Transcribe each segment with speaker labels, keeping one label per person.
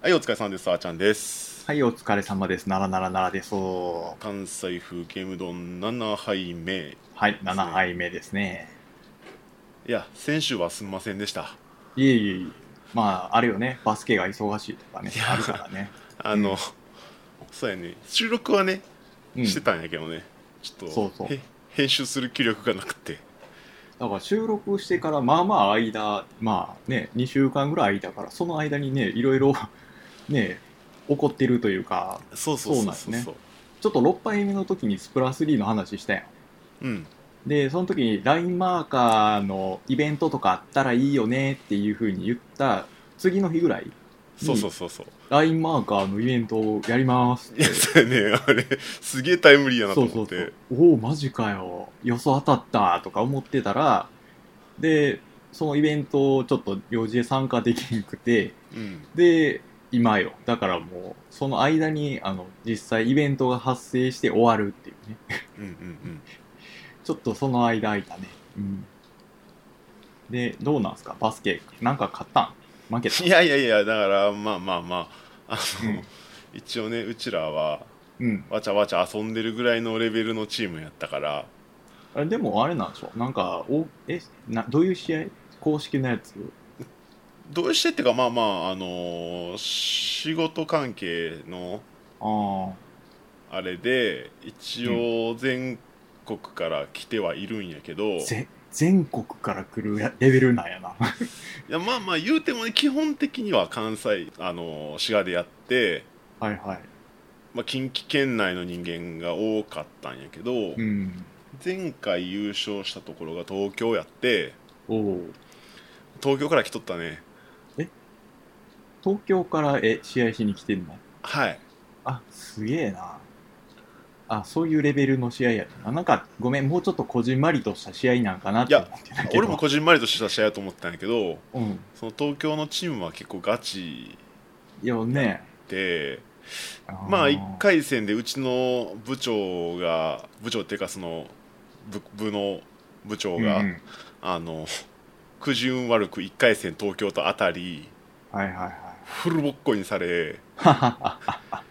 Speaker 1: はい、お疲れ様です。あーちゃんです。
Speaker 2: はい、お疲れ様です。ならならならです。は
Speaker 1: 関西風ゲーム丼7杯目。い
Speaker 2: い、7杯目ですね。
Speaker 1: や、先週はすみませんでした。
Speaker 2: いえいえいえ。まあ、あるよね。バスケが忙しいとかね
Speaker 1: い。や
Speaker 2: あるからね。
Speaker 1: あの、
Speaker 2: うん
Speaker 1: そうやね、収録はね、
Speaker 2: うん。
Speaker 1: して
Speaker 2: だ
Speaker 1: たんやけどね、ちょっと
Speaker 2: そうそう
Speaker 1: へ編集する気力がなくて、
Speaker 2: から収録してから、まあまあ間、まあね、2週間ぐらい空いたから、その間にね、いろいろ、 ね、起こってるというか、
Speaker 1: そうそうそう
Speaker 2: そ
Speaker 1: そうう
Speaker 2: なん
Speaker 1: そう。
Speaker 2: でちょっと6杯目の時にスプラ3の話したやん。
Speaker 1: うん、
Speaker 2: で、その時にラインマーカーのイベントとかあったらいいよねっていうふうに言った次の日ぐらい、
Speaker 1: そうそうそうそう。
Speaker 2: ラインマーカーのイベントをやりますって
Speaker 1: いや、そうやね、あれ、すげえタイムリーやなと
Speaker 2: そう
Speaker 1: 思
Speaker 2: そ
Speaker 1: っ
Speaker 2: う
Speaker 1: て。
Speaker 2: そうおおマジかよ予想当たったとか思ってたらでそのイベントをちょっと用事で参加できなくて
Speaker 1: うん、
Speaker 2: で今よだからもうその間にあの実際イベントが発生して終わるっていうね
Speaker 1: うん、うん、うん。
Speaker 2: ちょっとその間空いたねうんでどうなんすかバスケなんか勝ったん 負けた
Speaker 1: いやいやいや、だから、まあまあまあ、あの、
Speaker 2: うん
Speaker 1: 一応ね、うちらは、
Speaker 2: うん
Speaker 1: わちゃわちゃ遊んでるぐらいのレベルのチームやったから、
Speaker 2: あれでもあれなんでしょなんかおえなどういう試合公式のやつ
Speaker 1: どうしてっていうかまあまああのー仕事関係の
Speaker 2: ああ
Speaker 1: あれで一応全国から来てはいるんやけど、い
Speaker 2: ぜ全国から来るやレベルなんやな
Speaker 1: や まあまあ言うてもね基本的には関西あのー滋賀でやって、
Speaker 2: はいはい
Speaker 1: まあ、近畿圏内の人間が多かったんやけど、
Speaker 2: うん
Speaker 1: 前回優勝したところが東京やって
Speaker 2: おお
Speaker 1: 東京から来とったね
Speaker 2: 東京からえ試合しに来てんの
Speaker 1: はい
Speaker 2: あすげえなあそういうレベルの試合やったななんかごめんもうちょっとこじんまりとした試合なんかなって思ってたけど
Speaker 1: 俺もこじんまりとした試合やと思ったんやけど
Speaker 2: うん
Speaker 1: その東京のチームは結構ガチ
Speaker 2: よね
Speaker 1: で
Speaker 2: ー
Speaker 1: まあ1回戦でうちの部長が部長っていうかその部部の部長が、
Speaker 2: うんうん
Speaker 1: あのくじ運悪く1回戦東京と当たり
Speaker 2: はいはいはい
Speaker 1: フルボッコにされ、
Speaker 2: ははは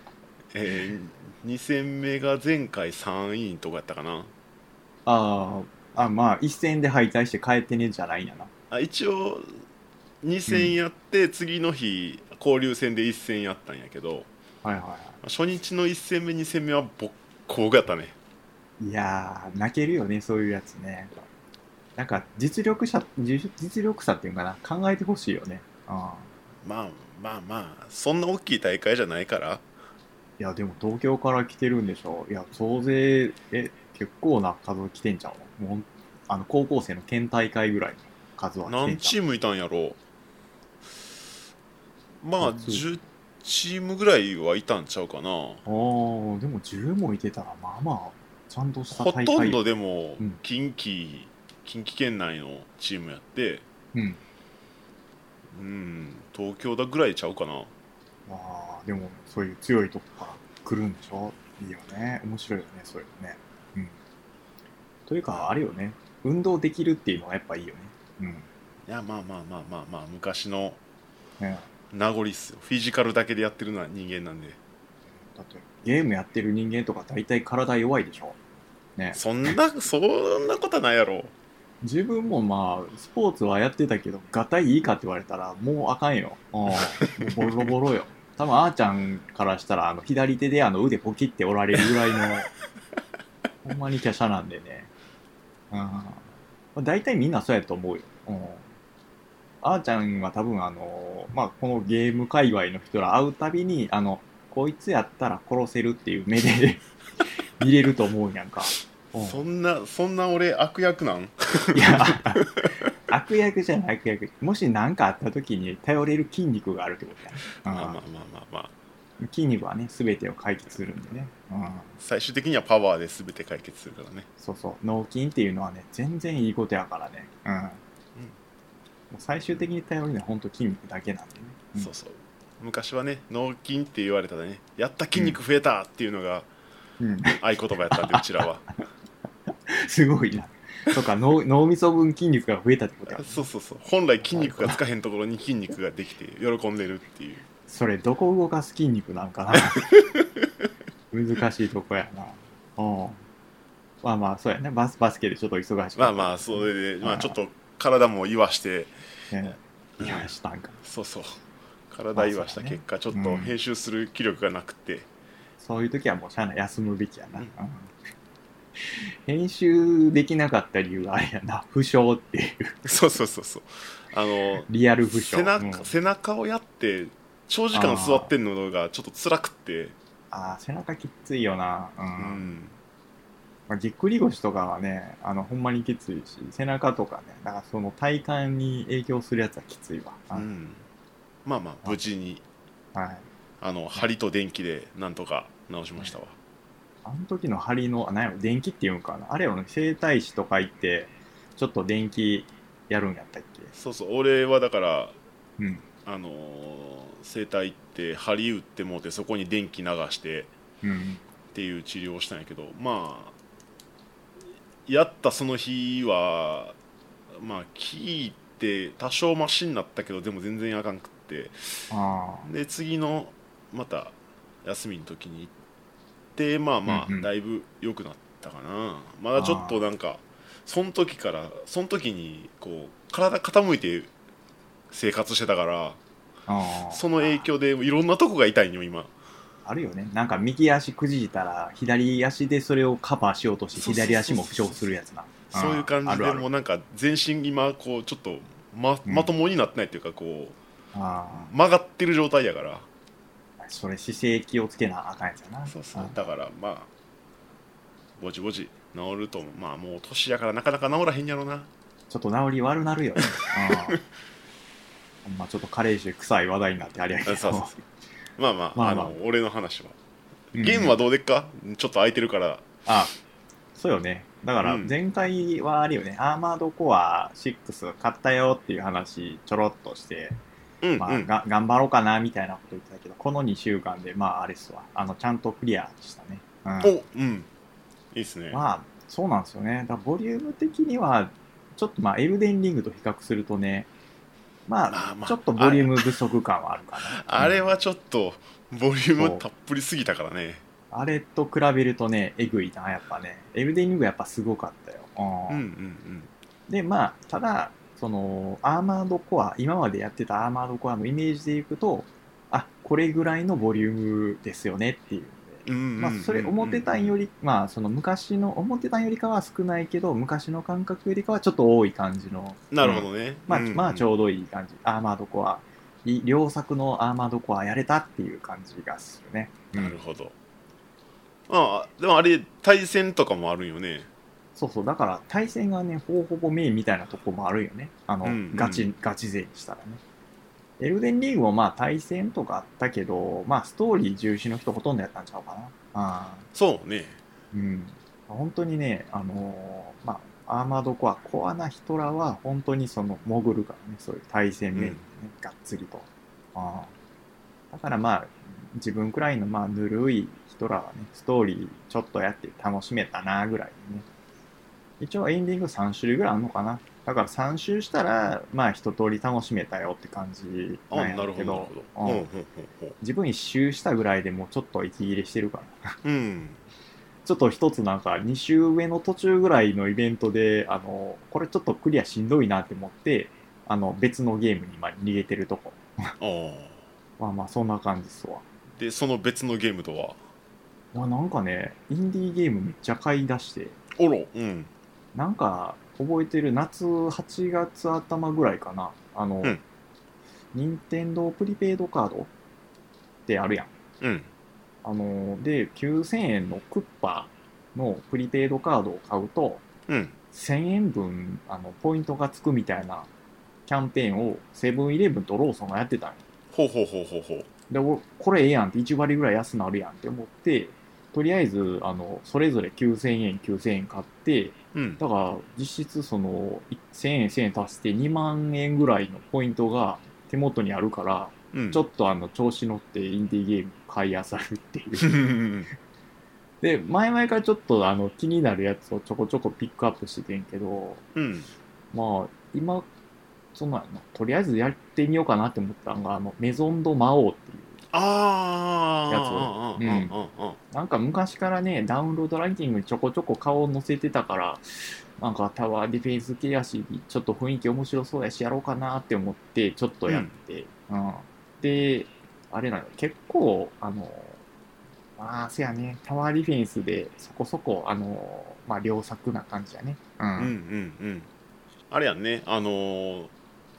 Speaker 1: え2戦目が前回3位とかやったかな
Speaker 2: あーあまあ一戦で敗退して帰ってねえんじゃないんやな
Speaker 1: あ一応2戦やって次の日交流戦で1戦やったんやけど
Speaker 2: はいはいは
Speaker 1: 初日の1戦目2戦目はボッコボコやったね
Speaker 2: いいやー泣けるよねそういうやつねなんか実力者実実力差っていうのかな考えてほしいよねあー
Speaker 1: まあまあまあそんな大きい大会じゃないから
Speaker 2: いや、でも東京から来てるんでしょいや、総勢、え、結構な数来てんじゃん。もう、あの、高校生の県大会ぐらいの数は来て
Speaker 1: 何
Speaker 2: んじ
Speaker 1: チ
Speaker 2: ゃ
Speaker 1: ームいたんやろうまあ
Speaker 2: 普通。
Speaker 1: 10チームぐらいはいたんちゃうかなん
Speaker 2: ああ、でも10もいてたら、まあまあ、ちゃんとした
Speaker 1: ほ
Speaker 2: 大会。
Speaker 1: とんどでも
Speaker 2: うん
Speaker 1: 近畿、近畿圏内のチームやって
Speaker 2: うん。
Speaker 1: うん東京だぐらいちゃうかな
Speaker 2: ああ、でも、そういう強いとこから来るんでしょいいよね。面白いよね、そういうのね。うん。というか、あれよね。運動できるっていうのはやっぱいいよね。うん。
Speaker 1: いやまあまあまあまあまあ昔の
Speaker 2: ね
Speaker 1: 名残っすよフィジカルだけでやってるのは人間なんで
Speaker 2: だって、ゲームやってる人間とか大体体弱いでしょね
Speaker 1: そんな そんなことないやろ
Speaker 2: 自分もまあスポーツはやってたけどがたいいいかって言われたらもうあかんようんもうボロボロよ 多分あーちゃんからしたらあの左手であの腕ポキって折られるぐらいの ほんまに華奢なんでね、うんまあ、大体みんなそうやと思うよ、うん、あーちゃんは多分あの、まあ、このゲーム界隈の人ら会うたびにあのこいつやったら殺せるっていう目で 見れると思うやんか、うん
Speaker 1: そんなそんな俺悪役なん
Speaker 2: いや、悪役じゃない悪役。もし何かあった時に頼れる筋肉があるってこと
Speaker 1: ま
Speaker 2: や
Speaker 1: あまあ
Speaker 2: な
Speaker 1: まあまあまあ
Speaker 2: うん筋肉はね、全てを解決するんでね。うん
Speaker 1: 最終的にはパワーで全て解決するからね
Speaker 2: そうそう。脳筋っていうのはね、全然いいことやからね。うんもう最終的に頼るのは本当筋肉だけなんでね。うん
Speaker 1: そうそう昔はね脳筋って言われたらねやった筋肉増えたっていうのが
Speaker 2: うん、
Speaker 1: 合言葉やったんでうちらは
Speaker 2: すごいな。とか脳、脳みそ分筋 肉が増えたってことや。
Speaker 1: そうそうそう本来筋肉がつかへんところに筋肉ができて喜んでるっていう
Speaker 2: それどこ動かす筋肉な んかな難しいとこやなうんまあまあそうやねバスバスケでちょっと忙しかった
Speaker 1: まあまあそれで、まあ、ちょっと体も言わして
Speaker 2: ねいやしたんか
Speaker 1: そうそう体言わした結果、ちょっと編集する気力がなくて、
Speaker 2: そういう時はもうしゃあない休むべきやな、うん編集できなかった理由はあれやな不詳っていう
Speaker 1: そうそうそうそうあの
Speaker 2: リアル不詳
Speaker 1: 背中,、
Speaker 2: うん
Speaker 1: 背中をやって長時間座ってんのがちょっと辛くって
Speaker 2: ああ背中きっついよなうん、
Speaker 1: うん
Speaker 2: まあ、ぎっくり腰とかはねあのほんまにきついし背中とかねだからその体幹に影響するやつはきついわ、
Speaker 1: う
Speaker 2: うん
Speaker 1: んまあまあ無事に
Speaker 2: はい
Speaker 1: あの針と電気でなんとか直しましたわ
Speaker 2: あの時の針の、あ何やろ、電気っていうんかな。あれよね、整体師とか行って、ちょっと電気やるんやったっけ
Speaker 1: そうそう俺はだから
Speaker 2: うん。
Speaker 1: あのー整体行って針打ってもうてそこに電気流して
Speaker 2: うん。
Speaker 1: っていう治療をしたんやけどまあやったその日はまあ聞いて多少マシになったけどでも全然あかんくって
Speaker 2: あ
Speaker 1: で次のまた休みの時に行ってまあま
Speaker 2: うんう
Speaker 1: あ
Speaker 2: ん
Speaker 1: だいぶ良くなったかなまだちょっとなんかその時からその時にこう体傾いて生活してたから
Speaker 2: あ。ああ。
Speaker 1: その影響でいろんなとこが痛いんよ今
Speaker 2: あるよね。なんか右足くじいたら、左足でそれをカバーしようとして、
Speaker 1: そうそうそうそう
Speaker 2: 左足も負傷するやつな。
Speaker 1: そういう感
Speaker 2: あ
Speaker 1: じ
Speaker 2: る
Speaker 1: で
Speaker 2: ある
Speaker 1: もうなんか全身今こうちょっとま
Speaker 2: うん
Speaker 1: まともになってないっていうかこ
Speaker 2: あ
Speaker 1: う曲がってる状態やから
Speaker 2: あ。それ姿勢気をつけなあかんやつやな。
Speaker 1: そうそう
Speaker 2: あ
Speaker 1: だからまあぼちぼち治ると思うまあもう年やからなかなか治らへんやろな
Speaker 2: ちょっと治り悪なるよね。ああ。 ほんまちょっと加齢臭臭い話題になってあれやけど。
Speaker 1: あそうそうそまあまあ、
Speaker 2: ま
Speaker 1: あ
Speaker 2: あまあ
Speaker 1: の俺の話は。
Speaker 2: うん
Speaker 1: ゲームはどうでっか、ちょっと空いてるから、
Speaker 2: あ、そうよね。だから
Speaker 1: うん
Speaker 2: 前回はあれよね、アーマードコア6買ったよっていう話ちょろっとして、
Speaker 1: うん、
Speaker 2: ま
Speaker 1: う
Speaker 2: あ、
Speaker 1: ん、
Speaker 2: が頑張ろうかなみたいなこと言ってたけど、この2週間で、まああれっすわ、あの、ちゃんとクリアしたね。うん、
Speaker 1: おうん、いいっすね。
Speaker 2: まあ、そうなんですよね。だからボリューム的には、ちょっとまあエルデンリングと比較するとね、ま
Speaker 1: ま
Speaker 2: あ
Speaker 1: あま、あ
Speaker 2: ちょっとボリューム不足感はあるかな。
Speaker 1: あれ
Speaker 2: うん
Speaker 1: はちょっと、ボリュー
Speaker 2: そう
Speaker 1: ムたっぷりすぎたからね。
Speaker 2: あれと比べるとね、えぐいな、やっぱね。エルデンリングやっぱすごかったよ。うん
Speaker 1: うん、うん、
Speaker 2: でまあただそのアーマードコア今までやってたアーマードコアのイメージでいくとあこれぐらいのボリュームですよねっていう
Speaker 1: うん。うんうんうん
Speaker 2: まあ、それ思ってたんより、まあ、その昔の思ってたんよりかは少ないけど昔の感覚よりかはちょっと多い感じの
Speaker 1: なるほ
Speaker 2: うん
Speaker 1: どね。
Speaker 2: まあ、
Speaker 1: うんうん
Speaker 2: まあちょうどいい感じアーマードコアいい両作のアーマードコアやれたっていう感じがするね、うん
Speaker 1: なるほど。ああ、でもあれ、対戦とかもあるんよね。
Speaker 2: そうそうだから対戦がねほぼほぼメインみたいなとこもあるよねあの、
Speaker 1: うんうん
Speaker 2: ガチガチ勢にしたらねエルデンリーグもまあ対戦とかあったけどまあストーリー重視の人ほとんどやったんちゃうかなあ
Speaker 1: そうね。
Speaker 2: ーうん本当にねあのーまあアーマードコアコアな人らは本当にその潜るからねそういう対戦メインでね、がっつりとあーだからまあ自分くらいのまあぬるい人らはねストーリーちょっとやって楽しめたなぐらいでね一応エンディング3種類ぐらいあるのかなだから3周したらまあ一通り楽しめたよって感じ
Speaker 1: あ
Speaker 2: なんや
Speaker 1: なる
Speaker 2: け
Speaker 1: ほど、なる
Speaker 2: ど
Speaker 1: ほど。
Speaker 2: う
Speaker 1: うんん、うん、うん
Speaker 2: 自分1周したぐらいでもうちょっと息切れしてるから
Speaker 1: うん。うん。
Speaker 2: ちょっと一つなんか2週上の途中ぐらいのイベントであのこれちょっとクリアしんどいなって思ってあの別のゲームに今逃げてるとこ
Speaker 1: ああ。
Speaker 2: まあまあそんな感じっすわ
Speaker 1: で、その別のゲームとは。
Speaker 2: まあなんかねインディーゲームめっちゃ買い出して
Speaker 1: おろ、うん。
Speaker 2: なんか覚えてる夏8月頭ぐらいかなあの、
Speaker 1: うん
Speaker 2: 任天堂プリペイドカードってあるやん
Speaker 1: うん。
Speaker 2: あので9000円のクッパのプリペイドカードを買うと
Speaker 1: うん。
Speaker 2: 1000円分あのポイントがつくみたいなキャンペーンをセブンイレブンとローソンがやってたんよ
Speaker 1: ほうほうほうほうほう。
Speaker 2: でおこれええやんって1割ぐらい安なるやんって思ってとりあえずあのそれぞれ9000円9000円買って
Speaker 1: うん。
Speaker 2: だから実質その1000円1000円足して2万円ぐらいのポイントが手元にあるから、
Speaker 1: うん
Speaker 2: ちょっとあの調子乗ってインディーゲーム買いあさるっていう
Speaker 1: うん
Speaker 2: で前々からちょっとあの気になるやつをちょこちょこピックアップしててんけど
Speaker 1: うん
Speaker 2: まあ今そんなんやなとりあえずやってみようかなって思ったのがあのメゾンド魔王っていう
Speaker 1: あ
Speaker 2: やつを
Speaker 1: あうんうんうんうん
Speaker 2: なんか昔からね、ダウンロードランキングにちょこちょこ顔を載せてたから、なんかタワーディフェンス系やし、ちょっと雰囲気面白そうやし、やろうかなって思って、ちょっとやって、うんで、あれなの、結構、あの、まあ、せやね、タワーディフェンスでそこそこ、あの、まあ、良作な感じやね。う
Speaker 1: うんうんうんあれやんねあのー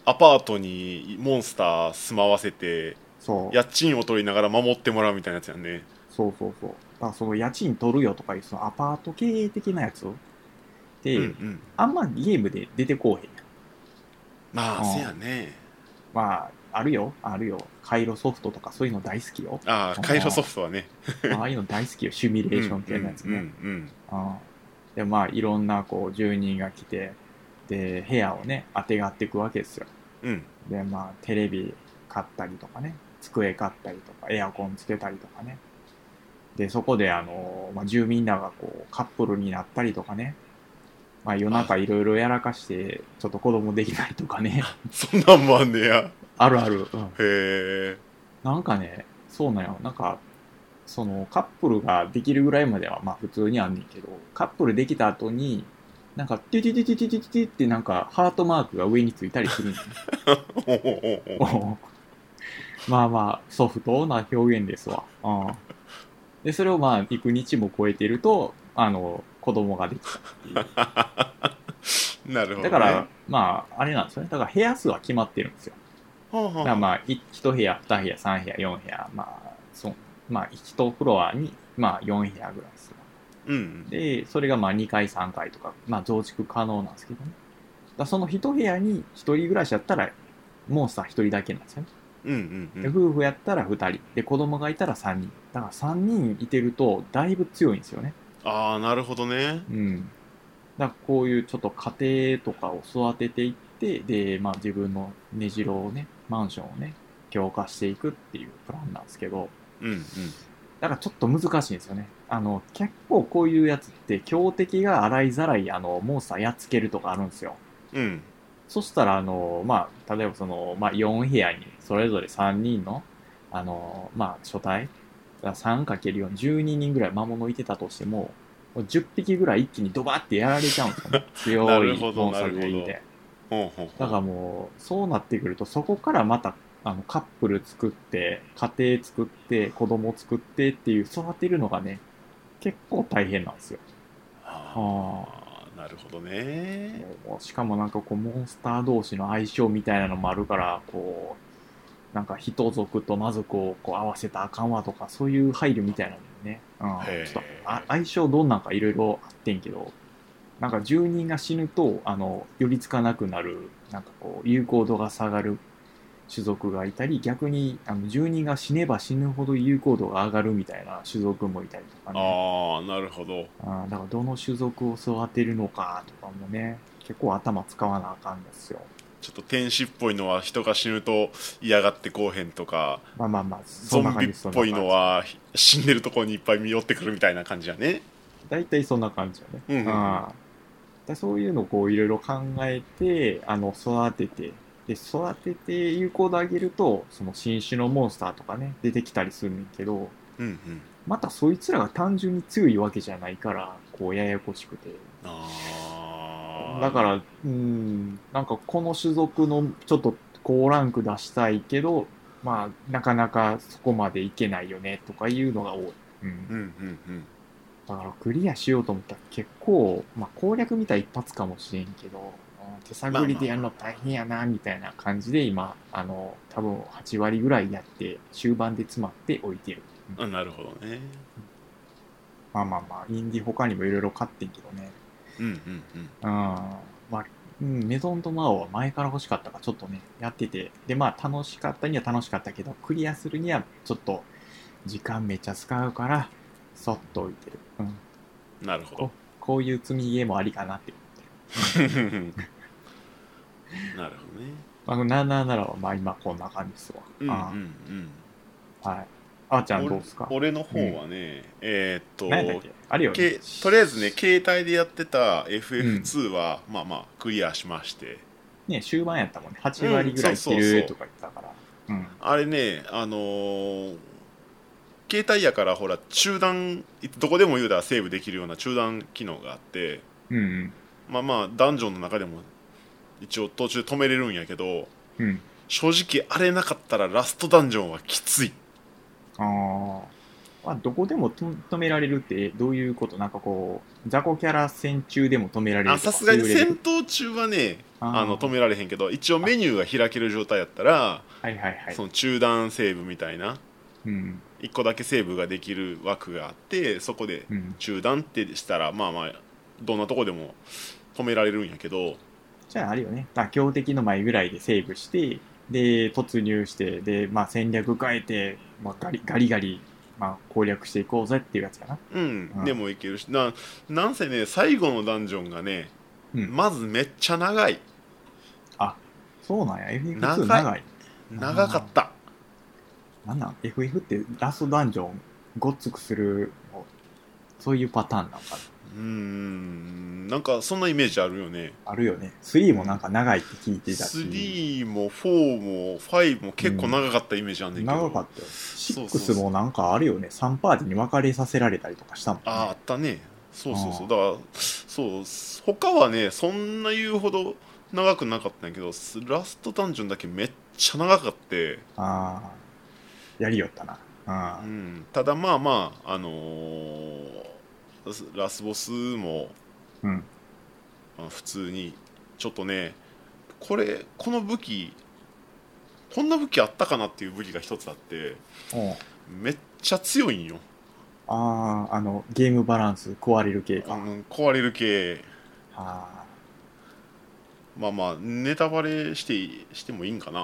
Speaker 1: アパートにモンスター住まわせて
Speaker 2: そう。
Speaker 1: 家賃を取りながら守ってもらうみたいなやつやんね
Speaker 2: そうそうそう。だからその家賃取るよとかいう、そのアパート経営的なやつで、
Speaker 1: うんうん
Speaker 2: あんまゲームで出てこうへんやん。
Speaker 1: ま
Speaker 2: あ
Speaker 1: あ
Speaker 2: ー
Speaker 1: せやね。
Speaker 2: まあ、あるよ、あるよ。カイロソフトとかそういうの大好きよ
Speaker 1: ああ回路ソフトはね
Speaker 2: ああいうの大好きよ、シミュレーション系のやつ
Speaker 1: うんう
Speaker 2: ね。
Speaker 1: んうん
Speaker 2: うんで、まあ、いろんな、こう、住人が来て、で、部屋をね、あてがっていくわけですよ。
Speaker 1: うんうん
Speaker 2: で、まあ、テレビ買ったりとかね、机買ったりとか、エアコンつけたりとかね。で、そこで、あの、まあ、住民らがこう、カップルになったりとかね。まあ、夜中いろいろやらかして、ちょっと子供できないとか ね。
Speaker 1: そんなんもあんねや
Speaker 2: あるある。うん
Speaker 1: へえ
Speaker 2: なんかね、そうなんよ。なんか、そのカップルができるぐらいまではまあ普通にあんねんけど、カップルできた後に、なんか、テュテュテュテュテュテュテュってなんかハートマークが上についたりするんよ
Speaker 1: おおおお
Speaker 2: まあまあ、ソフトな表現ですわ。うん、で、それをまあ、幾日も超えてると、あの、子供ができたっていう。
Speaker 1: なるほど、ね、
Speaker 2: だから、まあ、あれなんですよね。だから部屋数は決まってるんですよ。
Speaker 1: ほうほう
Speaker 2: だからまあ、い一部屋、二部屋、三部屋、四部屋、まあ、そう、まあ、一フロアに、まあ、四部屋ぐらいですよ。
Speaker 1: うん
Speaker 2: で、それがまあ、二階、三階とか、まあ、増築可能なんですけどね。だからその一部屋に一人暮らしやったら、モンスター一人だけなんですよね。
Speaker 1: うんうんう
Speaker 2: で、
Speaker 1: ん
Speaker 2: 夫婦やったら二人。で、子供がいたら三人。だから三人いてると、だいぶ強いんですよね。
Speaker 1: ああなるほどね
Speaker 2: うん。だからこういうちょっと家庭とかを育てていって、で、まあ自分の根城をね、マンションをね、強化していくっていうプランなんですけど、
Speaker 1: うんうん
Speaker 2: だからちょっと難しいんですよね。あの、結構こういうやつって強敵が洗いざらい、あの、モンスターやっつけるとかあるんですよ。
Speaker 1: うん
Speaker 2: そしたら、あの、まあ、例えばその、まあ4部屋にそれぞれ3人の、あの、まあ、書体、3×4、12人ぐらい魔物いてたとしても、もう10匹ぐらい一気にドバってやられちゃうんですよ ね。
Speaker 1: な
Speaker 2: 強
Speaker 1: る
Speaker 2: い
Speaker 1: ほど
Speaker 2: モンスターが
Speaker 1: なる
Speaker 2: い
Speaker 1: ほど
Speaker 2: て。
Speaker 1: ほうほうほう
Speaker 2: だからもう、そうなってくると、そこからまた、あの、カップル作って、家庭作って、子供作ってっていう、育てるのがね、結構大変なんですよ。
Speaker 1: ああなるほどね
Speaker 2: もうしかもなんかこうモンスター同士の相性みたいなのもあるからこうなんか人族と魔族をこう合わせたらあかんわとかそういう配慮みたいなのよね、うん、
Speaker 1: へー
Speaker 2: ちょっとあ相性どんなんかいろいろあってんけどなんか住人が死ぬとあの寄りつかなくなるなんかこう有効度が下がる種族がいたり逆にあの住人が死ねば死ぬほど有効度が上がるみたいな種族もいたりとかね
Speaker 1: ああなるほど
Speaker 2: あーだからどの種族を育てるのかとかもね結構頭使わなあかんですよ
Speaker 1: ちょっと天使っぽいのは人が死ぬと嫌がってこうへんとか
Speaker 2: まあまあまあそ
Speaker 1: ゾ
Speaker 2: んな
Speaker 1: ンビ
Speaker 2: 感
Speaker 1: っ
Speaker 2: じそんな
Speaker 1: ぽ
Speaker 2: 感
Speaker 1: い
Speaker 2: じ
Speaker 1: のは死んでるところにいっぱい見寄ってくるみたいな感じやね
Speaker 2: 大体そんな感じよね、
Speaker 1: うんうんうん
Speaker 2: あーだそういうのをこういろいろ考えてあの育ててで育てて有効度上げるとその新種のモンスターとかね出てきたりするんだけど
Speaker 1: うんうん
Speaker 2: またそいつらが単純に強いわけじゃないからこうややこしくて
Speaker 1: ああ
Speaker 2: だから、うん、なんかこの種族のちょっと高ランク出したいけど、まあ、なかなかそこまでいけないよねとかいうのが多い。うん
Speaker 1: うんうんうん
Speaker 2: だからクリアしようと思ったら結構、まあ、攻略みたい一発かもしれんけど、うん手探りでやるの大変やなみたいな感じで今、あの、多分8割ぐらいやって、終盤で詰まって置いてる。
Speaker 1: あなるほどね
Speaker 2: まあまあまあ、インディ他にもいろいろ買ってんけどね。
Speaker 1: うんうんうん
Speaker 2: うんまあ、うんメゾンドマオは前から欲しかったから、ちょっとね、やってて、で、まあ、楽しかったには楽しかったけど、クリアするには、ちょっと、時間めっちゃ使うから、そっと置いてる。うん。
Speaker 1: なるほど
Speaker 2: こういう積み家もありかなって。
Speaker 1: なるほどね
Speaker 2: まあ、77ならは、まあ、今こんな感じですわ。
Speaker 1: うんう
Speaker 2: あ
Speaker 1: んうん
Speaker 2: あはい。あーちゃんどうですか
Speaker 1: 俺の方はね、えーっと
Speaker 2: 何やったっけあれよね
Speaker 1: け。とりあえずね携帯でやってた FF2 は、まあまあクリアしまして
Speaker 2: ね、終盤やったもんね。8割ぐらいいけるとか言ってたから。ううん。
Speaker 1: あれねあのー携帯やからほら中断どこでも言うたらセーブできるような中断機能があって
Speaker 2: うん
Speaker 1: まあまあダンジョンの中でも一応途中止めれるんやけど
Speaker 2: うん。うん。
Speaker 1: 正直あれなかったらラストダンジョンはきつい
Speaker 2: ああ。まあ、どこでもと止められるってどういうことなんかこう、雑魚キャラ戦中でも止められる
Speaker 1: あ
Speaker 2: とか
Speaker 1: さすがに
Speaker 2: そういうレベ
Speaker 1: 戦
Speaker 2: ル
Speaker 1: 闘中はね
Speaker 2: あー
Speaker 1: あの止められへんけど一応メニューが開ける状態やったら
Speaker 2: はいはいはい
Speaker 1: そ。の中断セーブみたいな
Speaker 2: うん。
Speaker 1: 1個だけセーブができる枠があってそこで
Speaker 2: うん。
Speaker 1: 中断ってしたらまあまあどんなとこでも止められるんやけど
Speaker 2: じゃああれよね、妥協的の前ぐらいでセーブして、で、突入して、で、まあ戦略変えて、まあガリガリガリ、まあ攻略していこうぜっていうやつかな。
Speaker 1: うん、
Speaker 2: うん
Speaker 1: でもいけるしななんせね最後のダンジョンがね、
Speaker 2: うん
Speaker 1: まずめっちゃ長い
Speaker 2: そうなんや、FF2
Speaker 1: 長
Speaker 2: 長
Speaker 1: い
Speaker 2: い。
Speaker 1: 長かった
Speaker 2: なんなん ?FF ってラストダンジョン、ごっつくする、そういうパターンなのかな。
Speaker 1: うーんなんかそんなイメージあるよね
Speaker 2: あるよね。3もなんか長いって聞いてたし。
Speaker 1: 3も4も5も結構長かったイメージあんねんけど、
Speaker 2: 長かったよ。
Speaker 1: うそうそう
Speaker 2: 6もなんかあるよね。3パーティーに分かれさせられたりとかしたもん、ね。
Speaker 1: あああったねそうそうそう
Speaker 2: あ
Speaker 1: だからそう他はねそんな言うほど長くなかったんやけどスラストダンジョンだけめっちゃ長かって、
Speaker 2: あーやりよったな。あ
Speaker 1: う
Speaker 2: ー
Speaker 1: ん、ただまあまああのーラスボスも
Speaker 2: うん。
Speaker 1: まあ普通にちょっとねこれこの武器こんな武器あったかなっていう武器が一つあって
Speaker 2: おう
Speaker 1: めっちゃ強いんよ、
Speaker 2: ああ、あの、ゲームバランス壊れる系
Speaker 1: う
Speaker 2: か。
Speaker 1: ん、壊れる系
Speaker 2: あ
Speaker 1: まあまあネタバレしていしてもいいんかな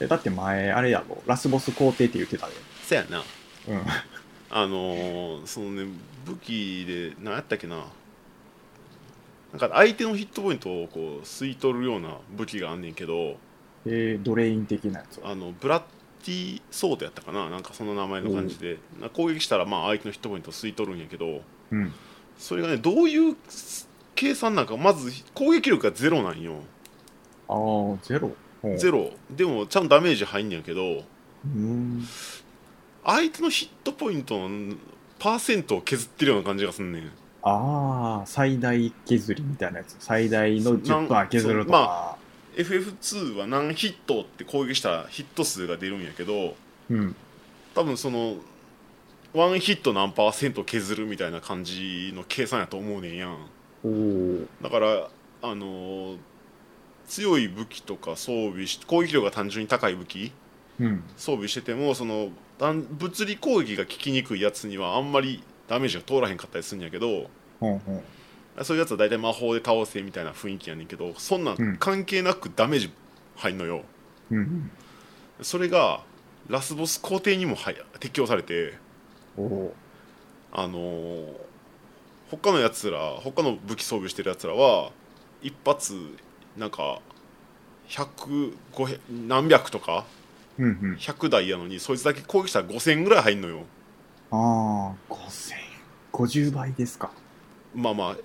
Speaker 2: ーえだって前、あれやろ、ラスボス皇帝って言ってたで。
Speaker 1: せやな
Speaker 2: うん。
Speaker 1: あのーそのね武器で何やったっけななんか相手のヒットポイントをこう吸い取るような武器があんねんけど
Speaker 2: えー、ドレイン的なやつは。
Speaker 1: あのブラッティソードやったかななんかその名前の感じで、な攻撃したらまあ相手のヒットポイントを吸い取るんやけど
Speaker 2: うん。
Speaker 1: それがねどういう計算なんかまず攻撃力がゼロなんよ
Speaker 2: ああ、ゼロ。
Speaker 1: ゼ
Speaker 2: ロ。
Speaker 1: ロでもちゃんとダメージ入んねんけど
Speaker 2: うーん。
Speaker 1: 相手のヒットポイントのパーセントを削ってるような感じがすんねん
Speaker 2: ああ、最大削りみたいなやつ。最大の10%
Speaker 1: なん
Speaker 2: 削ると
Speaker 1: そう
Speaker 2: か。
Speaker 1: FF2 は何ヒットって攻撃したらヒット数が出るんやけど
Speaker 2: うん。
Speaker 1: 多分そのワンヒット何パーセント削るみたいな感じの計算やと思うねんやん
Speaker 2: おお。
Speaker 1: だからあのー強い武器とか装備し攻撃力が単純に高い武器
Speaker 2: うん。
Speaker 1: 装備しててもその単物理攻撃が効きにくいやつにはあんまりダメージが通らへんかったりするんやけど
Speaker 2: ほんほん。
Speaker 1: そういうやつは大体魔法で倒せみたいな雰囲気やねんけどそんな
Speaker 2: うん
Speaker 1: ん関係なくダメージ入んのよ、
Speaker 2: うん。
Speaker 1: それがラスボス皇帝にもはや適用されて
Speaker 2: おお。
Speaker 1: あのー他のやつら他の武器装備してるやつらは一発なんか100 500何百とか
Speaker 2: うんうん。
Speaker 1: 100台やのにそいつだけ攻撃したら5000ぐらい入んのよ
Speaker 2: ああ、5000。50倍ですか。
Speaker 1: まあまあ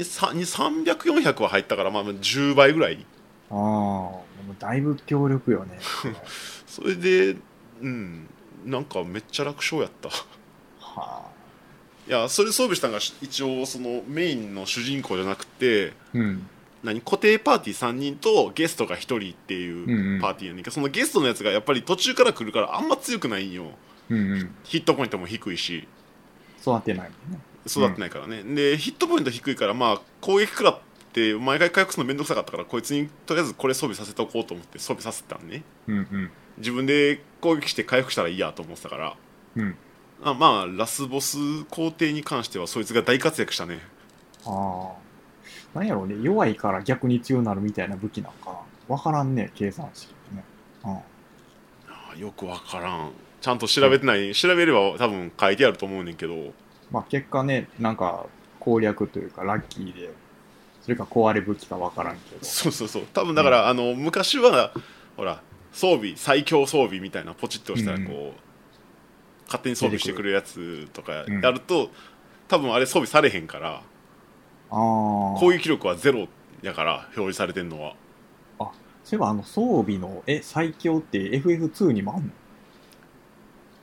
Speaker 1: 100300400400は入ったからまあまあ10倍ぐらい
Speaker 2: ああ、もうだいぶ強力よ ね。
Speaker 1: それでうんなんかめっちゃ楽勝やった
Speaker 2: はあ。
Speaker 1: いやそれ装備したのが一応そのメインの主人公じゃなくて
Speaker 2: うん。
Speaker 1: 何固定パーティー3人とゲストが1人って
Speaker 2: ん
Speaker 1: いううんパーティーやねんけど、そのゲストのやつがやっぱり途中から来るからあんま強くないんよ
Speaker 2: うんうん。
Speaker 1: ヒットポイントも低いし
Speaker 2: 育てないもんね。
Speaker 1: 育ってないからね、でヒットポイント低いからまあ攻撃食らって毎回回復するのめんどくさかったからこいつにとりあえずこれ装備させておこうと思って装備させてたんね
Speaker 2: うんうん。
Speaker 1: 自分で攻撃して回復したらいいやと思ってたから
Speaker 2: うん。
Speaker 1: あまあラスボス皇帝に関してはそいつが大活躍したね
Speaker 2: ああ。なんやろうね、弱いから逆に強なるみたいな武器なんかな。わからんね、計算式ってね。うん。
Speaker 1: あよくわからんちゃんと調べてない、調べれば多分書いてあると思うねんけど
Speaker 2: まあ結果ね、なんか攻略というかラッキーで、それか壊れ武器かわからんけど。
Speaker 1: そうそうそう多分だから、あの昔はほら装備最強装備みたいなポチッと押したら
Speaker 2: うん
Speaker 1: こ
Speaker 2: うん
Speaker 1: う、勝手に装備してくれるやつとか
Speaker 2: うん
Speaker 1: やると、多分あれ装備されへんから
Speaker 2: ああ。
Speaker 1: 攻撃力はゼロやから表示されてんのは
Speaker 2: そういえばあの装備のえ最強って FF2 にもあん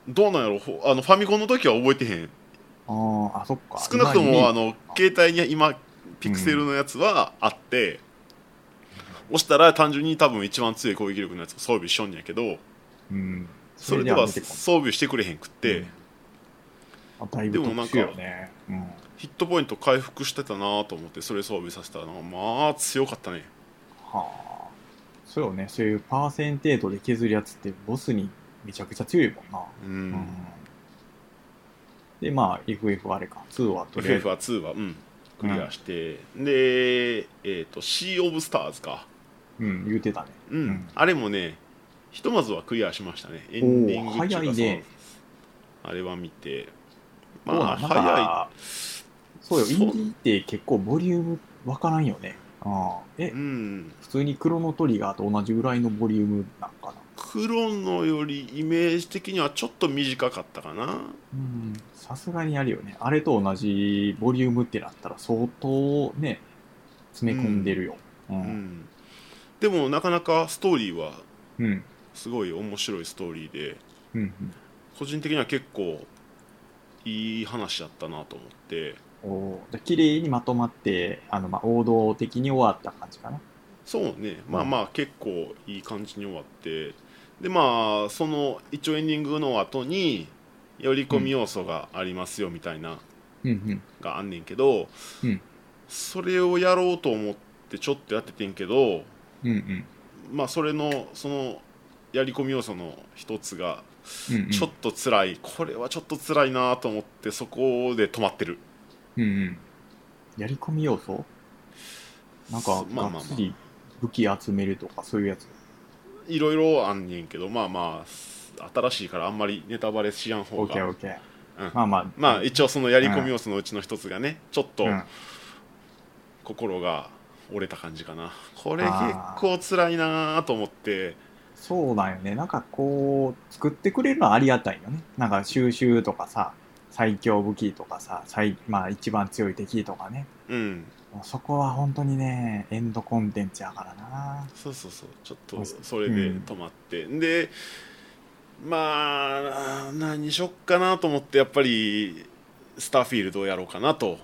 Speaker 1: どうなんやろほあのファミコンの時は覚えてへん
Speaker 2: のあーあそっか
Speaker 1: 少なくと
Speaker 2: 今
Speaker 1: も
Speaker 2: に
Speaker 1: あの携帯に今ピクセルのやつはあって、押したら単純に多分一番強い攻撃力のやつを装備しよんやけど
Speaker 2: うん
Speaker 1: それでは
Speaker 2: 出てこん
Speaker 1: 装備してくれへんくって、
Speaker 2: うんあだいぶ特殊よねうん
Speaker 1: ヒットポイント回復してたなと思ってそれ装備させたらまあ強かったね
Speaker 2: はあそうよねそういうパーセンテージで削るやつってボスにめちゃくちゃ強いもんな、
Speaker 1: うん、
Speaker 2: うんでまあ FF あれか2はとりあえ
Speaker 1: FF
Speaker 2: ず
Speaker 1: は2はうんクリアして、でえっ、と「シー・オブ・スターズか」
Speaker 2: うん言うてたね
Speaker 1: うん
Speaker 2: うん
Speaker 1: あれもねひとまずはクリアしましたねエンディングってうか
Speaker 2: おー早いね
Speaker 1: そうあれは見てま
Speaker 2: そう
Speaker 1: あ
Speaker 2: なんなんか
Speaker 1: 早い
Speaker 2: そうよ
Speaker 1: そう
Speaker 2: インディーって結構ボリュームわからんよねああえ
Speaker 1: うん、
Speaker 2: 普通にクロノトリガーと同じぐらいのボリュームなんかな
Speaker 1: クロノよりイメージ的にはちょっと短かったかな
Speaker 2: うんさすがにあるよねあれと同じボリュームってなったら相当ね詰め込んでるようん
Speaker 1: う
Speaker 2: うん、
Speaker 1: んでもなかなかストーリーは
Speaker 2: うん
Speaker 1: すごい面白いストーリーで
Speaker 2: うん
Speaker 1: 個人的には結構いい話だったなと思って
Speaker 2: おーで綺麗にまとまってあの、まあ、王道的に終わった感じかな
Speaker 1: そうねまあまあ結構いい感じに終わってでまあその一応エンディングの後に寄り込み要素がありますよみたいな、
Speaker 2: うんうん
Speaker 1: があんねんけど、
Speaker 2: うん
Speaker 1: それをやろうと思ってちょっとやっててんけど
Speaker 2: うんうん
Speaker 1: まあそれのそのやり込み要素の一つが
Speaker 2: うんうん
Speaker 1: ちょっと辛い、これはちょっと辛いなと思ってそこで止まってる
Speaker 2: うんうんやり込み要素なんか
Speaker 1: まあまあまあ
Speaker 2: がっつり武器集めるとかそういうやつ
Speaker 1: いろいろあんねんけどまあまあ新しいからあんまりネタバレしやん方
Speaker 2: オッケー
Speaker 1: が
Speaker 2: オッケー
Speaker 1: うん
Speaker 2: まあまあ
Speaker 1: まあ一応そのやり込み要素のうちの一つがねちょっと
Speaker 2: うん
Speaker 1: 心が折れた感じかなこれ結
Speaker 2: あー
Speaker 1: 構辛いなと思って
Speaker 2: そうなんよねなんかこう作ってくれるのはありがたいよねなんか収集とかさ最強武器とかさ最、まあ、一番強い敵とかね
Speaker 1: うん
Speaker 2: もうそこは本当にねエンドコンテンツやからな
Speaker 1: そうそうそうちょっ
Speaker 2: う
Speaker 1: と
Speaker 2: ん
Speaker 1: それで止まって、でまあ何しよっかなと思ってやっぱりスターフィールドをやろうかなと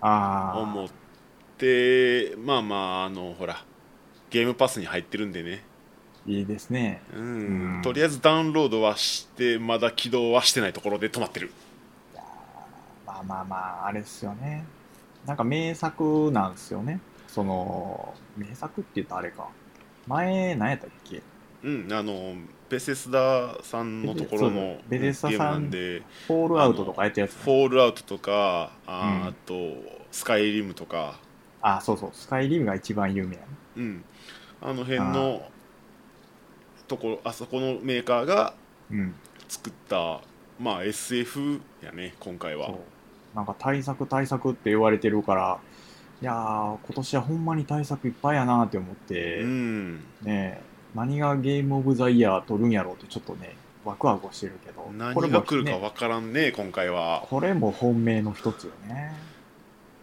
Speaker 2: ああ
Speaker 1: 思ってまあまああのほらゲームパスに入ってるんでね、
Speaker 2: いいですね
Speaker 1: うん
Speaker 2: うん
Speaker 1: とりあえずダウンロードはしてまだ起動はしてないところで止まってる
Speaker 2: まあまあまああれっすよねなんか名作なんすよねその名作って言うとあれか前何やったっけ
Speaker 1: うんあのベセスダさんのところの
Speaker 2: ベセスダ
Speaker 1: ゲーム
Speaker 2: さ
Speaker 1: なんんで
Speaker 2: フォールアウトとかやったやつ、
Speaker 1: フォールアウトとかあー
Speaker 2: うん
Speaker 1: あとスカイリムとか
Speaker 2: あそうそうスカイリムが一番有名やね
Speaker 1: うん、あの辺のところあそこのメーカーが
Speaker 2: うん
Speaker 1: 作ったまあ SF やね今回は
Speaker 2: そうなんか対策対策って言われてるからいやー今年はほんまに対策いっぱいやなーって思って、
Speaker 1: うん
Speaker 2: ねえ何がゲームオブザイヤー取るんやろうってちょっとねワクワクしてるけど
Speaker 1: 何
Speaker 2: これも
Speaker 1: が来るか
Speaker 2: ね
Speaker 1: わからんね今回は、
Speaker 2: これも本命の一つよね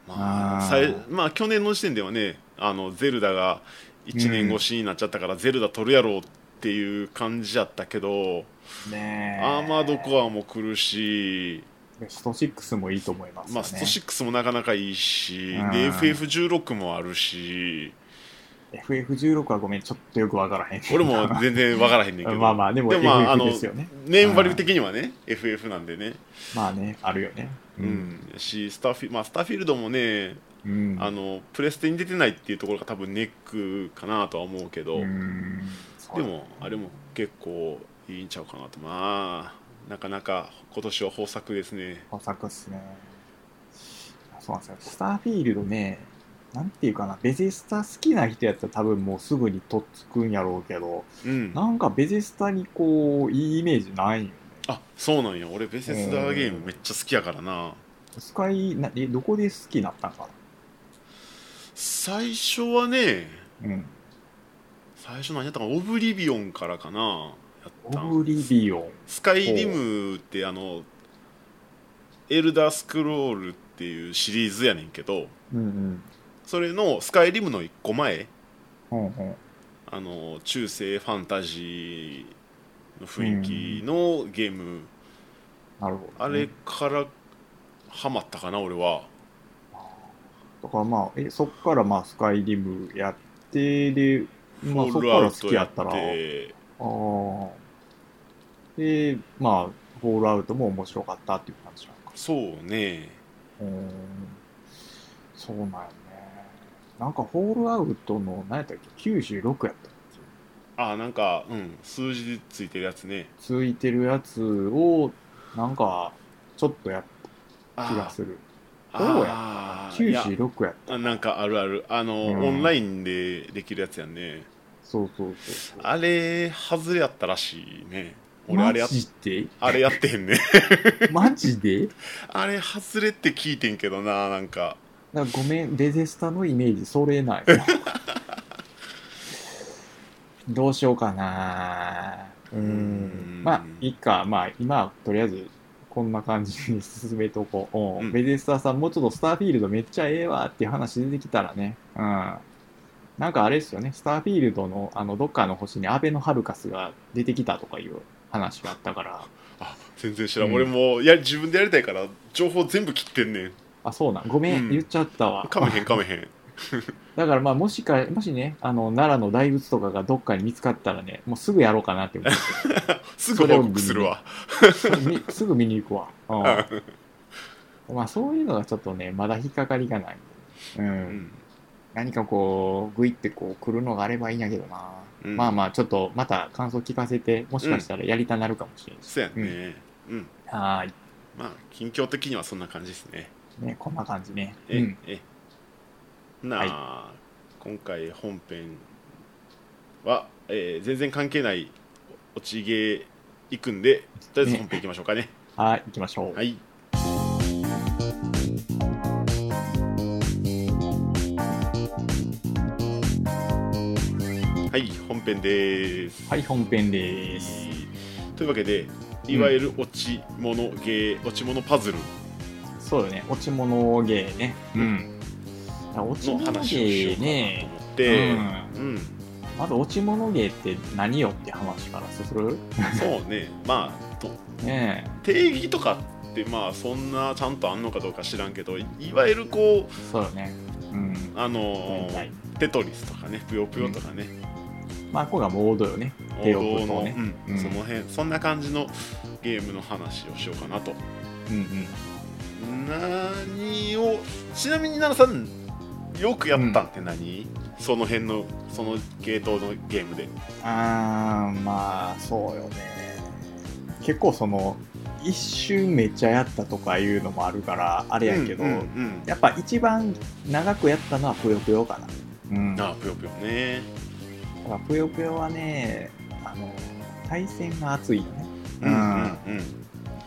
Speaker 1: まあ
Speaker 2: あー
Speaker 1: さいまあ去年の時点ではねあのゼルダが1年越しになっちゃったから、ゼルダ取るやろうっていう感じやったけど、
Speaker 2: ねえ
Speaker 1: アーマードコアも来るし、
Speaker 2: スト6もいいと思いますよね、
Speaker 1: まあ、スト6もなかなかいいし、
Speaker 2: うん
Speaker 1: で FF16 もあるし
Speaker 2: FF16 はごめんちょっとよくわからへん
Speaker 1: 俺も全然わからへんねんけど
Speaker 2: まあまあでも
Speaker 1: でもまああ
Speaker 2: FF
Speaker 1: の
Speaker 2: ですよね
Speaker 1: ネームバリュー的にはね、FF なんでね、
Speaker 2: まあねあるよね
Speaker 1: うんしスターフィ,、まあ、スターフィールドもね、
Speaker 2: うん
Speaker 1: あのプレステに出てないっていうところが多分ネックかなとは思うけど、
Speaker 2: うん
Speaker 1: でもあれも結構いいんちゃうかなとまあなかなか今年は豊作ですね
Speaker 2: 工作っすね。そうなんですよ。スターフィールドね、なんていうかな、ベゼスタ好きな人やったら多分もうすぐにとっつくんやろうけど、
Speaker 1: うん
Speaker 2: なんかベゼスタにこう、いいイメージないよね。
Speaker 1: あそうなんや俺ベセスダーゲームめっちゃ好きやからな
Speaker 2: スカイ、なえどこで好きになったんか
Speaker 1: 最初はね
Speaker 2: なうん。
Speaker 1: 最初何やったかなオブリビオンからかなやったん
Speaker 2: オブリビオン。
Speaker 1: スカイリムってあのエルダースクロールっていうシリーズやねんけど
Speaker 2: うん
Speaker 1: それのスカイリムの1個前
Speaker 2: うん。うんうん。
Speaker 1: あの中世ファンタジーの雰囲気のゲーム、
Speaker 2: なるほど、
Speaker 1: あれからハマったかな俺は
Speaker 2: だからまあ、え、そっからまあ、スカイリムやって、で、まあ、そ
Speaker 1: フォー
Speaker 2: っか
Speaker 1: ルア
Speaker 2: ら
Speaker 1: ウ
Speaker 2: 好
Speaker 1: ト
Speaker 2: きや
Speaker 1: や
Speaker 2: ったら、
Speaker 1: っ
Speaker 2: あ
Speaker 1: て
Speaker 2: あ。で、まあ、フォールアウトも面白かったっていう感じなのか。
Speaker 1: そうね
Speaker 2: うーん。そうなんよね。なんか、フォールアウトの、何やったっけ、96やったっけ
Speaker 1: あなんかうん数字ついてるやつね
Speaker 2: ついてるやつを、なんか、ちょっとやった気が
Speaker 1: あ
Speaker 2: する。
Speaker 1: あ
Speaker 2: どうや
Speaker 1: あーいや
Speaker 2: 96やった。
Speaker 1: あなんかあるあるあの、
Speaker 2: うん
Speaker 1: オンラインでできるやつやんね
Speaker 2: そうそうそうそう。
Speaker 1: あれ外れやったらしいね俺あ
Speaker 2: マ
Speaker 1: れやっ
Speaker 2: ジで
Speaker 1: あれやってへんね
Speaker 2: マジで
Speaker 1: あれ外れって聞いてんけどななんか
Speaker 2: なんかごめん、レゼスタのイメージ、それない。どうしようかな。うー
Speaker 1: うん
Speaker 2: ん。まあ、いいか。まあ、今、とりあえず、こんな感じに進めとこう。
Speaker 1: う
Speaker 2: う
Speaker 1: ん
Speaker 2: ん、ベゼスタさん、もうちょっとスターフィールドめっちゃええわっていう話出てきたらね。うん。なんかあれですよね、スターフィールドの、あの、どっかの星にアベノハルカスが出てきたとかいう話があったから。
Speaker 1: あ全然知らん、
Speaker 2: うん
Speaker 1: 俺もうや自分でやりたいから情報全部切ってんねん
Speaker 2: あ、そうなん。ごめん、
Speaker 1: うん
Speaker 2: 言っちゃったわ。
Speaker 1: かめへんかめへん
Speaker 2: だからまあもしか、もしね、あの、奈良の大仏とかがどっかに見つかったらね、もうすぐやろうかなって思っ
Speaker 1: すぐ報告するわ
Speaker 2: て、みすぐ見に行くわ。うん、まあそういうのがちょっとね、まだ引っかかりがない。うん。
Speaker 1: うん
Speaker 2: 何かこう、ぐいってこう来るのがあればいいんやけどな。
Speaker 1: うん
Speaker 2: まあまあちょっとまた感想聞かせて、もしかしたらやりたなるかもしれないし。
Speaker 1: そうやねうん、
Speaker 2: はーい。
Speaker 1: まあ近況的にはそんな感じですね
Speaker 2: ね、こんな感じね。う
Speaker 1: え、
Speaker 2: ん。
Speaker 1: えなあ、今回本編は、えー全然関係ない落ち芸行くんでとりあえず本編行きましょうかね
Speaker 2: はい、行きましょう。
Speaker 1: はいはい本編です
Speaker 2: はい、本編です。
Speaker 1: というわけでいわゆる落ち物芸、落ち物パズル
Speaker 2: そうよね、落ち物芸ね。うん。落ち
Speaker 1: の
Speaker 2: 物
Speaker 1: 話をしよ
Speaker 2: 芸
Speaker 1: うかなと。
Speaker 2: ね
Speaker 1: 思って、
Speaker 2: うん
Speaker 1: うん、
Speaker 2: まず落ち物芸って何よって話からする
Speaker 1: そうね、まあ、と
Speaker 2: ね
Speaker 1: 定義とかって、まあ、そんなちゃんとあんのかどうか知らんけど、いいわゆるこ
Speaker 2: えそうよねうん
Speaker 1: う、あの
Speaker 2: 大体
Speaker 1: ーテトリスとかね、ぷよぷよとかね、
Speaker 2: まあこれがモードよね
Speaker 1: 王
Speaker 2: テオプ
Speaker 1: 道
Speaker 2: と
Speaker 1: の、
Speaker 2: かね
Speaker 1: う
Speaker 2: うんん
Speaker 1: その辺、そんな感じのゲームの話をしようかなと。
Speaker 2: うんうん
Speaker 1: 何を、ちなみに奈良さん、よくやったんって何、その辺の、その系統のゲームで。
Speaker 2: あーまあそうよね結構その一瞬めっちゃやったとかいうのもあるからあれやけど、
Speaker 1: うんうんうん
Speaker 2: やっぱ一番長くやったのはぷよぷよかなうん
Speaker 1: ああ、ぷよぷよね。
Speaker 2: だからぷよぷよはねあの対戦が熱いよね
Speaker 1: うんうん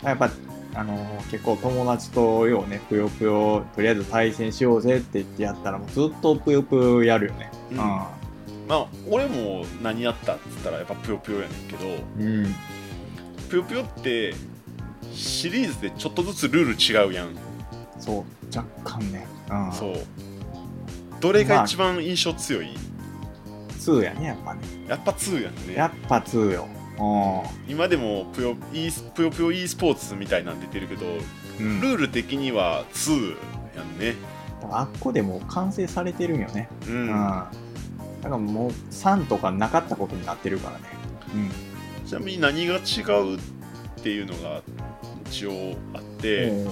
Speaker 2: やっぱあの結構友達とようねぷよぷよとりあえず対戦しようぜって言ってやったらもうずっとぷよぷよやるよね
Speaker 1: うんまあ俺も何やったっつったらやっぱぷよぷよやねんけど
Speaker 2: うん、うん、
Speaker 1: ぷよぷよってシリーズでちょっとずつルール違うやん
Speaker 2: そう若干ね、うん、
Speaker 1: そうどれが一番印象強い、
Speaker 2: 2やねやっぱね
Speaker 1: やっぱ2やんね
Speaker 2: やっぱ2よ
Speaker 1: 今でもぷよ e スぷよぷよ e スポーツみたいなん出てるけど
Speaker 2: うん、うん、
Speaker 1: ル
Speaker 2: だ
Speaker 1: ール的には2やんね
Speaker 2: からあっこでもう完成されてるんよね
Speaker 1: う
Speaker 2: うんん、だからもう3とかなかったことになってるからね
Speaker 1: ちなみに何が違うっていうのが一応あっ
Speaker 2: う
Speaker 1: て、
Speaker 2: ん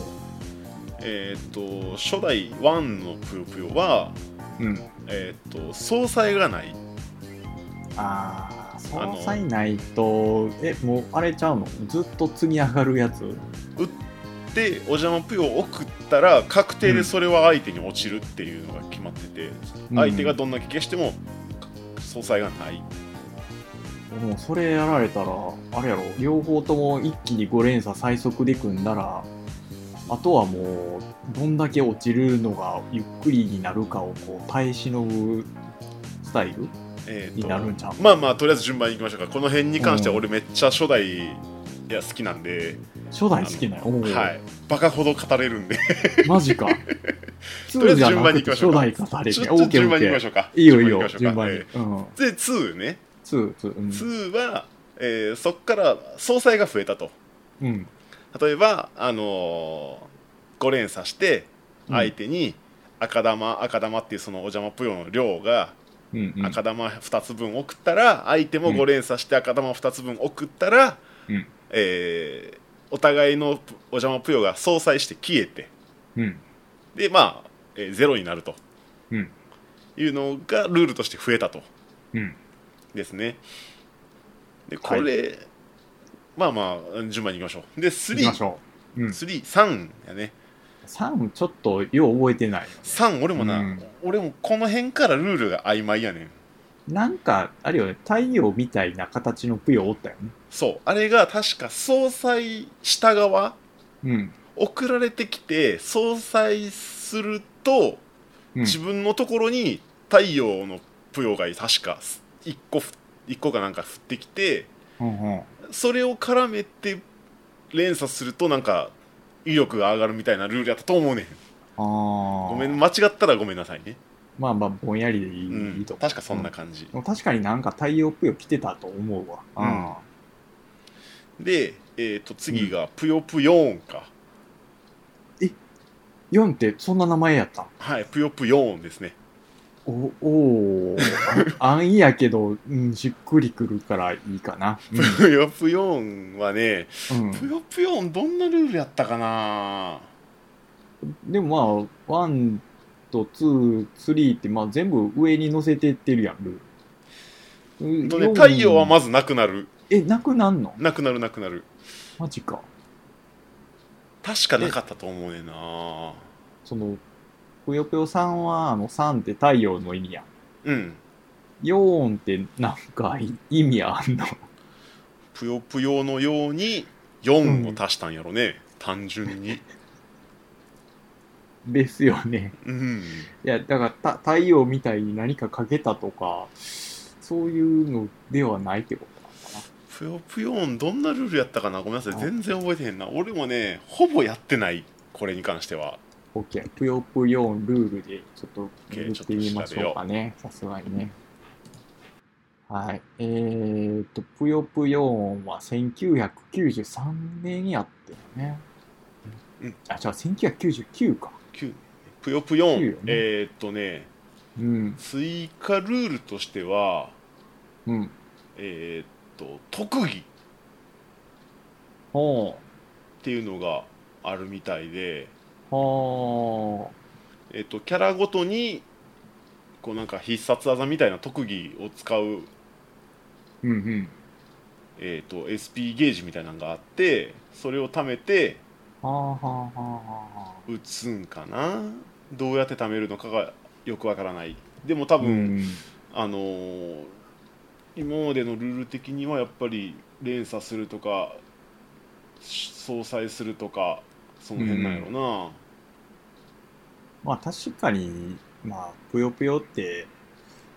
Speaker 1: えっ、と初代1のぷよぷよは
Speaker 2: うん
Speaker 1: えー、と総裁がない
Speaker 2: ああ
Speaker 1: あの
Speaker 2: 総裁ないとえもうあれちゃうのずっと積み上がるやつ
Speaker 1: 打ってお邪魔ぷよを送ったら確定でそれは相手に落ちるっていうのが決まってて、相手がどんだけ消しても総裁がない
Speaker 2: もうそれやられたらあれやろ両方とも一気に5連鎖最速で組んだらあとはもうどんだけ落ちるのがゆっくりになるかをこう耐え忍ぶスタイル
Speaker 1: えー
Speaker 2: になるん
Speaker 1: と
Speaker 2: ちゃう
Speaker 1: まあまあとりあえず順番にいきましょうかこの辺に関しては
Speaker 2: うん
Speaker 1: 俺めっちゃ初代いや好きなんで、
Speaker 2: 初代好きなよ。おー
Speaker 1: はい、バカほど語れるんで
Speaker 2: マ ジか。
Speaker 1: とりあ
Speaker 2: 2
Speaker 1: えず
Speaker 2: じゃ
Speaker 1: 順
Speaker 2: な
Speaker 1: 番に
Speaker 2: く
Speaker 1: 行きまし
Speaker 2: て
Speaker 1: ょ
Speaker 2: 初
Speaker 1: うか
Speaker 2: 代語れ
Speaker 1: ち
Speaker 2: る
Speaker 1: ょ
Speaker 2: ね。
Speaker 1: っと順番に行きま
Speaker 2: OKOK。
Speaker 1: しょうか
Speaker 2: いいよいいよ、
Speaker 1: 順番
Speaker 2: 順番
Speaker 1: に
Speaker 2: に。
Speaker 1: 行きましょうか
Speaker 2: う
Speaker 1: え
Speaker 2: ん。
Speaker 1: えで2ね
Speaker 2: 2、2、うん。
Speaker 1: 2は、えーそっから総裁が増えたと
Speaker 2: うん。
Speaker 1: 例えばあのー、5連さして
Speaker 2: うん
Speaker 1: 相手に赤玉、赤玉っていうそのお邪魔ぷよの量が
Speaker 2: うんうん。
Speaker 1: 赤玉2つ分送ったら、相手も5連鎖して赤玉2つ分送ったら、
Speaker 2: うん
Speaker 1: えーお互いのお邪魔ぷよが相殺して消えて
Speaker 2: うん。
Speaker 1: でまあ、えーゼロになると
Speaker 2: うん。
Speaker 1: いうのがルールとして増えたと
Speaker 2: うん。
Speaker 1: ですねでこれ、まあまあ順番にいきましょうで
Speaker 2: 行きま
Speaker 1: 3
Speaker 2: しょう。うん。
Speaker 1: 3 3やね
Speaker 2: 3、ちょっとよう覚えてない。
Speaker 1: 3俺もな、
Speaker 2: うん
Speaker 1: 俺もこの辺からルールが曖昧やねん
Speaker 2: なんか、あるよね、太陽みたいな形のぷよおったよね。
Speaker 1: そうあれが確か総裁した側
Speaker 2: うん。
Speaker 1: 送られてきて相殺すると、
Speaker 2: うん
Speaker 1: 自分のところに太陽のぷよが確か1個ふ一個かなんか降ってきて
Speaker 2: うんうん
Speaker 1: それを絡めて連鎖するとなんか威力が上がるみたいなルールやったと思うねん
Speaker 2: ああ。
Speaker 1: ごめん間違ったらごめんなさいね、
Speaker 2: まあまあ、ぼんやりでいい,、
Speaker 1: うん
Speaker 2: と。
Speaker 1: 確かそんな感じ、
Speaker 2: でも確かになんか太陽ぷよ来てたと思うわ。
Speaker 1: うんで、えー、と次が「ぷよぷよーん」か、
Speaker 2: うん。4ってそんな名前やった
Speaker 1: はい「ぷよぷよーん」ですね
Speaker 2: おおーあ安易やけど、うん、しっくりくるからいいかな。
Speaker 1: 「ぷよぷよーん」はね
Speaker 2: うん
Speaker 1: 「ぷよぷよーん」どんなルールやったかな
Speaker 2: うん、でもまあ、1と2、3って、まあ、全部上に乗せてってるやん、ルール。
Speaker 1: え
Speaker 2: う
Speaker 1: っとね、太陽はまずなくなる
Speaker 2: え、なくなんの
Speaker 1: なくなるなくなる
Speaker 2: マジか。
Speaker 1: 確かなかったと思うねんな
Speaker 2: その、ぷよぷよさんは、あの、3って太陽の意味やん。
Speaker 1: うん
Speaker 2: 4ってなんかい意味あんの
Speaker 1: ぷよぷよのように4を足したんやろね、単純に
Speaker 2: ですよね。
Speaker 1: うん
Speaker 2: いや、だからた、太陽みたいに何かかけたとか、そういうのではないってことなのか
Speaker 1: ぷよぷよんどんなルールやったかなごめんなさい
Speaker 2: あ
Speaker 1: 全然覚えてへんな俺もねほぼやってないこれに関しては
Speaker 2: な。オッケー。ぷよぷよんルールで、ちょっと
Speaker 1: OK
Speaker 2: 巡ってみましょうかね。さすがにね。はい。えーっと、ぷよぷよんは1993年にあってね。
Speaker 1: うん。
Speaker 2: あ、じゃあ1999か。
Speaker 1: 9ぷよぷよん、
Speaker 2: いいよね
Speaker 1: えーっとね
Speaker 2: うん。
Speaker 1: 追加ルールとしては
Speaker 2: うん。
Speaker 1: えーっと特技っ
Speaker 2: ほ
Speaker 1: ていうのがあるみたいで
Speaker 2: う。ほ
Speaker 1: えっとキャラごとにこうなんか必殺技みたいな特技を使う、
Speaker 2: う。うんうん。
Speaker 1: えっと SP ゲージみたいなのがあってそれを貯めて
Speaker 2: はあはあはあはあはあ。
Speaker 1: 打つんかなどうやって貯めるのかがよくわからないでも多分、
Speaker 2: うん
Speaker 1: あのー今までのルール的にはやっぱり連鎖するとかし相殺するとかその辺なんやろな、
Speaker 2: まあ確かに、まあ、ぷよぷよって、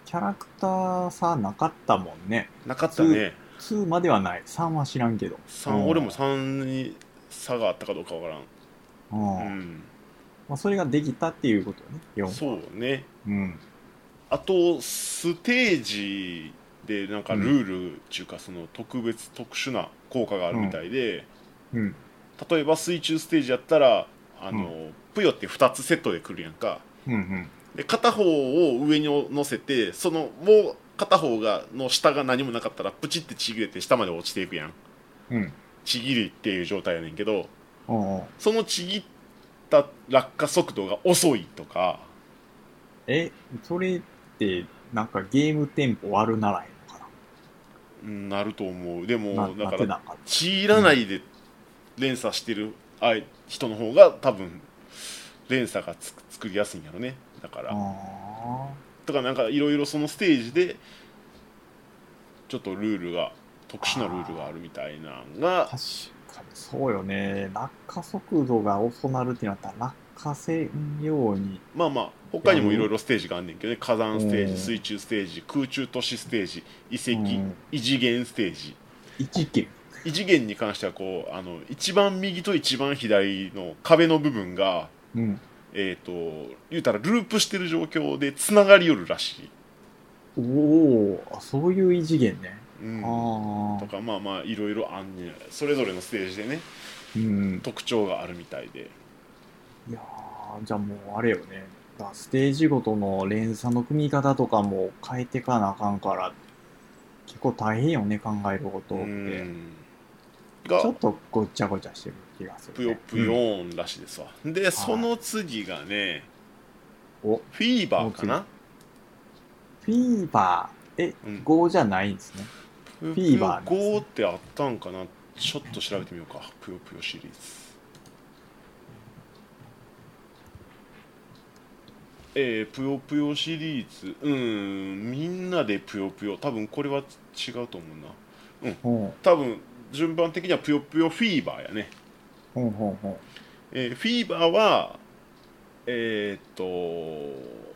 Speaker 2: キャラクターさなかったもんね。
Speaker 1: なかったね
Speaker 2: 2まではない。3は知らんけど。
Speaker 1: 3
Speaker 2: うん
Speaker 1: 俺も3に差があったかどうかわからん
Speaker 2: う。
Speaker 1: うんん、
Speaker 2: まあそれができたっていうことね。4。
Speaker 1: そうね
Speaker 2: うん。
Speaker 1: あとステージでなんかルールっていうかその特別特殊な効果があるみたいで、
Speaker 2: うん。
Speaker 1: 例えば水中ステージやったらあの、ぷよって2つセットで来るやんか
Speaker 2: うんうん。
Speaker 1: で片方を上に乗せてそのもう片方がの下が何もなかったらプチってちぎれて下まで落ちていくやん
Speaker 2: うん。
Speaker 1: ちぎりっていう状態やねんけど
Speaker 2: おうおう
Speaker 1: そのちぎった落下速度が遅いとか
Speaker 2: え、それって、なんかゲームテンポ悪ならへんのか
Speaker 1: うんなると思うで
Speaker 2: な。
Speaker 1: も
Speaker 2: な
Speaker 1: だ
Speaker 2: な
Speaker 1: か
Speaker 2: って
Speaker 1: ら
Speaker 2: なかっ
Speaker 1: ちぎらないで連鎖してるあい人の方が多分連鎖がつく作りやすいんやろねだか
Speaker 2: た。
Speaker 1: ら、
Speaker 2: ああ。
Speaker 1: とかなんかいろいろそのステージでちょっとルールが特殊なルールがあるみたいなのが
Speaker 2: 確かにそうよね。落下速度が遅なるってなったら、落下せんように。
Speaker 1: まあまあ他にもいろいろステージがあんねんけどね火山ステー
Speaker 2: う
Speaker 1: ジ
Speaker 2: ん
Speaker 1: 水中ステージ空中都市ステージ遺
Speaker 2: う
Speaker 1: 跡
Speaker 2: ん
Speaker 1: 異次元ステージ
Speaker 2: 一件。
Speaker 1: 異次元に関してはこうあの一番右と一番左の壁の部分が
Speaker 2: うん。
Speaker 1: えっ、と言うたらループしてる状況でつながりよるらし
Speaker 2: おおー、あそういう異次元ね。
Speaker 1: い、うん、
Speaker 2: あ
Speaker 1: と
Speaker 2: あ。
Speaker 1: かまあまあいろいろあんねんそれぞれのステージでね
Speaker 2: うん。
Speaker 1: 特徴があるみたいで
Speaker 2: いやーじゃあもうあれよね。だステージごとの連鎖の組み方とかも変えてかなあかんから、結構大変よね、考えることっ
Speaker 1: う
Speaker 2: て。
Speaker 1: ん
Speaker 2: ちょ
Speaker 1: が
Speaker 2: っとごっちゃごちゃしてる気がす
Speaker 1: ぷ
Speaker 2: る、
Speaker 1: よ
Speaker 2: ね。
Speaker 1: ぷよーんらしいですわ、でその次がね
Speaker 2: うん。お、
Speaker 1: フィーバーかな
Speaker 2: フィーバー。え、
Speaker 1: うん
Speaker 2: 5じゃないんですね。
Speaker 1: ぷよ
Speaker 2: フィーバー
Speaker 1: ぷよ5ってあったんかなちょっと調べてみようかぷよぷよシリーズえー、ぷよぷよシリーズうんみんなでぷよぷよ多分これは違うと思うな
Speaker 2: ほ
Speaker 1: 多分順番的にはぷよぷよフィーバーやね、
Speaker 2: うほうほうほ
Speaker 1: えーフィーバーはえーっと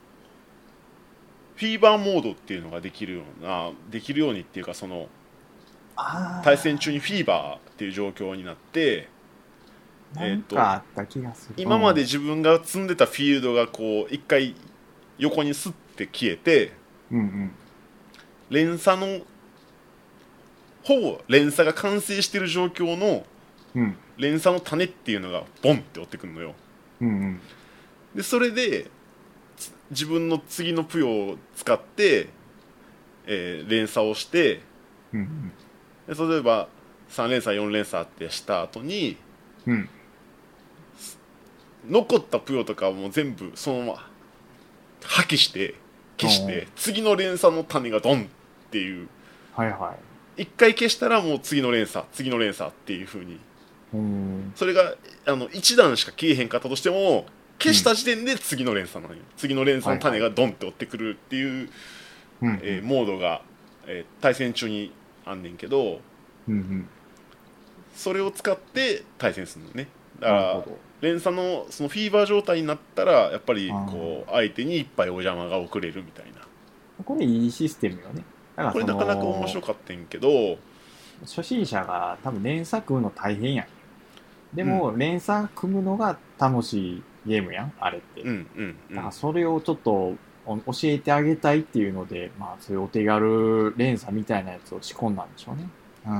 Speaker 1: フィーバーモードっていうのができるようなできるようにっていうかその
Speaker 2: う。ああ。
Speaker 1: 対戦中にフィーバーっていう状況になってえ
Speaker 2: な
Speaker 1: ー
Speaker 2: ん
Speaker 1: と
Speaker 2: かあった気がする。
Speaker 1: 今まで自分が積んでたフィールドがこう一回横にスッて消えて
Speaker 2: うんうん。
Speaker 1: 連鎖のほぼ連鎖が完成してる状況の
Speaker 2: うん
Speaker 1: 連鎖の種っていうのがボンって追ってくるのよ
Speaker 2: うんうん。
Speaker 1: でそれでつ自分の次のプヨを使って、えー連鎖をして
Speaker 2: うんうん。
Speaker 1: で例えば3連鎖4連鎖ってした後に
Speaker 2: うん。
Speaker 1: 残ったプヨとかをもう全部そのまま破棄して消し
Speaker 2: う
Speaker 1: て次の連鎖の種がドンっていう
Speaker 2: はいは
Speaker 1: 一回消したらもう次の連鎖次の連鎖っていう風に
Speaker 2: い。うん。
Speaker 1: それがあの1段しか消えへんかったとしても消した時点で次の連鎖なのよ、次の連鎖の種がドンって追ってくるっていう、
Speaker 2: うん。
Speaker 1: えーモードが、えー対戦中にあんねんけど
Speaker 2: うんうん。
Speaker 1: それを使って対戦するのねだか
Speaker 2: なる
Speaker 1: ら
Speaker 2: ほど。
Speaker 1: 連鎖のそのフィーバー状態になったらやっぱりこう相手にいっぱいお邪魔が遅れるみたいな
Speaker 2: これいいシステムよね。だから
Speaker 1: これなかなか面白
Speaker 2: い。
Speaker 1: かったんけど
Speaker 2: 初心者が多分連鎖組むの大変やん。でも、連鎖組むのが楽しいゲームやん、あれって。
Speaker 1: うんうんうん
Speaker 2: だからそれをちょっとお教えてあげたいっていうので、まあそういうお手軽連鎖みたいなやつを仕込んだんでしょうね。うん。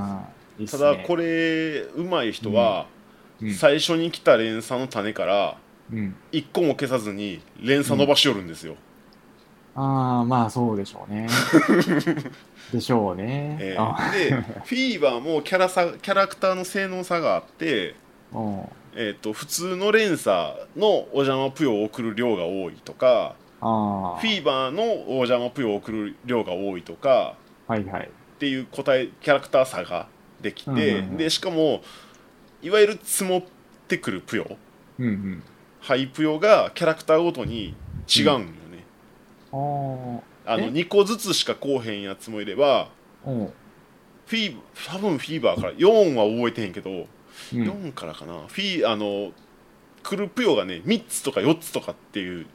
Speaker 2: いいっす
Speaker 1: た
Speaker 2: ね
Speaker 1: だこれ上手い人は
Speaker 2: うん
Speaker 1: 最初に来た連鎖の種から
Speaker 2: うん。
Speaker 1: 一個も消さずに連鎖伸ばしよるんですよ、
Speaker 2: ああ、まあそうでしょ うね。でしょうね。
Speaker 1: えー
Speaker 2: あ
Speaker 1: でフィーバーもキャラさキャラクターの性能差があって、
Speaker 2: うん。
Speaker 1: えー、と普通の連鎖のお邪魔ぷよを送る量が多いとか
Speaker 2: ああ。
Speaker 1: フィーバーのお邪魔ぷよを送る量が多いとか
Speaker 2: はいはい。
Speaker 1: っていう個体キャラクター差ができて、
Speaker 2: うんうんうん
Speaker 1: でしかもいわゆる積もってくるぷよ
Speaker 2: うんうん。
Speaker 1: ハイぷよがキャラクターごとに違うんよね、あ
Speaker 2: あ
Speaker 1: の
Speaker 2: え
Speaker 1: 2個ずつしかこうへんやつもいれば
Speaker 2: あ。うん。
Speaker 1: フィー多分フィーバーから4は覚えてへんけど、
Speaker 2: うん、
Speaker 1: 4からかなフィーあのクルプヨがね3つとか4つとかっていう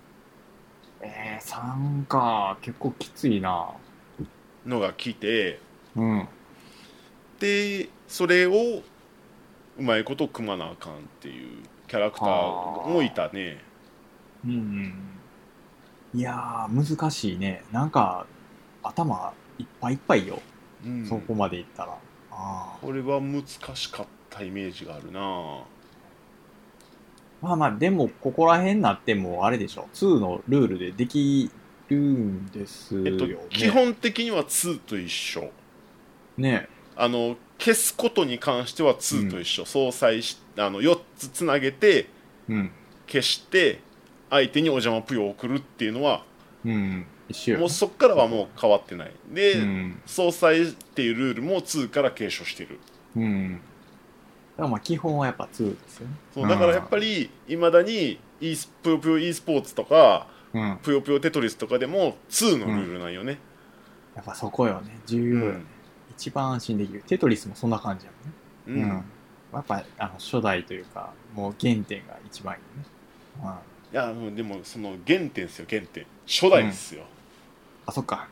Speaker 2: えー、3か。結構きついな。
Speaker 1: のが来て
Speaker 2: うん。
Speaker 1: でそれをうまいこと組まなあかんっていうキャラクターもいたね
Speaker 2: うんうん。いやー、難しいね。なんか、頭いっぱいいっぱいよ。
Speaker 1: うん
Speaker 2: そこまでいったら。ああ。
Speaker 1: これは難しかったイメージがあるな
Speaker 2: まあまあ、でも、ここら辺になっても、あれでしょ。2のルールでできるんですよ、
Speaker 1: えっ
Speaker 2: ね。
Speaker 1: と、基本的には2と一緒
Speaker 2: ね。
Speaker 1: あの消すことに関しては2と一緒、相殺しあの4つつなげて
Speaker 2: うん。
Speaker 1: 消して相手にお邪魔ぷよを送るっていうのは
Speaker 2: うん。一緒よ
Speaker 1: もうそっからはもう変わってないで、
Speaker 2: うん。
Speaker 1: 総裁っていうルールも2から継承してる
Speaker 2: うん。だからまあ、基本はやっぱ2ですよね。
Speaker 1: そうだからやっぱりいまだに e スぷよぷよ e スポーツとか
Speaker 2: うん。や
Speaker 1: ぷよぷよテトリスとかでも2のルールなんよね、
Speaker 2: っぱそこよね。重
Speaker 1: う
Speaker 2: 要よね。
Speaker 1: ん
Speaker 2: 一番安心できる。テトリスもそんな感じやもんね。
Speaker 1: うん
Speaker 2: うんやっぱあの初代というかもう原点が一番いいね、うん、あ
Speaker 1: いやもうでもその原点ですよ原点初代ですよ、
Speaker 2: そっか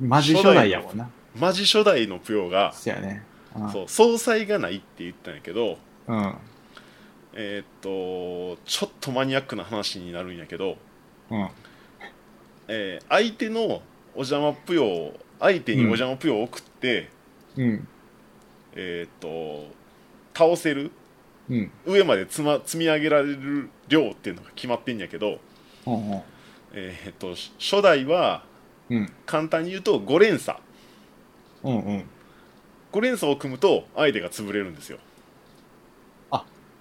Speaker 2: マジ初代やもんな
Speaker 1: マジ初代のぷよが
Speaker 2: そうやねうん
Speaker 1: そう総裁がないって言ったんやけど
Speaker 2: うん。
Speaker 1: えーっとちょっとマニアックな話になるんやけど、
Speaker 2: うん。
Speaker 1: えー相手のお邪魔ぷよを相手にお邪魔ぷよを送って、
Speaker 2: うん。
Speaker 1: えーっと倒せる
Speaker 2: うん。
Speaker 1: 上までつ、ま、積み上げられる量っていうのが決まってんやけど、
Speaker 2: ほうほ
Speaker 1: えーっとし初代は
Speaker 2: う。うん。
Speaker 1: 簡単に言うと5連鎖
Speaker 2: うんうん。
Speaker 1: 5連鎖を組むと相手が潰れるんですよ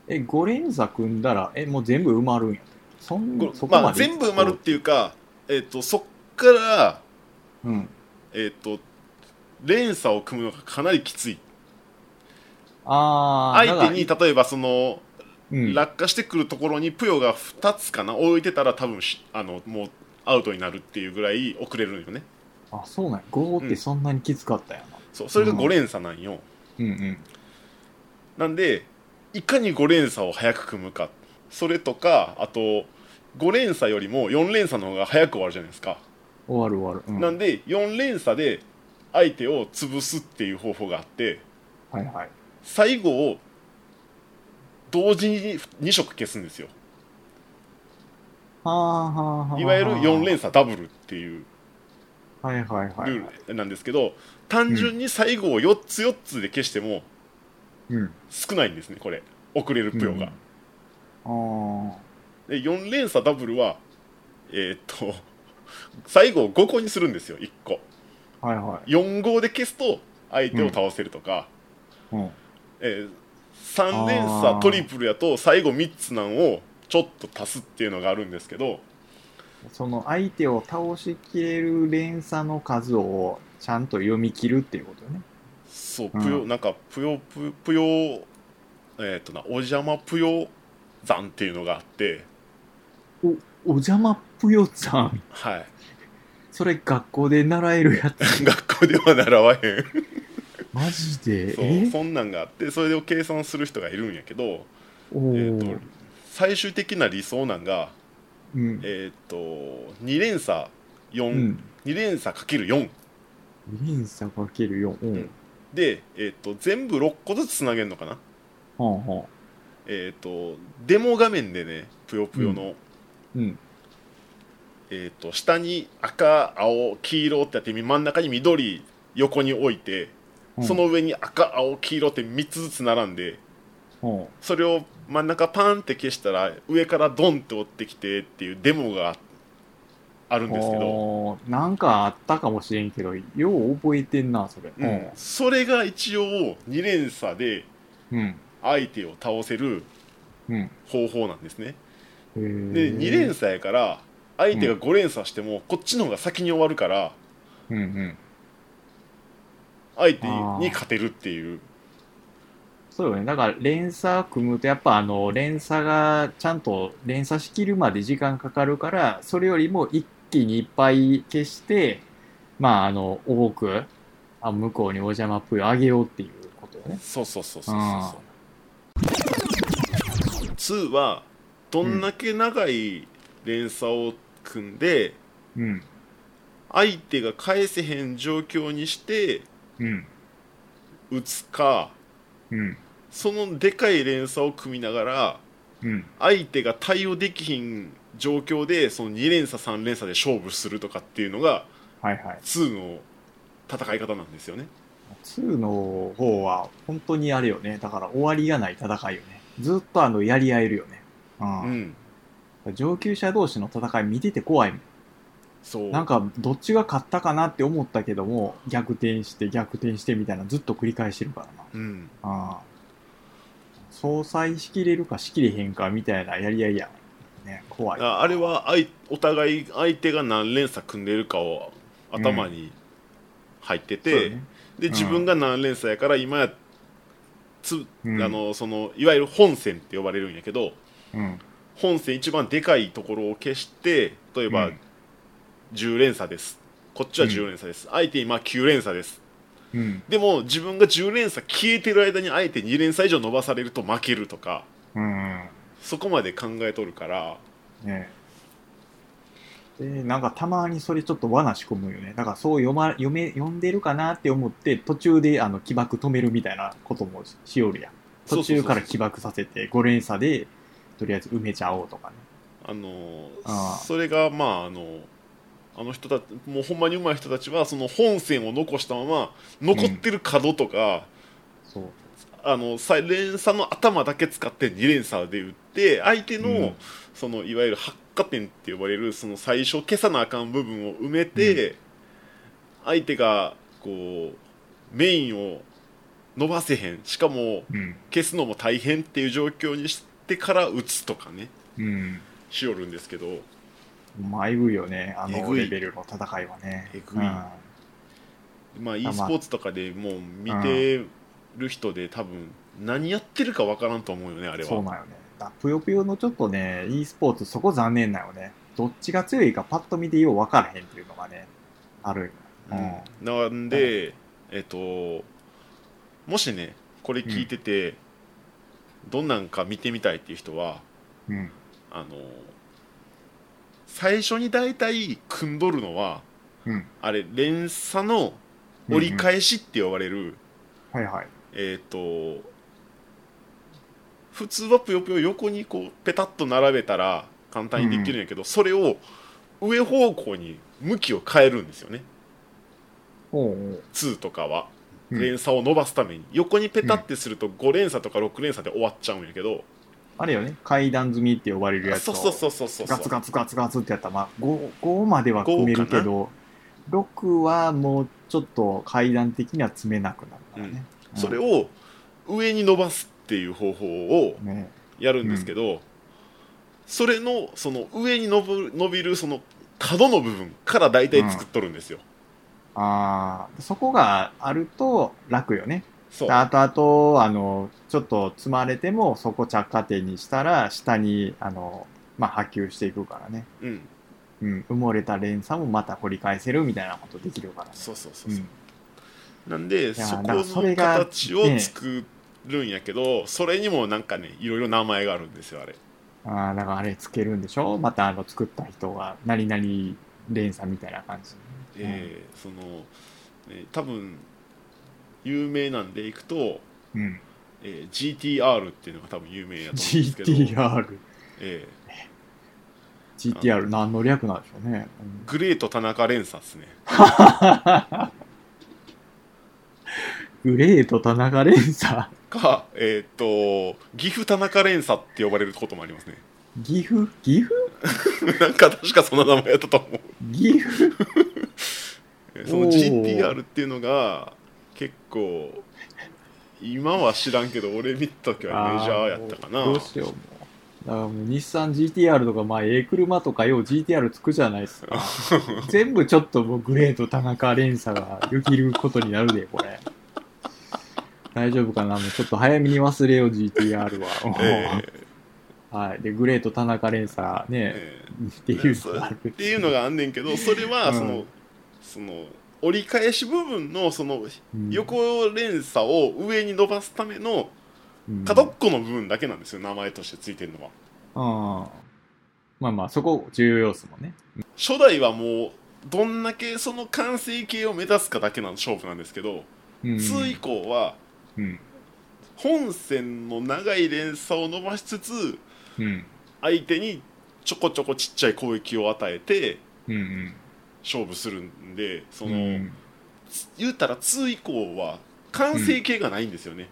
Speaker 2: え、5連鎖組んだら、え、もう全部埋まるんや。そん
Speaker 1: ご
Speaker 2: そこまで、
Speaker 1: まあ、全部埋まるっ。ていうか、えー、とそっから、
Speaker 2: うん。
Speaker 1: えー、と連鎖を組むのがかなりきつい
Speaker 2: ああ、
Speaker 1: 相手に
Speaker 2: だか
Speaker 1: 例えばその、
Speaker 2: ら、うん、
Speaker 1: 落下してくるところにプヨが2つかな置いてたら多分しあのもうアウトになるっていうぐらい遅れるんよね
Speaker 2: あ、そうなんや。5ってそんなにきつかったんやな。
Speaker 1: そうそれが
Speaker 2: うん
Speaker 1: 5連鎖なんよ、
Speaker 2: うんうん。
Speaker 1: なんでいかに5連鎖を早く組むかそれとかあと5連鎖よりも4連鎖の方が早く終わるじゃないですか
Speaker 2: 終わる終わる。うん、
Speaker 1: なんで4連鎖で相手を潰すっていう方法があって
Speaker 2: はいはい。
Speaker 1: 最後を同時に2色消すんですよ
Speaker 2: はあはあはあ。
Speaker 1: いわゆる4連鎖ダブルっていう
Speaker 2: はいはいはい。
Speaker 1: ルールなんですけど単純に最後を4つ4つで消しても
Speaker 2: うん。
Speaker 1: 少ないんですねこれ遅れるプヨが、
Speaker 2: ああ。
Speaker 1: で4連鎖ダブルはえーっと最後を5個にするんですよ1個
Speaker 2: はいは
Speaker 1: 4号で消すと相手を倒せるとか、
Speaker 2: い。うん。
Speaker 1: え3連鎖トリプルやと最後3つなんをちょっと足すっていうのがあるんですけど
Speaker 2: その相手を倒しきれる連鎖の数をちゃんと読み切るっていうことよね。
Speaker 1: そう
Speaker 2: うん
Speaker 1: ぷよ、なんかぷよぷよぷよえーっとなお邪魔ぷよ山っていうのがあって
Speaker 2: お邪魔ぷよさん。
Speaker 1: はい
Speaker 2: それ学校で習えるやつ。
Speaker 1: 学校では習わへん
Speaker 2: マジで
Speaker 1: そう
Speaker 2: え
Speaker 1: そんなんがあってそれを計算する人がいるんやけど、
Speaker 2: お
Speaker 1: え
Speaker 2: ー
Speaker 1: ー、と最終的な理想なんが、
Speaker 2: うん。
Speaker 1: えー、と2連鎖
Speaker 2: う
Speaker 1: 4、
Speaker 2: ん。
Speaker 1: 2連鎖かける4
Speaker 2: 連鎖かける4。うん。
Speaker 1: うんで、えー、と全部6個ずつつなげるのかな、
Speaker 2: はんは
Speaker 1: えー、とデモ画面でねぷよぷよの、
Speaker 2: ん。うん。
Speaker 1: えー、と下に赤青黄色ってやって真ん中に緑横に置いて
Speaker 2: うん
Speaker 1: そ、の上に赤青黄色って3つずつ並んで、
Speaker 2: うん
Speaker 1: それを真ん中パンって消したら上からドンって追ってきてっていうデモがあるんですけど、
Speaker 2: おーなんかあったかもしれんけど、よう覚えてんな、それ。
Speaker 1: うん、それが一応2連鎖で
Speaker 2: うん。うん。
Speaker 1: 相手を倒せる
Speaker 2: うん。へ
Speaker 1: 方法なんですね
Speaker 2: ー
Speaker 1: で2連鎖やから相手が5連鎖してもこっちの方が先に終わるから
Speaker 2: うんうん。
Speaker 1: 相手に勝てるっていう
Speaker 2: そうよね。だから連鎖組むと、やっぱあの、連鎖がちゃんと連鎖しきるまで時間かかるから、それよりも一気にいっぱい消して、まああの、多く、あ向こうにお邪魔プーあげようっていうことよね。
Speaker 1: そうそうそうそうそうそう2はどんだけ長い連鎖を組んで、
Speaker 2: うん。
Speaker 1: 相手が返せへん状況にして
Speaker 2: うん。
Speaker 1: 打つか
Speaker 2: うん。
Speaker 1: そのでかい連鎖を組みながら
Speaker 2: うん。
Speaker 1: 相手が対応できひん状況でその2連鎖3連鎖で勝負するとかっていうのが
Speaker 2: はいはい。
Speaker 1: 2の戦い方なんですよね
Speaker 2: 2の方は、本当にあれよね。だから終わりがない戦いよね。ずっとあの、やり合えるよね。うん
Speaker 1: う。ん
Speaker 2: 上級者同士の戦い見てて怖いもん。
Speaker 1: そう
Speaker 2: なんかどっちが勝ったかなって思ったけども逆転して逆転してみたいなずっと繰り返してるからな
Speaker 1: うん
Speaker 2: ああ総裁しきれるかしきれへんかみたいなやり合いやね怖い
Speaker 1: ああれは相お互い相手が何連鎖組んでるかを頭に入って
Speaker 2: そう
Speaker 1: て、
Speaker 2: よね
Speaker 1: で
Speaker 2: うん
Speaker 1: 自分が何連鎖やから今やつ、
Speaker 2: うん
Speaker 1: あのそのいわゆる本線って呼ばれるんやけど
Speaker 2: うん
Speaker 1: 本線一番でかいところを消して例えば
Speaker 2: うん
Speaker 1: 10連鎖ですこっちは10連鎖です、相手今9連鎖です
Speaker 2: うん
Speaker 1: でも自分が10連鎖消えてる間に相手2連鎖以上伸ばされると負けるとか
Speaker 2: うん
Speaker 1: そこまで考えとるから
Speaker 2: ねで、なんかたまにそれちょっと罠仕込むよね。だからそう読ま、読め、読んでるかなって思って、途中であの起爆止めるみたいなこともししよるやん。途中から起爆させて、5連鎖で、とりあえず埋めちゃおうとかね。
Speaker 1: あの
Speaker 2: ああ
Speaker 1: それがまああのあの人たちもうほんまに上手い人たちはその本線を残したまま残ってる角とか、
Speaker 2: そう。
Speaker 1: あのさ連鎖の頭だけ使って2連鎖で打って相手の,、
Speaker 2: うん
Speaker 1: そのいわゆる発火点って呼ばれるその最初消さなあかん部分を埋めて、相手がこうメインを伸ばせへんしかも
Speaker 2: うん。
Speaker 1: 消すのも大変っていう状況にしてから打つとかね
Speaker 2: うん。
Speaker 1: しよるんですけど
Speaker 2: まあ、えぐいよね。あ
Speaker 1: え
Speaker 2: の
Speaker 1: ぐい
Speaker 2: レベルの戦いはね。
Speaker 1: えぐい
Speaker 2: うん
Speaker 1: まあ e
Speaker 2: まあ
Speaker 1: スポーツとかでもう見てる人で多分何やってるかわからんと思うよねあれは
Speaker 2: そうなんよね。だぷよぷよのちょっとね、e スポーツ、そこ残念なよね。どっちが強いかパッと見てよう分からへんっていうのがね、あるよ。うん
Speaker 1: なんで、えっと、もしね、これ聞いてて、どんなんか見てみたいっていう人は、
Speaker 2: うん。
Speaker 1: あの、最初に大体組んどるのは、
Speaker 2: うん。
Speaker 1: あれ、連鎖の折り返しって呼ばれる、
Speaker 2: はいはい。
Speaker 1: えっと、普通はぷよぷよ横にこう、ペタッと並べたら簡単にできるんやけど、それを上方向に向きを変えるんですよね、
Speaker 2: おうおう。
Speaker 1: 2とかは。
Speaker 2: うん
Speaker 1: 連鎖を伸ばすために横にペタってすると5連鎖とか6連鎖で終わっちゃうんやけど、
Speaker 2: あれよね、階段積みって呼ばれるやつ
Speaker 1: そう
Speaker 2: を
Speaker 1: そうそうそうそう
Speaker 2: ガツガツガツガツってやったら、まあ、5, 5までは組めるけど、6はもうちょっと階段的には積めなくなるからね。うん
Speaker 1: それを上に伸ばすっていう方法を
Speaker 2: ね、
Speaker 1: やるんですけど、それのその上に伸ぶ伸びるその角の部分から大体作っとるんですよ、
Speaker 2: ああ、そこがあると楽よね。
Speaker 1: そう
Speaker 2: あとあと、あの、ちょっと積まれても、そこ着火点にしたら、下に、あの、まあ、波及していくからね。
Speaker 1: うん
Speaker 2: うん。埋もれた連鎖もまた掘り返せるみたいなことできるからね。
Speaker 1: そうそうそううそう、
Speaker 2: ん。
Speaker 1: なんで
Speaker 2: や
Speaker 1: そこ
Speaker 2: なんかそ
Speaker 1: の
Speaker 2: れが
Speaker 1: 形を作るんやけど、それにもなんかねいろいろ名前があるんですよあれ
Speaker 2: ああ、だからあれつけるんでしょまた、あの、作った人が、何々連鎖みたいな感じ。
Speaker 1: えーその、えー多分有名なんでいくと、
Speaker 2: うん。
Speaker 1: えー GTR っていうのが多分有名やと思うんですけど、
Speaker 2: GTR。
Speaker 1: え
Speaker 2: GTR、何の略なんでしょうね。うん
Speaker 1: ーグレート田中連鎖ですね
Speaker 2: グレート田中連鎖。
Speaker 1: かえーっと岐阜田中連鎖って呼ばれることもありますね
Speaker 2: 岐阜岐阜
Speaker 1: なんか確かそんな名前やったと思う
Speaker 2: 岐阜
Speaker 1: えーその
Speaker 2: おー
Speaker 1: GTR っていうのが結構今は知らんけど俺見た時はメジャーやったかな
Speaker 2: あーもうどうしようもうだからもう日産 GTR とかまあええ車とかよう GTR つくじゃないです か全部ちょっともうグレート田中連鎖がよぎることになるでこれ大丈夫かなもうちょっと早めに忘れよう GTR は、
Speaker 1: えー
Speaker 2: はいでグレート田中連鎖ね、
Speaker 1: えー
Speaker 2: っていうのがある
Speaker 1: っていうのがあんねんけどそれは
Speaker 2: うん
Speaker 1: その,、その折り返し部分のその
Speaker 2: うん
Speaker 1: 横連鎖を上に伸ばすための
Speaker 2: うん
Speaker 1: 角っこの部分だけなんですよ名前としてついてるのは
Speaker 2: あーまあまあそこ重要っすもんね
Speaker 1: 初代はもうどんだけその完成形を目指すかだけの勝負なんですけど、
Speaker 2: うん
Speaker 1: 2以降は
Speaker 2: うん
Speaker 1: 本線の長い連鎖を伸ばしつつ
Speaker 2: うん
Speaker 1: 相手にちょこちょこちっちゃい攻撃を与えて
Speaker 2: うんうん
Speaker 1: 勝負するんでその、
Speaker 2: うん
Speaker 1: 言うたら2以降は完成形がないんですよね、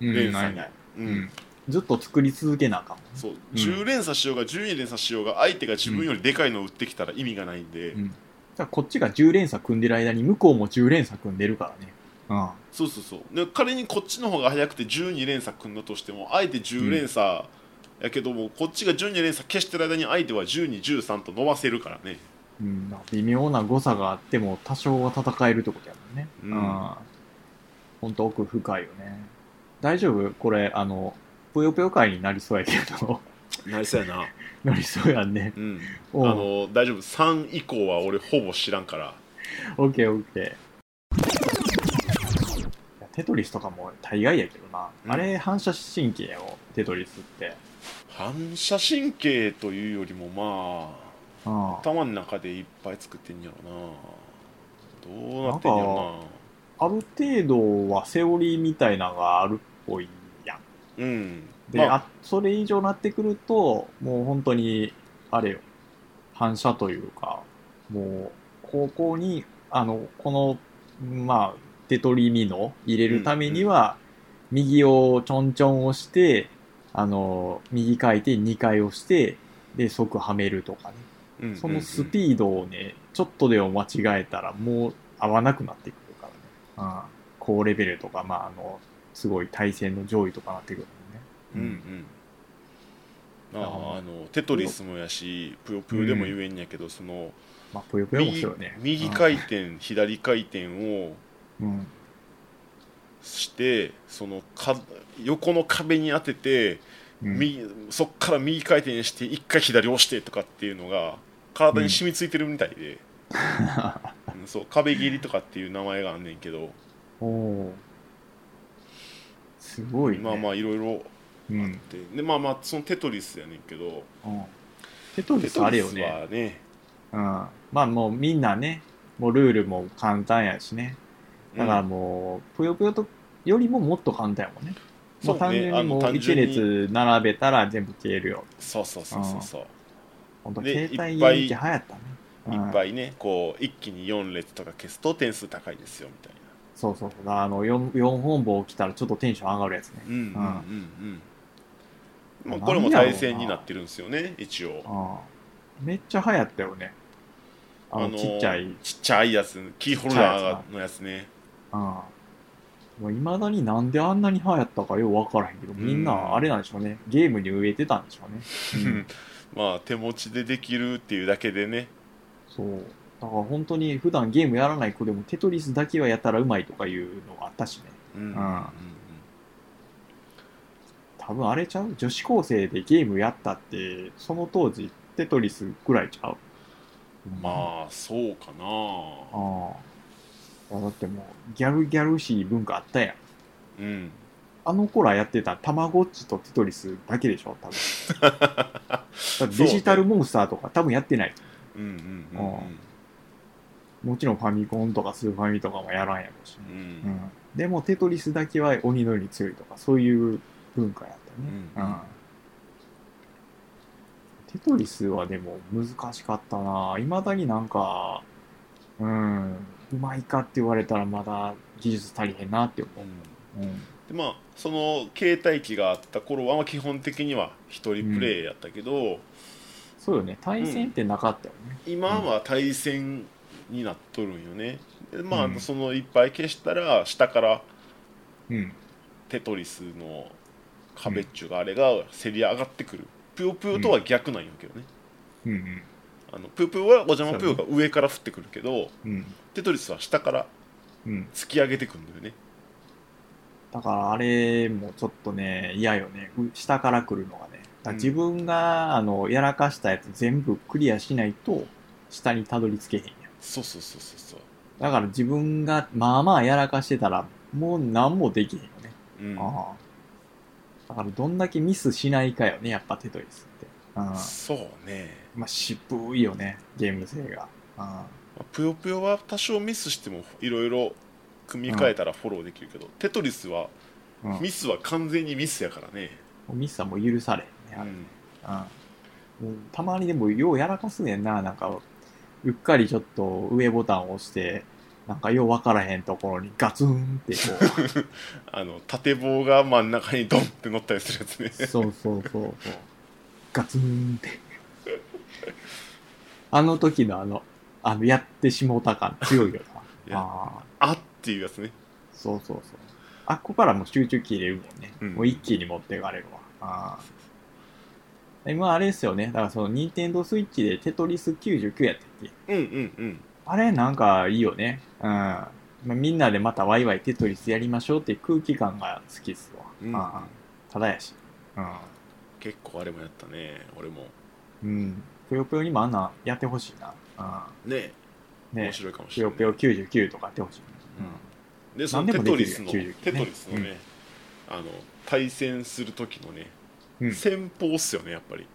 Speaker 2: うん
Speaker 1: 連
Speaker 2: な
Speaker 1: 鎖
Speaker 2: い
Speaker 1: に
Speaker 2: ない、
Speaker 1: うん
Speaker 2: うんずっと作り続けなあかんもんね
Speaker 1: そう10連鎖しようが12連鎖しようが相手が自分よりでかいのを打ってきたら意味がないんで、
Speaker 2: うんじゃあこっちが10連鎖組んでる間に向こうも10連鎖組んでるからね。うん。
Speaker 1: そうそうそうで仮にこっちの方が速くて12連鎖組んだとしても相手10連鎖やけども、こっちが12連鎖消してる間に相手は1213と伸ばせるからね
Speaker 2: うん、微妙な誤差があっても多少は戦えるってことやもんね。
Speaker 1: うん
Speaker 2: ほんと奥深いよね。大丈夫これ、あの、ぷよぷよ会になりそうやけど、
Speaker 1: なりそうやな
Speaker 2: なりそうやんね。
Speaker 1: うんあ
Speaker 2: おう
Speaker 1: の大丈夫3以降は俺ほぼ知らんから
Speaker 2: オッケーオッケーいや。テトリスとかも大概やけどな。
Speaker 1: うん
Speaker 2: あれ反射神経やろ、テトリスって。
Speaker 1: 反射神経というよりもまあ
Speaker 2: うん
Speaker 1: 頭の中でいっぱい作ってんやろなどうなってんやろ
Speaker 2: ある程度はセオリーみたいなのがあるっぽいやん。
Speaker 1: なうん
Speaker 2: で、
Speaker 1: まあ
Speaker 2: あ、それ以上なってくると、もう本当に、あれよ、反射というか、もう、高校に、あの、この、まあ、手取り身の入れるためには、右をちょんちょん押して、あの、右回転2回押して、で、即はめるとかね。
Speaker 1: うん
Speaker 2: そのス
Speaker 1: ー
Speaker 2: ピードをね、ちょっとでも間違えたら、もう合わなくなってくるからね。うん。高レベルとか、まあ、あの、すごい対戦の上位とかなってくる
Speaker 1: うん
Speaker 2: も
Speaker 1: うん
Speaker 2: ね。
Speaker 1: うんああのテトリスもやしぷよぷよでも言えんやけど、その
Speaker 2: まあ、ぷよぷよも
Speaker 1: 右
Speaker 2: そうよね。
Speaker 1: 右回転左回転を
Speaker 2: うん。
Speaker 1: してそのか横の壁に当てて、
Speaker 2: うん。
Speaker 1: 右そっから右回転して一回左押してとかっていうのが体に染みついてるみたいで、うんそう壁切りとかっていう名前があんねんけど、
Speaker 2: おおー。すごいね。
Speaker 1: まあまあいろいろ
Speaker 2: うん。う
Speaker 1: あっ
Speaker 2: ん。
Speaker 1: て、でまあまあそのテトリスやねんけど
Speaker 2: テトリ
Speaker 1: テ
Speaker 2: ス
Speaker 1: ト
Speaker 2: あれ
Speaker 1: リ
Speaker 2: よ
Speaker 1: ス
Speaker 2: ね。
Speaker 1: はね
Speaker 2: うん。まあもうみんなね、もうルールも簡単やしね。だから
Speaker 1: うん
Speaker 2: もう、ぷよぷよとよりももっと簡単やもんね。もう
Speaker 1: そう
Speaker 2: 単
Speaker 1: ね
Speaker 2: 純に
Speaker 1: あ
Speaker 2: も
Speaker 1: の
Speaker 2: う
Speaker 1: 単
Speaker 2: 一
Speaker 1: 純に
Speaker 2: 列並べたら全部消えるよ。
Speaker 1: そうそうそうそうそう
Speaker 2: 本当携
Speaker 1: で
Speaker 2: 帯
Speaker 1: いっぱい
Speaker 2: 人気流行ったね。うん
Speaker 1: いっぱいねこう一気に4列とか消すと点数高いですよみたいな
Speaker 2: そうそうそう。あの4、四本棒来たらちょっとテンション上がるやつね。
Speaker 1: うんうんうんうん、まあ、
Speaker 2: なんやろうな
Speaker 1: これも対戦になってるんですよね一応
Speaker 2: うんめっちゃ流行ったよね。あの、
Speaker 1: ー
Speaker 2: ちっちゃい。うん。
Speaker 1: ちっちゃいやつキーホルダーのやつね
Speaker 2: もう未だになんであんなに流行ったかよう分からへんけど、みんなあれなんでしょうね。ゲームに植えてたんでしょうね。うん
Speaker 1: まあ手持ちでできるっていうだけでね
Speaker 2: そう。だから本当に普段ゲームやらない子でもテトリスだけはやったらうまいとかいうのがあったしね。
Speaker 1: うんうんうん
Speaker 2: あ多分あれちゃう女子高生でゲームやったって、その当時テトリスぐらいちゃうあ。
Speaker 1: まあそうかな
Speaker 2: ああ。いやだってもうギャルギャルしい文化あったやん。
Speaker 1: うん
Speaker 2: あの頃はやってたたまごっちとテトリスだけでしょ 多分。だってデジタルモンスターとか多分やってない。
Speaker 1: うんうんうん
Speaker 2: もちろんファミコンとかスーファミとかもやらんやろうしね。
Speaker 1: うんうん
Speaker 2: うんでもテトリスだけは鬼のように強いとかそういう文化やったね、
Speaker 1: うん
Speaker 2: テトリスはでも難しかったないまだになんかうんうまいかって言われたらまだ技術足りへんなって思
Speaker 1: う
Speaker 2: う、
Speaker 1: ん
Speaker 2: うん
Speaker 1: でまあその携帯機があった頃はまあ基本的には一人プレイやったけど、
Speaker 2: そうよね対戦ってなかったよね、
Speaker 1: 今は対戦になっとるんよね、でまあ、
Speaker 2: うん
Speaker 1: そのいっぱい消したら下から
Speaker 2: うん
Speaker 1: テトリスの壁っちゅうかあれがせり上がってくるぷよぷよとは逆なんやけどね、
Speaker 2: うんうん
Speaker 1: あのぷよぷよはお邪魔ぷよが上から降ってくるけど、
Speaker 2: うん
Speaker 1: テトリスは下から
Speaker 2: うん、
Speaker 1: 突き上げてくるんだよね
Speaker 2: だからあれもちょっとね嫌よねう下から来るのがねだから自分が、あのやらかしたやつ全部クリアしないと下にたどり着けへんやん
Speaker 1: そうそうそうそうそう
Speaker 2: だから自分がまあまあやらかしてたら、もう何もできへんよね。
Speaker 1: うん
Speaker 2: ああだからどんだけミスしないかよね、やっぱテトリスって。うん、
Speaker 1: そうね
Speaker 2: まあ渋いよね、ゲーム性が。う
Speaker 1: まあぷよぷよは多少ミスしてもいろいろ組み替えたらフォローできるけど、テトリスは
Speaker 2: んうん
Speaker 1: ミスは完全にミスやからね、
Speaker 2: ミスはもう許されへんね、あ
Speaker 1: う
Speaker 2: れ
Speaker 1: ん
Speaker 2: うんうんたまにでもようやらかすねんな、なんか、うっかりちょっと上ボタンを押して、なんかようわからへんところにガツンってこ
Speaker 1: あの縦棒が真ん中にドンって乗ったりするやつね
Speaker 2: う、 そうそうそうそう、ガツンって。あの時のあの、あの、やってしもうた感強い
Speaker 1: い
Speaker 2: よ な。
Speaker 1: や
Speaker 2: ああ、
Speaker 1: あっていうやつね
Speaker 2: そうそうそう。あっこからもう集中切れるもんね。
Speaker 1: うん
Speaker 2: もう一気に持っていかれるわ。ああ。今あれですよね。だからその、ニンテンドースイッチでテトリス99やったっけ
Speaker 1: うんうんうん
Speaker 2: あれなんかいいよね。うん。まあ、みんなでまたワイワイテトリスやりましょうっていう空気感が好きっすわ。
Speaker 1: うん
Speaker 2: ああただやし。うん。
Speaker 1: 結構あれもやったね俺も
Speaker 2: うん。ぷよぷよにもあんなやってほしいな。
Speaker 1: ね
Speaker 2: うん。ね
Speaker 1: 面白いかもし
Speaker 2: ぷ
Speaker 1: れな
Speaker 2: よ
Speaker 1: い
Speaker 2: ぷよ99とかやってほしい。
Speaker 1: うんでその
Speaker 2: 何
Speaker 1: テ
Speaker 2: で
Speaker 1: ト
Speaker 2: もでき
Speaker 1: リ
Speaker 2: る
Speaker 1: スの、
Speaker 2: 99ね
Speaker 1: テトリスのね、あの対戦する時のね、
Speaker 2: うん。
Speaker 1: 戦法っすよねやっぱり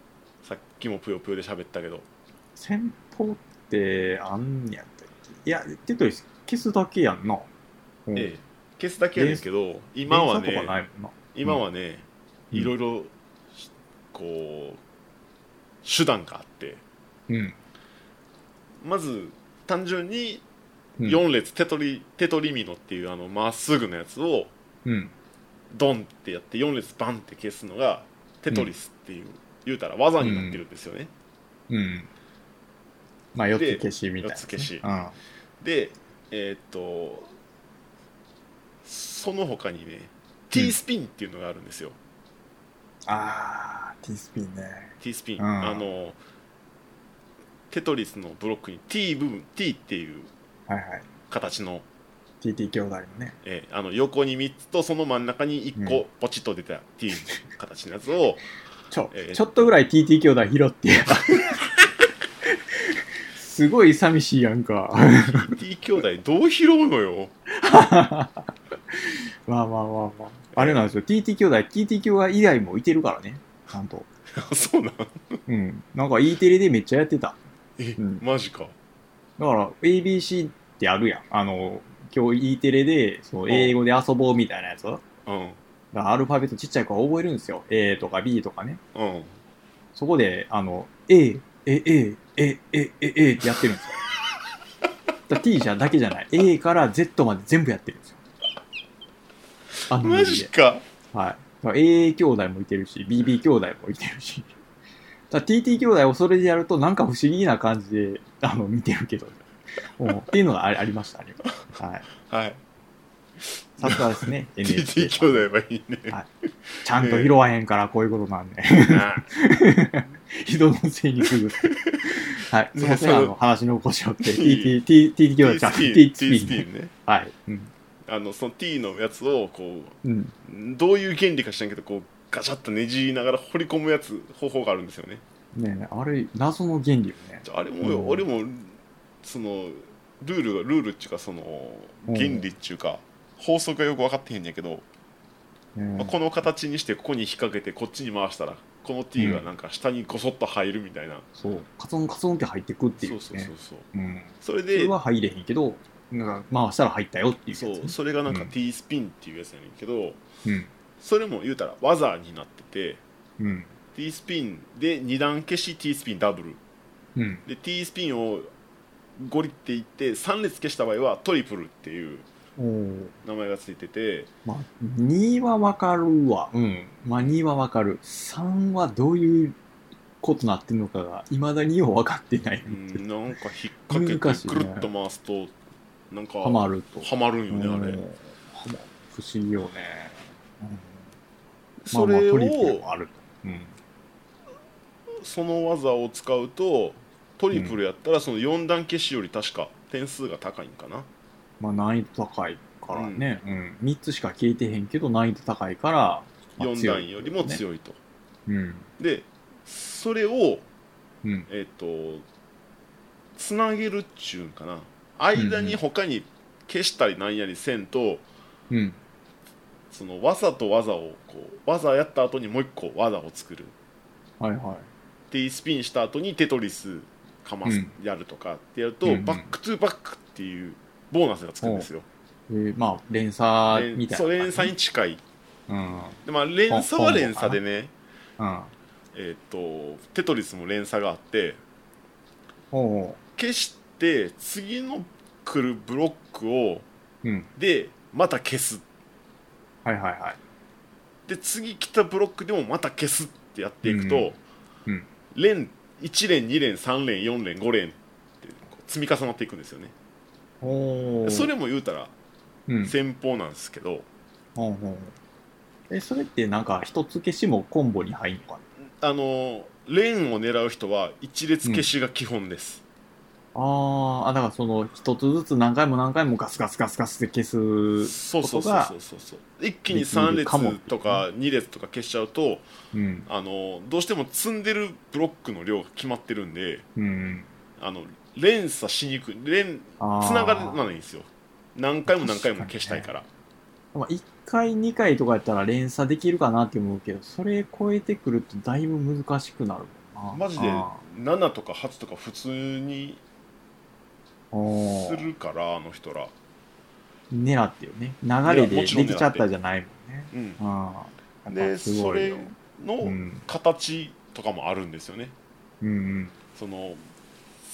Speaker 1: さっきもぷよぷよで喋ったけど
Speaker 2: 戦闘ってあんねやったっけいや、テトリス消すだけやんな。うん
Speaker 1: ええ、消すだけやねんけど今は
Speaker 2: 連鎖とかな
Speaker 1: ね
Speaker 2: いもんな。
Speaker 1: 今はね、
Speaker 2: うん
Speaker 1: いろいろこう手段があって
Speaker 2: うん。
Speaker 1: まず単純に
Speaker 2: うん
Speaker 1: 4列テトリ,、テトリミノっていうあのまっすぐのやつを
Speaker 2: うん。
Speaker 1: ドンってやって4列バンって消すのがテトリスっていう、言うたら技になってるんですよね、
Speaker 2: うん。まあ、四つ消しみたいな。
Speaker 1: 四つ消し
Speaker 2: うん。
Speaker 1: でえーっとその他にね T スピンっていうのがあるんですよ、
Speaker 2: あー、ティスピンね。
Speaker 1: T スピン、
Speaker 2: うん
Speaker 1: あのテトリスのブロックに T 部分 T っていう
Speaker 2: はいはい。
Speaker 1: 形の,、
Speaker 2: TT 兄弟のね。
Speaker 1: えーあの横に3つとその真ん中に1
Speaker 2: う
Speaker 1: 個ポチッと出た T の形のやつを、
Speaker 2: ちょ、
Speaker 1: えー
Speaker 2: ちょっとぐらい TT 兄弟拾 ってや。すごい寂しいやんか。
Speaker 1: T 兄弟どう拾うのよ
Speaker 2: まあまあまあまあ。あれなんですよ。TT 兄弟、TT 兄弟以外もいてるからね。ちゃんと。
Speaker 1: そうなん
Speaker 2: うん。なんか E テレでめっちゃやってた。
Speaker 1: え、
Speaker 2: うん
Speaker 1: マジか
Speaker 2: だから ABC ってあるやん。あの、今日 E テレで、その
Speaker 1: ん
Speaker 2: 英語で遊ぼうみたいなやつ。だか
Speaker 1: うん
Speaker 2: らアルファベットちっちゃい子は覚えるんですよ。A とか B とかね。
Speaker 1: うん
Speaker 2: そこで、あの、A、A、A、A、A、A、A ってやってるんですよ。だから T じゃだけじゃない。A から Z まで全部やってるんですよ。あの
Speaker 1: マ
Speaker 2: 文字
Speaker 1: ジ
Speaker 2: で。
Speaker 1: か
Speaker 2: はい。だから AA 兄弟もいてるし、BB 兄弟もいてるし。だから TT 兄弟をそれでやると、なんか不思議な感じで、あの、見てるけど。うんっていうのがありありましたね。はい。
Speaker 1: はい
Speaker 2: さすがで すね、NHK
Speaker 1: TT 兄弟はいい ね
Speaker 2: はいちゃんと拾わへんから、こういうことなんで。
Speaker 1: なあ
Speaker 2: 人のせいに する。はい。すいません、あ
Speaker 1: そう
Speaker 2: の、話の腰折って。
Speaker 1: い
Speaker 2: TT、TT 兄弟
Speaker 1: T
Speaker 2: ちゃん。
Speaker 1: スピン
Speaker 2: TT
Speaker 1: T
Speaker 2: ス
Speaker 1: ス
Speaker 2: ピ
Speaker 1: ピ
Speaker 2: ン。
Speaker 1: ンね
Speaker 2: はい。うん。
Speaker 1: あのその T のやつをこう
Speaker 2: うん。
Speaker 1: どういう原理か知らんけどこうガチャッとねじりながら掘り込むやつ方法があるんですよね
Speaker 2: ねえ、あれ、謎の原理よね。
Speaker 1: じゃああれもよ、
Speaker 2: うん
Speaker 1: 俺もそのルールがルールっていうかその
Speaker 2: うん
Speaker 1: 原理っていうか、法則がよく分かってへんねんけど、
Speaker 2: うん
Speaker 1: まあ、この形にしてここに引っ掛けてこっちに回したらこの T がなんか下にごそっと入るみたいな、
Speaker 2: そう。カツンカツンって入ってくってい
Speaker 1: そうう
Speaker 2: ね。
Speaker 1: そうそうそう
Speaker 2: うん。
Speaker 1: それ
Speaker 2: それ
Speaker 1: で
Speaker 2: は入れへんけど、なんか回したら入ったよっていうやつ
Speaker 1: そ
Speaker 2: ね、
Speaker 1: うそれがなんか
Speaker 2: うん
Speaker 1: T スピンっていうやつやねんけど、
Speaker 2: うん。
Speaker 1: それも言うたら技になってて
Speaker 2: うん。
Speaker 1: T スピンで2段消し T スピンダブル
Speaker 2: うん。
Speaker 1: で T スピンをゴリっていって3列消した場合はトリプルっていう
Speaker 2: おー
Speaker 1: 名前がついてて
Speaker 2: まあ、2はわかるわ。うん。まあ、2はわかる。3はどういうことなってんのかが、いまだによう分かってない。
Speaker 1: うんなんか引っ掛け
Speaker 2: 難してい
Speaker 1: く
Speaker 2: ね
Speaker 1: るっと回すとなんか
Speaker 2: ハマると。
Speaker 1: はまるんよねあ
Speaker 2: うん
Speaker 1: れ
Speaker 2: ハマる不思議よね。うん
Speaker 1: それ
Speaker 2: まあまあトリプル
Speaker 1: を
Speaker 2: もあると。うん。
Speaker 1: その技を使うとトリプルやったらその4段消しより確か点数が高いんかな
Speaker 2: まあ、難易度高いからね。うん。3つしか消えてへんけど、難易度高いから、まあ
Speaker 1: 4段よりも
Speaker 2: 強
Speaker 1: 強
Speaker 2: い
Speaker 1: いと
Speaker 2: うん。
Speaker 1: でそれを
Speaker 2: うん。
Speaker 1: えっとつなげるっちゅうんかな間に他に消したりなんやりせんと
Speaker 2: うん。
Speaker 1: その技と技をこう技やった後にもう一個技を作る
Speaker 2: はいはい。
Speaker 1: でスピンした後にテトリスかます、
Speaker 2: うん
Speaker 1: やるとかってやると、
Speaker 2: うんうん
Speaker 1: バックトゥバックっていうボーナスがつくんですよ、
Speaker 2: えーまあ、連鎖み
Speaker 1: 連
Speaker 2: たい
Speaker 1: そ
Speaker 2: な、
Speaker 1: う連鎖に近い
Speaker 2: うん。
Speaker 1: で、まあ、連鎖は連鎖でね、
Speaker 2: うん。
Speaker 1: えー、とテトリスも連鎖があって
Speaker 2: おう
Speaker 1: 消して次の来るブロックを
Speaker 2: うん。
Speaker 1: でまた消す
Speaker 2: はいはいはい。
Speaker 1: で次来たブロックでもまた消すってやっていくと、
Speaker 2: うんうん
Speaker 1: 連1連2連3連4連5連ってこう積み重なっていくんですよね
Speaker 2: お
Speaker 1: それ
Speaker 2: も、
Speaker 1: も言うたら
Speaker 2: うん、
Speaker 1: 戦法なんですけど、
Speaker 2: ほうほうえ、それってなんか、一つ消しもコンボに入んのかな
Speaker 1: あの連を狙う人は一列消しが基本です、
Speaker 2: あーあ、だからその、一つずつ何回も何回もガスガスガスガスで消す。
Speaker 1: そうそう
Speaker 2: こ
Speaker 1: そ
Speaker 2: こ
Speaker 1: う
Speaker 2: が
Speaker 1: そうそうそう一気に3列とか2列とか消しちゃうと
Speaker 2: うん。
Speaker 1: あのどうしても積んでるブロックの量が決まってるんで
Speaker 2: うん。
Speaker 1: あの連鎖しにくい連
Speaker 2: あー
Speaker 1: つながらないんですよ何回も何回も消したいから
Speaker 2: まあ、1回、2回とかやったら連鎖できるかなって思うけど、それ超えてくるとだいぶ難しくなるもな
Speaker 1: マジで
Speaker 2: あ
Speaker 1: 7とか8とか普通に
Speaker 2: ーお
Speaker 1: す
Speaker 2: ー
Speaker 1: るからあの人ら
Speaker 2: 狙ってよね流れ
Speaker 1: いや
Speaker 2: で
Speaker 1: もちろん狙っ
Speaker 2: で
Speaker 1: て
Speaker 2: きちゃったじゃないもんね
Speaker 1: うん
Speaker 2: あーやっ
Speaker 1: で
Speaker 2: ぱすごいよう
Speaker 1: の
Speaker 2: ん
Speaker 1: 形とかもあるんですよね
Speaker 2: うんうん
Speaker 1: その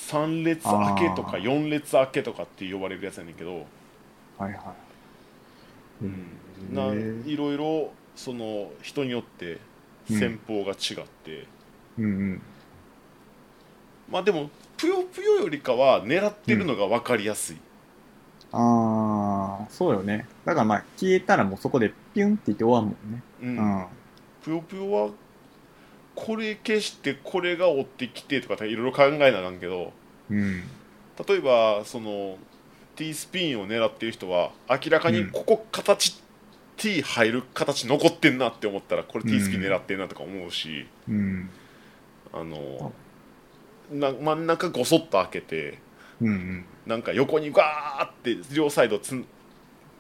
Speaker 1: 3列開けとか
Speaker 2: あー
Speaker 1: 4列開けとかって呼ばれるやつやねんけど
Speaker 2: はいはいうん
Speaker 1: な
Speaker 2: へー
Speaker 1: いろいろその人によって戦法が違って、
Speaker 2: うんうん
Speaker 1: まあでもぷよぷよよりかは狙ってるのが分かりやすい、
Speaker 2: ああそうよねだからまあ消えたらもうそこでピュンって言って終わんもんね
Speaker 1: うん
Speaker 2: うん
Speaker 1: ぷよぷよはこれ消してこれが追ってきてとかいろいろ考えなあかんけど
Speaker 2: うん
Speaker 1: 例えばその T スピンを狙ってる人は明らかにここ形、T 入る形残ってんなって思ったらこれ T スピン狙ってんなとか思うし、
Speaker 2: うん
Speaker 1: あのな真ん中ごそっと開けて
Speaker 2: うんうん
Speaker 1: なんか横にガーって両サイドつん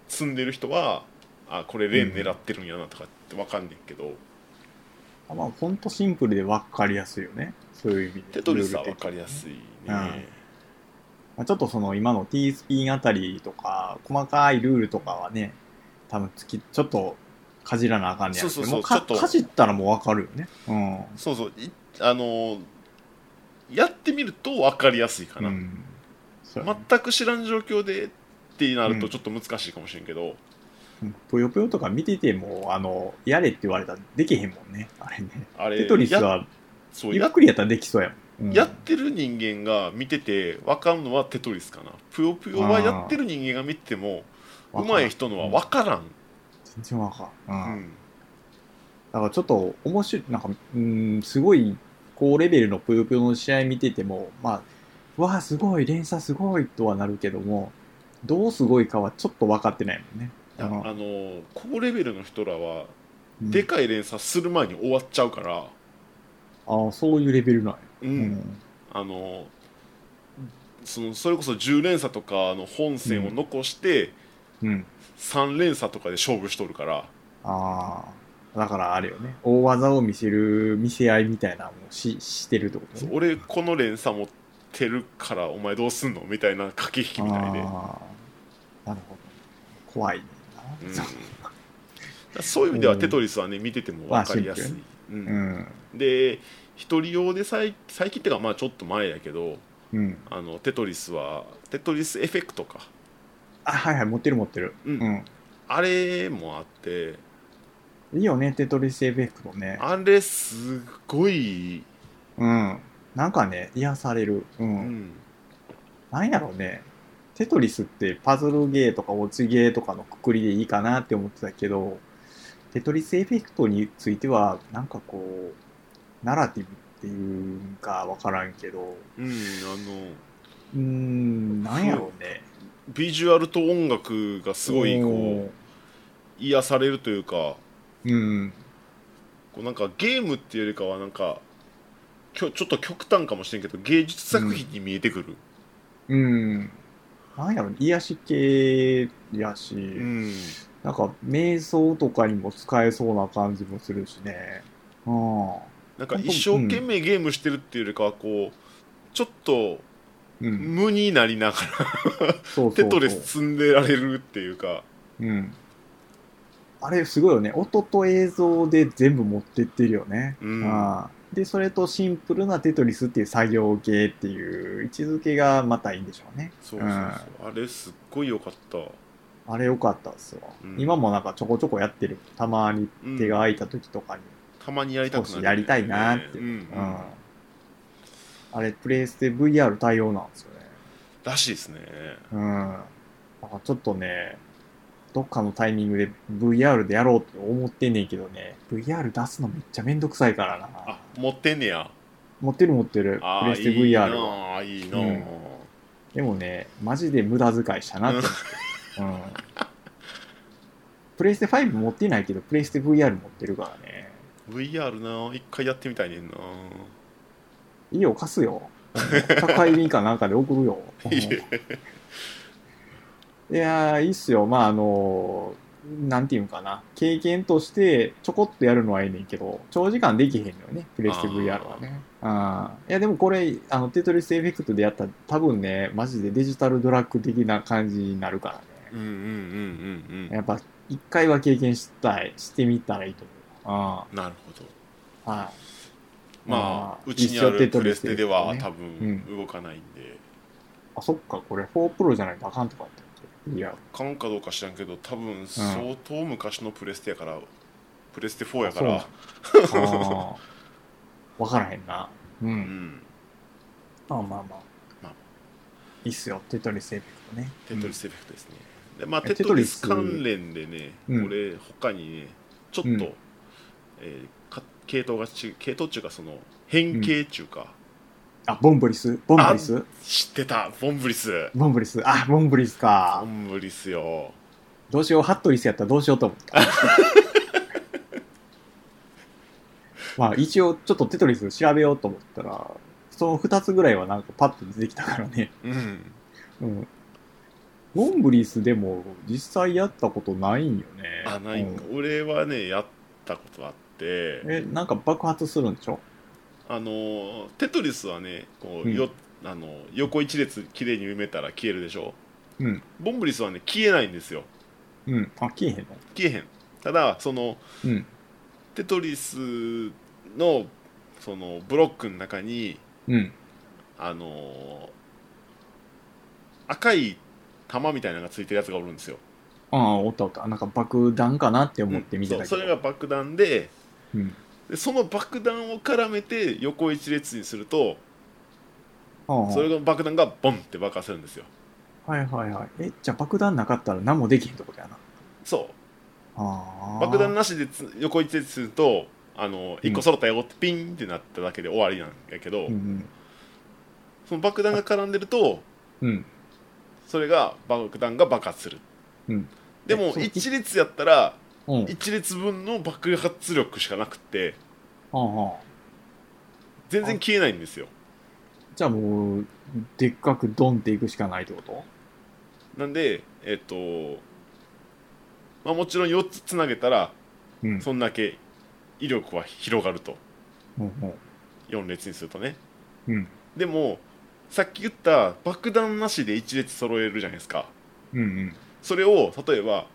Speaker 1: 積んでる人はあこれレーン狙ってるんやなとかって分かんねんけど、
Speaker 2: あまあほんとシンプルで分かりやすいよねそういう意味で
Speaker 1: テトリスは分か
Speaker 2: り、
Speaker 1: りやすいね、
Speaker 2: うんまあ、ちょっとその今の T スピンあたりとか細かいルールとかはね多分つきちょっとかじらなあかんねやろけ
Speaker 1: そ
Speaker 2: ど
Speaker 1: うそうそう
Speaker 2: もか
Speaker 1: ちょっと
Speaker 2: かじったらもう分かるよねうん
Speaker 1: そうそういあのやってみると分かりやすいかな、
Speaker 2: うんそうやね
Speaker 1: 全く知らん状況でってなる
Speaker 2: う
Speaker 1: と
Speaker 2: ん
Speaker 1: ちょっと難しいかもしれんけど、
Speaker 2: うんぷよぷよとか見ててもあのやれって言われたらできへんもんねあれね
Speaker 1: あれ
Speaker 2: テトリス
Speaker 1: や
Speaker 2: は
Speaker 1: そう
Speaker 2: ゆっ
Speaker 1: や
Speaker 2: くりやったらできそうやもん、うん
Speaker 1: やってる人間が見てて分かんのはテトリスかなぷよぷよはやってる人間が見てても
Speaker 2: わ
Speaker 1: う
Speaker 2: からん
Speaker 1: まい人のは分からん、
Speaker 2: 全然わからん、うん
Speaker 1: うん
Speaker 2: だからちょっと面白い、なんか、うん、すごい高レベルのぷよぷよの試合見てても、まあ、うわあ、すごい、連鎖すごいとはなるけども、どうすごいかはちょっと分かってないもんね。
Speaker 1: いやあ
Speaker 2: あの
Speaker 1: の高レベルの人らは
Speaker 2: うん
Speaker 1: でかい連鎖する前に終わっちゃうから、
Speaker 2: ああ、そういうレベルなんや。
Speaker 1: うん
Speaker 2: うん。
Speaker 1: あのそのそれこそ10連鎖とかの本線を残して
Speaker 2: うん。
Speaker 1: 3連鎖とかで勝負しとるから、
Speaker 2: ああ、だからあれよね。大技を見せる、見せ合いみたいなのをししてるってこと
Speaker 1: そう
Speaker 2: ね。
Speaker 1: 俺この連鎖持ってるからお前どうすんのみたいな駆け引きみたいで、うん、だか
Speaker 2: ああ、なるほど。怖いねんな。
Speaker 1: らそういう意味では
Speaker 2: うん
Speaker 1: テトリスはね見てても分かりやすい
Speaker 2: まあシン、
Speaker 1: うん
Speaker 2: うん。
Speaker 1: で一人用で最最近っていうかまあちょっと前やけど
Speaker 2: うん。
Speaker 1: あのテトリスはテトリスエフェクトか
Speaker 2: あ、はいはい、持ってる持ってる。
Speaker 1: うん
Speaker 2: うん
Speaker 1: あれもあって
Speaker 2: いいよね、テトリスエフェクトね。
Speaker 1: あれすごい、
Speaker 2: うん。なんかね、癒される。う。
Speaker 1: うんん、
Speaker 2: なんやろうね。テトリスってパズルゲーとか落ちゲーとかのくくりでいいかなって思ってたけど、テトリスエフェクトについては、なんかこう、ナラティブっていうんかわからんけど、
Speaker 1: うん、あの
Speaker 2: うーん、なんやろうね。
Speaker 1: ビジュアルと音楽が すごいこう癒されるというか
Speaker 2: う。うん。
Speaker 1: こうなんかゲームっていうよりかはなんかきょちょっと極端かもしれんけど芸術作品に見えてくる、
Speaker 2: うん。なんやろうね。癒し系やし、
Speaker 1: うん
Speaker 2: なんか瞑想とかにも使えそうな感じもするしね。うん。
Speaker 1: なんか一生懸命ゲームしてるっていうよりかはこうちょっと
Speaker 2: うん。
Speaker 1: 無になりなが
Speaker 2: そうそう
Speaker 1: らテトリス積んでられるっていうか
Speaker 2: うん。あれ、すごいよね。音と映像で全部持ってってるよね。
Speaker 1: うん
Speaker 2: ああで、それとシンプルなテトリスっていう作業系っていう位置づけがまたいいんでしょうね。
Speaker 1: そうそうそうあれすっごい良かった、
Speaker 2: あれ良かったっすわ。
Speaker 1: うん
Speaker 2: 今もなんかちょこちょこやってる。たまに
Speaker 1: うん
Speaker 2: 手が空いた時とかに。
Speaker 1: たまにやりたくなる、
Speaker 2: 少しやりたいなーって
Speaker 1: うんうん
Speaker 2: うん。あれ、プレイステ VR 対応なんですよね。
Speaker 1: らしいですね
Speaker 2: うん。なんかちょっとね、どっかのタイミングで VR でやろうって思ってんねんけどね、VR 出すのめっちゃめんどくさいからな。
Speaker 1: あ持ってんねや
Speaker 2: 持ってる持ってる。
Speaker 1: あ
Speaker 2: プレ
Speaker 1: あ
Speaker 2: ステ
Speaker 1: いい
Speaker 2: VR
Speaker 1: な
Speaker 2: は
Speaker 1: あいいなあ、
Speaker 2: うんでもね、マジで無駄遣いしたなって思って。うん。プレステ5持ってないけど、プレステ VR 持ってるからね。
Speaker 1: VR なあ一回やってみたいねんない
Speaker 2: いよ、貸すよ。高い便かなんかで送るよ。いやー、いいっすよ。まあ、あの、なんていうんかな、経験としてちょこっとやるのはいいねんけど、長時間できへんのよね、プレステ VR はね。あいや、でもこれ、あの、テトリスエフェクトでやったら、多分ね、マジでデジタルドラッグ的な感じになるからね。
Speaker 1: うんうんうんうんう
Speaker 2: やっぱ、一回は経験したい、してみたらいいと思う。
Speaker 1: んなるほど
Speaker 2: うんはい。
Speaker 1: まあうち
Speaker 2: 一
Speaker 1: に
Speaker 2: 緒
Speaker 1: あ
Speaker 2: テ
Speaker 1: る
Speaker 2: ト
Speaker 1: プ
Speaker 2: リ
Speaker 1: レ
Speaker 2: ス
Speaker 1: ステでは
Speaker 2: ね
Speaker 1: 多分動かないんで
Speaker 2: あ、そっか、これ4プロじゃないとあかんとかって。いや、
Speaker 1: 買うんかどうか知らんけど多分相当昔のプレステやからプレステ4やから
Speaker 2: ああ、わからへんな。う。
Speaker 1: うんん
Speaker 2: まあまあまあ。
Speaker 1: まあ
Speaker 2: いいっすよ、テトリスエフェクトね。
Speaker 1: テトリスエフェクトですねでまあ
Speaker 2: え
Speaker 1: テトリス関連でね
Speaker 2: うん
Speaker 1: 俺他にねちょっ
Speaker 2: うん
Speaker 1: とえーか系統がち系統っていうかその変形っていうか
Speaker 2: あ、ボンブリスボンブリス
Speaker 1: 知ってたボンブリス
Speaker 2: ボンブリスあ、ボンブリス
Speaker 1: ボ
Speaker 2: か。
Speaker 1: ンブリスよ
Speaker 2: どうしよう、ハットリスやったらどうしようと思った。 まあ、一応、ちょっとテトリス調べようと思ったら、その2つぐらいはなんかパッと出てきたからね。
Speaker 1: うん
Speaker 2: うん。ボンブリスでも、実際やったことないんよね。
Speaker 1: あないんか
Speaker 2: う
Speaker 1: 俺はねやったことあって
Speaker 2: んえ、なんか爆発するんでしょ
Speaker 1: あのーテトリスはねこう、
Speaker 2: うん
Speaker 1: よあのー横一列綺麗に埋めたら消えるでしょ
Speaker 2: うん。
Speaker 1: ボンブリスはね消えないんですよ
Speaker 2: うん。あ、消えへんの
Speaker 1: 消えへんただその
Speaker 2: うん。
Speaker 1: テトリスのそのブロックの中に
Speaker 2: うん。
Speaker 1: あのー赤い玉みたいなのがついてるやつがおるんですよ、
Speaker 2: ああ、おったおった。なんか爆弾かなって思って見てた
Speaker 1: そう
Speaker 2: け
Speaker 1: そ
Speaker 2: ど。
Speaker 1: れが爆弾で
Speaker 2: うん。
Speaker 1: でその爆弾を絡めて横一列にすると
Speaker 2: ああ
Speaker 1: それの爆弾がボンって爆発するんですよ
Speaker 2: はいはいはい。え、じゃあ爆弾なかったら何もできへんってことやな。
Speaker 1: そう
Speaker 2: ああ。
Speaker 1: 爆弾なしでつ横一列するとあの
Speaker 2: うん
Speaker 1: 1個揃ったよってピンってなっただけで終わりなんやけど、
Speaker 2: うん
Speaker 1: その爆弾が絡んでると
Speaker 2: うん。うん。
Speaker 1: それが爆弾が爆発する、
Speaker 2: うん
Speaker 1: で
Speaker 2: え
Speaker 1: も
Speaker 2: そう
Speaker 1: 一列やったら
Speaker 2: うん。
Speaker 1: 一列分の爆発力しかなくって
Speaker 2: ああ。
Speaker 1: 全然消えないんですよ
Speaker 2: じゃあもう、でっかくドンっていくしかないってこと
Speaker 1: なんでえっ、と、まあ、もちろん4つつなげたら
Speaker 2: うん。
Speaker 1: そんだけ威力は広がると
Speaker 2: うん
Speaker 1: 4列にするとね
Speaker 2: うん。うん。
Speaker 1: でもさっき言った爆弾なしで一列揃えるじゃないですか
Speaker 2: うんうん。
Speaker 1: それを例えば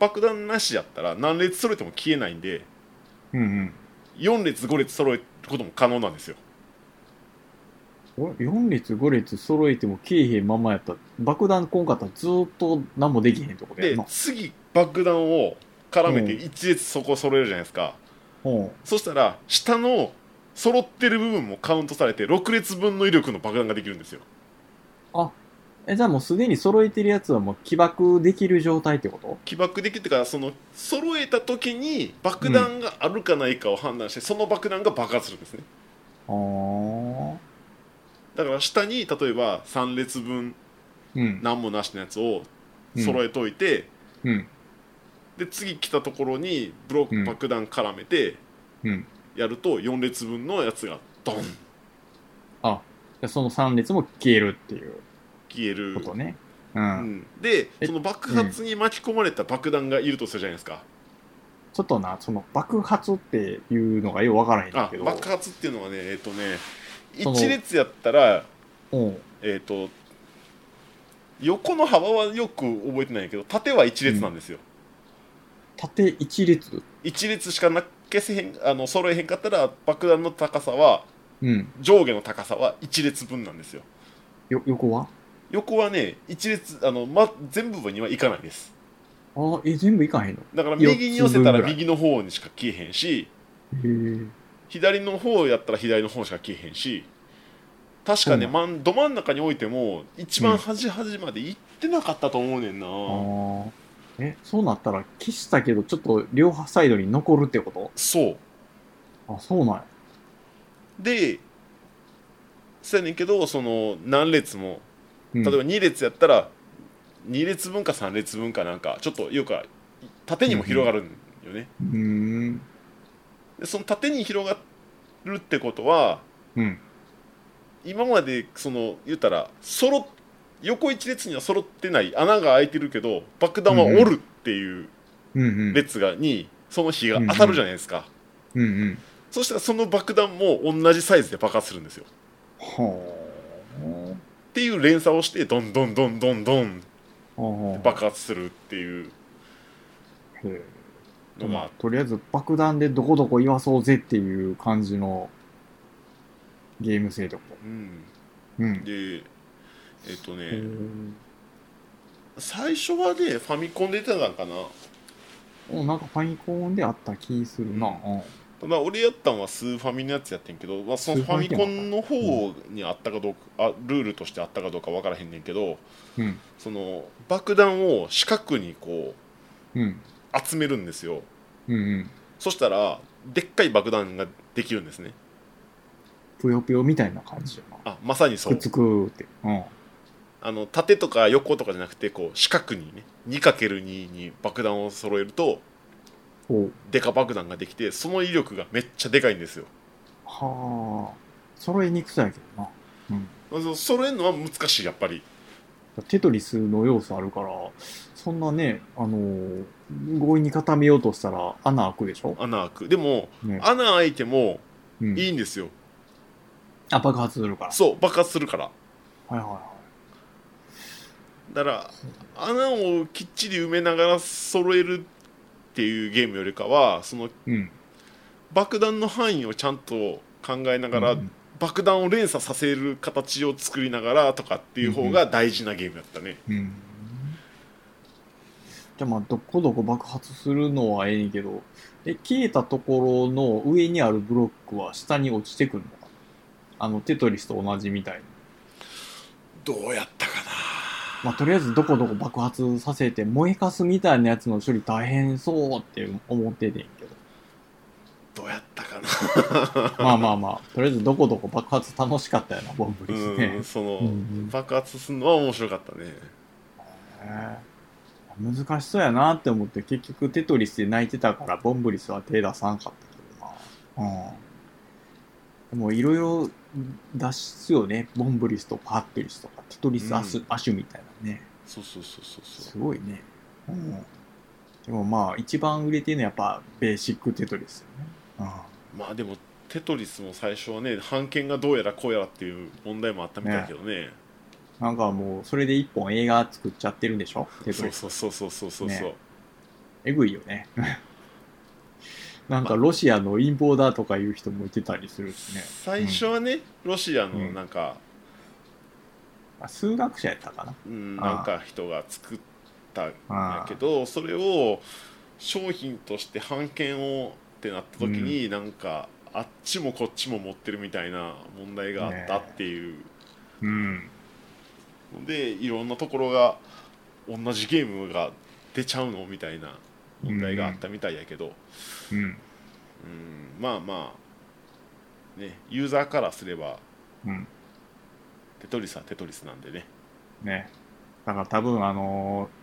Speaker 1: 爆弾なしやったら何列揃えても消えないんで
Speaker 2: うん
Speaker 1: 4列5列揃えることも可能なんですよ
Speaker 2: うん。4列5列揃えても消えへんままやったら爆弾こんかったらずーっと何もできへんってことや
Speaker 1: で
Speaker 2: な。
Speaker 1: 次爆弾を絡めて
Speaker 2: うん
Speaker 1: 1列そこ揃えるじゃないですか、
Speaker 2: うん。
Speaker 1: そしたら下の揃ってる部分もカウントされて6列分の威力の爆弾ができるんですよ
Speaker 2: え、じゃあもうすでに揃えてるやつはもう起爆できる状態ってこと
Speaker 1: 起爆できるっていうかその揃えた時に爆弾があるかないかを判断して、その爆弾が爆発するんですね
Speaker 2: ああ。
Speaker 1: だから下に例えば3列分
Speaker 2: うん。
Speaker 1: 何もなしのやつを揃えといて、
Speaker 2: うん。
Speaker 1: で次来たところにブロッ
Speaker 2: うん
Speaker 1: ク爆弾絡めて
Speaker 2: うん。
Speaker 1: やると4列分のやつがドン
Speaker 2: でその3列も消えるっていう
Speaker 1: 消える
Speaker 2: こ、とね。う。
Speaker 1: うんん、で
Speaker 2: え
Speaker 1: その爆発に巻き込まれた爆弾がいるとするじゃないですか、
Speaker 2: ちょっとな、その爆発っていうのがよくわからへんだ
Speaker 1: あ
Speaker 2: けど。
Speaker 1: 爆発っていうのはねえっ、とね
Speaker 2: その
Speaker 1: 1列やったら
Speaker 2: うん。
Speaker 1: えっ、と横の幅はよく覚えてないけど縦は1列なんですよ、
Speaker 2: 縦一列。
Speaker 1: 一1列しかな消せへんあの揃えへんかったら爆弾の高さは
Speaker 2: うん。
Speaker 1: 上下の高さは1列分なんですよ
Speaker 2: よ、横は
Speaker 1: 横はね一列あの、ま、全部にはいかないです
Speaker 2: ああ、え、全部いかへんの
Speaker 1: だから右に寄せたら
Speaker 2: 四つ分ぐらい
Speaker 1: 右の方にしか消えへんし
Speaker 2: へえ。
Speaker 1: 左の方やったら左の方しか消えへんし確かね、
Speaker 2: うん
Speaker 1: まん、ど真ん中に置いても一番端端まで行ってなかったと思うねんな、
Speaker 2: ああ。え、そうなったら消したけど、ちょっと両サイドに残るってこ
Speaker 1: そう
Speaker 2: とあ、そうなんや。
Speaker 1: でそやねんけどその何列も
Speaker 2: うん
Speaker 1: 例えば2列やったら2列分か3列分かなんかちょっとよく縦にも広がるんよね、
Speaker 2: うーん。
Speaker 1: でその縦に広がるってことは
Speaker 2: うん。
Speaker 1: 今までその言ったら揃っ横一列には揃ってない穴が開いてるけど爆弾はおるっていう
Speaker 2: うんうん。
Speaker 1: 列がにその火が当たるじゃないですか、
Speaker 2: うんうん。
Speaker 1: そしたらその爆弾も同じサイズで爆発するんですよ
Speaker 2: ほう。
Speaker 1: っていう連鎖をしてどんどんどんどんどん
Speaker 2: ほう。
Speaker 1: 爆発するっていう
Speaker 2: へえ
Speaker 1: のが、
Speaker 2: とりあえず爆弾でどこどこ言わそうぜっていう感じのゲーム性とか。
Speaker 1: うん、
Speaker 2: うん。
Speaker 1: でえっとね、
Speaker 2: へー
Speaker 1: 最初はねファミコンで出てたんかな
Speaker 2: おなんかファミコンであった気するな。うん
Speaker 1: ただ俺やったんはスーファミのやつやってんけど、まあ、その
Speaker 2: スー
Speaker 1: フ
Speaker 2: ファ
Speaker 1: ァミ
Speaker 2: ミ
Speaker 1: コンの方にあったかどうか、あルールとしてあったかどうかわからへんねんけど
Speaker 2: うん。
Speaker 1: その爆弾を四角にこう
Speaker 2: うん。
Speaker 1: 集めるんですよ
Speaker 2: うんうん。
Speaker 1: そしたらでっかい爆弾ができるんですね
Speaker 2: ぷよぷよみたいな感じよな。
Speaker 1: あまさにそ
Speaker 2: くっ
Speaker 1: う
Speaker 2: つくって。うん。
Speaker 1: あの縦とか横とかじゃなくてこう四角にね 2×2 に爆弾を揃えると
Speaker 2: ほう。
Speaker 1: デカ爆弾ができてその威力がめっちゃでかいんですよ
Speaker 2: はあ。揃えにくそうやけどな。
Speaker 1: まあそ揃えるのは難しいやっぱり
Speaker 2: テトリスの要素あるから、そんなね、あのー強引に固めようとしたら穴開くでしょ、
Speaker 1: 穴開くでも
Speaker 2: ね
Speaker 1: 穴開いても
Speaker 2: うん、
Speaker 1: いいんですよ、
Speaker 2: あ、爆発するから。
Speaker 1: そう爆発するから
Speaker 2: はいはいはい。
Speaker 1: だから穴をきっちり埋めながら揃えるっていうゲームよりかはその
Speaker 2: うん。
Speaker 1: 爆弾の範囲をちゃんと考えながら、
Speaker 2: うん
Speaker 1: 爆弾を連鎖させる形を作りながらとかっていう方が大事なゲームだったね、
Speaker 2: うんじゃあまあ、どこどこ爆発するのはええねんけど、え、消えたところの上にあるブロックは下に落ちてくるのかなあの、テトリスと同じみたいに。
Speaker 1: どうやったか
Speaker 2: まあ、とりあえずどこどこ爆発させて燃えかすみたいなやつの処理大変そうって思っててんけど。
Speaker 1: などうやったかな
Speaker 2: まあまあまあ、とりあえずどこどこ爆発楽しかったよな、ボンブリス
Speaker 1: う
Speaker 2: ね
Speaker 1: ん。その、
Speaker 2: うんうん
Speaker 1: 爆発するのは面白かったね
Speaker 2: へえ難しそうやなって思って、結局テトリスで泣いてたから、ボンブリスは手出さんかったけどな。うん。でもいろいろ出すよね。ボンブリスとパッテリスとか、テトリスアス、
Speaker 1: うん
Speaker 2: アシュみたいなね。
Speaker 1: そうそうそうそうそう
Speaker 2: すごいね。うん。でもまあ、一番売れてるのはやっぱ、ベーシックテトリスよね。
Speaker 1: まあでもテトリスも最初はね版権がどうやらこうやらっていう問題もあったみたいだけどね
Speaker 2: うん。なんかもう、それで一本映画作っちゃってるんでしょテト
Speaker 1: そ
Speaker 2: リ
Speaker 1: う
Speaker 2: ス。
Speaker 1: そうそうそうそうそう、
Speaker 2: ねえぐいよね。 なんかロシアの陰謀だとかいう人もいてたりするしね。
Speaker 1: 最初はね、ロシアのなんか、
Speaker 2: あ数学者やったかな。
Speaker 1: うん、
Speaker 2: ああ
Speaker 1: なんか人が作ったん
Speaker 2: あ
Speaker 1: だ
Speaker 2: あ
Speaker 1: けどそれを商品として版権をってなった時に、なんかあっちもこっちも持ってるみたいな問題があったっていう
Speaker 2: うん。
Speaker 1: ので、いろんなところが同じゲームが出ちゃうのみたいな問題があったみたいやけど、
Speaker 2: うん。
Speaker 1: うんまあまあねユーザーからすれば
Speaker 2: うん。
Speaker 1: テトリスはテトリスなんでね
Speaker 2: ね。だから多分あのー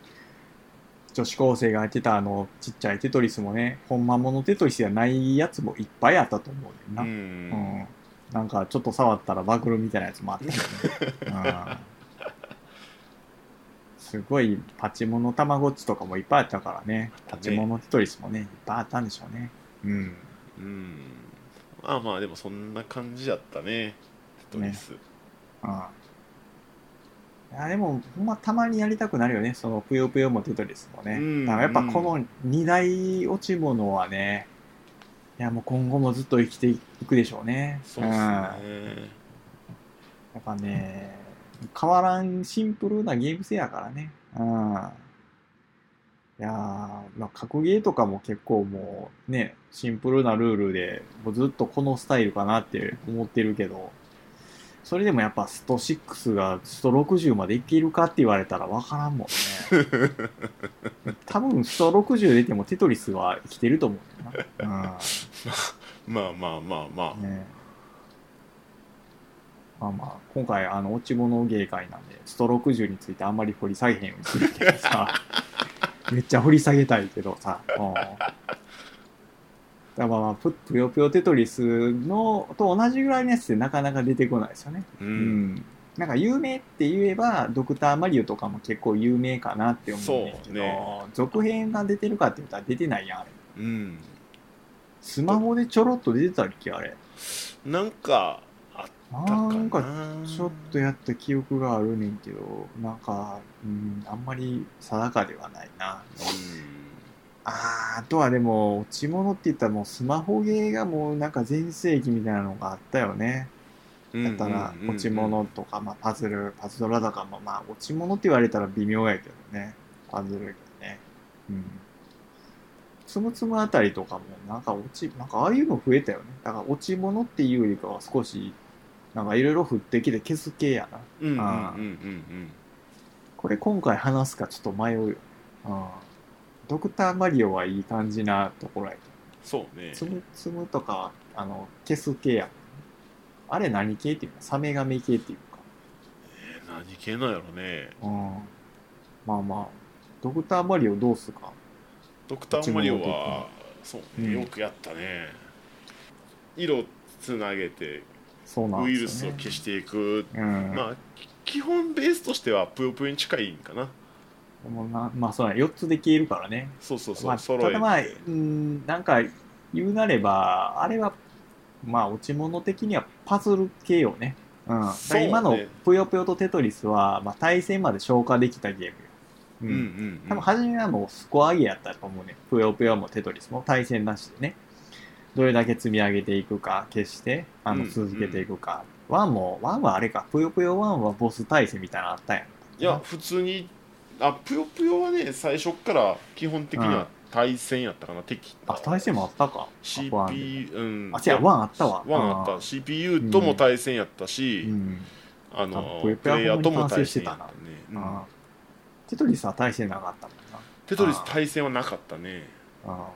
Speaker 2: 女子高生がやってたあの、ちっちゃいテトリスもね、本間ものテトリスじゃないやつもいっぱいあったと思う
Speaker 1: う
Speaker 2: ねんな。
Speaker 1: ん、
Speaker 2: うん。なんかちょっと触ったらバグるみたいなやつもあったしね。うん。すごいパチモノたまごっちとかもいっぱいあったからね。
Speaker 1: た
Speaker 2: パ
Speaker 1: ね
Speaker 2: チモノテトリスもね、いっぱいあったんでしょうね。うん。
Speaker 1: うんまあまあでもそんな感じやったねテトリス、
Speaker 2: うん。いや、でも、ほんまたまにやりたくなるよね。その、ぷよぷよもテトリスもね。
Speaker 1: うん
Speaker 2: だからやっぱこの二大落ち物はね、いや、もう今後もずっと生きていくでしょうね。
Speaker 1: そうっす
Speaker 2: ん。
Speaker 1: ね、
Speaker 2: やっぱね、変わらんシンプルなゲーム性やからね。うん。いやー、まあ、格ゲーとかも結構もうね、シンプルなルールで、もうずっとこのスタイルかなって思ってるけど、それでもやっぱスト6がスト60までいけるかって言われたらわからんもんね。多分スト60出てもテトリスは生きてると思うな。
Speaker 1: まあまあまあまあ、
Speaker 2: うん。ねまあまあ、今回、あの、落ち物芸会なんで、スト60についてあんまり掘り下げへんようにするけど さ、めっちゃ掘り下げたいけどさ、うん。だからまあまあ、ぷぷよぷよテトリスのと同じぐらいのやつってなかなか出てこないですよね。
Speaker 1: う
Speaker 2: うんん。なんか有名って言えば、ドクターマリオとかも結構有名かなって思うんです
Speaker 1: そう
Speaker 2: けど、
Speaker 1: ね
Speaker 2: 続編が出てるかって言ったら出てないやん、あれ。
Speaker 1: うん
Speaker 2: スマホでちょろっと出てたっけ、あれ。
Speaker 1: なんかあったかな
Speaker 2: なんかちょっとやった記憶があるねんけど、なんか、うん、あんまり定かではないな。あーあとはでも、落ち物って言ったらもうスマホゲーがもうなんか全盛期みたいなのがあったよね。
Speaker 1: うん
Speaker 2: だから
Speaker 1: うんうんうんうん
Speaker 2: 落ち物とか、まあ、パズルパズドラとかも、まあ、落ち物って言われたら微妙やけどねパズルやけどねうんつむつむあたりとかもなんか落ちなんかああいうの増えたよねだから落ち物っていうよりかは少しなんかいろいろ降ってきて消す系やな
Speaker 1: うんうんうん
Speaker 2: あー
Speaker 1: うん
Speaker 2: これ今回話すかちょっと迷うようんドクターマリオはいい感じなところやけど
Speaker 1: そうね
Speaker 2: つむつむとかはあの消す系やあれ何系っていうのサメガメ系っていうか
Speaker 1: 何系なんやろね
Speaker 2: うんまあまあ、ドクターマリオどうすか
Speaker 1: ドクターマリオ
Speaker 2: こっちの方
Speaker 1: はそうね
Speaker 2: うん
Speaker 1: よくやったね色つなげて
Speaker 2: そうなん
Speaker 1: ウイル
Speaker 2: です
Speaker 1: ス
Speaker 2: よ、
Speaker 1: を
Speaker 2: ね。
Speaker 1: 消していく
Speaker 2: うん。ま
Speaker 1: まあ基本ベースとしてはぷよぷよに近いんかな
Speaker 2: あ、もうなまあ、そうだ、4つで消えるからね。
Speaker 1: そうそうそ
Speaker 2: まあ、
Speaker 1: う
Speaker 2: た
Speaker 1: 揃え
Speaker 2: だまあ、う
Speaker 1: て
Speaker 2: ん、なんか、言うなれば、あれは、まあ、落ち物的にはパズル系よね。うん。だから
Speaker 1: そうね
Speaker 2: 今のぷよぷよとテトリスは、まあ、対戦まで消化できたゲームよ。う
Speaker 1: うんうんう
Speaker 2: 多
Speaker 1: ん
Speaker 2: 分初めはもうスコア上げやったと思うね。ぷよぷよもテトリスも対戦なしでね。どれだけ積み上げていくか、決して、あ
Speaker 1: う
Speaker 2: の、
Speaker 1: ん
Speaker 2: 続けていくか。ワンも、ワンはあれか、ぷよぷよワンはボス対戦みたいなのあったやん。
Speaker 1: いや普通にあぷよぷよはね最初っから基本的に
Speaker 2: うん
Speaker 1: は対戦やったかな、敵
Speaker 2: あ、対戦もあったか。あワンで
Speaker 1: CP うん
Speaker 2: あ、違う、ワンあったわ。
Speaker 1: ワンあった CPU とも対戦やったし、
Speaker 2: うん。
Speaker 1: あの
Speaker 2: あぷよ
Speaker 1: プ
Speaker 2: ぷよは
Speaker 1: レイヤーとも対戦やったね、
Speaker 2: うん
Speaker 1: うん
Speaker 2: あテトリスは対戦なかったもんな。
Speaker 1: テトリス対戦はなかったね
Speaker 2: あ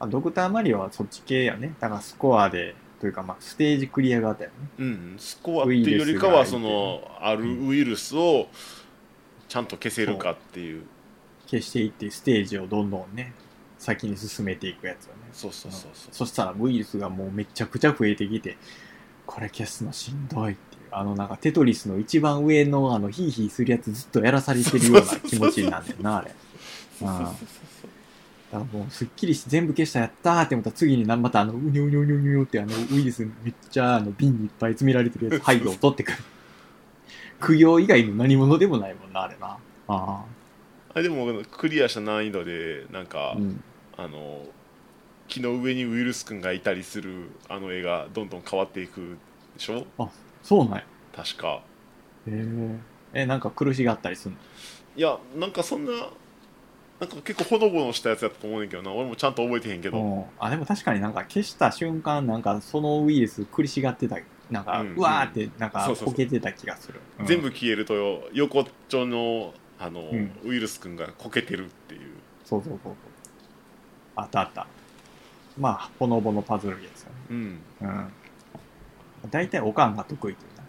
Speaker 2: あドクターマリオはそっち系やね。だからスコアで、というか、まあ、ステージクリア型やね。
Speaker 1: うんスコアっていうよりか
Speaker 2: ウイル
Speaker 1: は
Speaker 2: ス
Speaker 1: そ
Speaker 2: が
Speaker 1: のあるウイルスをちゃんと消せるかっていう
Speaker 2: 消していってステージをどんどんね先に進めていくやつよね
Speaker 1: そうそうそうそう
Speaker 2: そしたらウイルスがもうめちゃくちゃ増えてきてこれ消すのしんどいっていうあのなんかテトリスの一番上のあのヒーヒーするやつずっとやらされてるような気持ちになってんなあれだ
Speaker 1: そうそうそうそう
Speaker 2: からもうすっきりして全部消したやったーって思ったら次になまたあのうにょうにょうにょうにょってあのウイルスめっちゃあの瓶にいっぱい詰められてるやつ背後を取ってくる苦行以外の何者でもないもんなあれなあ
Speaker 1: あれでもクリアした難易度でなん
Speaker 2: あ
Speaker 1: か、
Speaker 2: うん
Speaker 1: あの木の上にウイルス君がいたりするあの絵がどんどん変わっていくでしょ
Speaker 2: そうなんや
Speaker 1: 確か
Speaker 2: へーえ、なんか苦しがったりするの
Speaker 1: いやなんかそんななんか結構ほのぼのしたやつやったと思うねんけどな俺もちゃんと覚えてへんけど、
Speaker 2: うんあ、でも確かになんか消した瞬間、なんかそのウイルス苦しがってた、なんか、
Speaker 1: うんうん
Speaker 2: うわーって、なん
Speaker 1: そ
Speaker 2: か
Speaker 1: うそうそう
Speaker 2: こけてた気がする。うん
Speaker 1: 全部消えるとよ横っちょのあの、
Speaker 2: うん
Speaker 1: ウイルス君がこけてるっていう
Speaker 2: そうそうそうそう。あったあった。まあ、ほのぼのパズルですよね。
Speaker 1: うん
Speaker 2: うん。大体おかんが得意というな。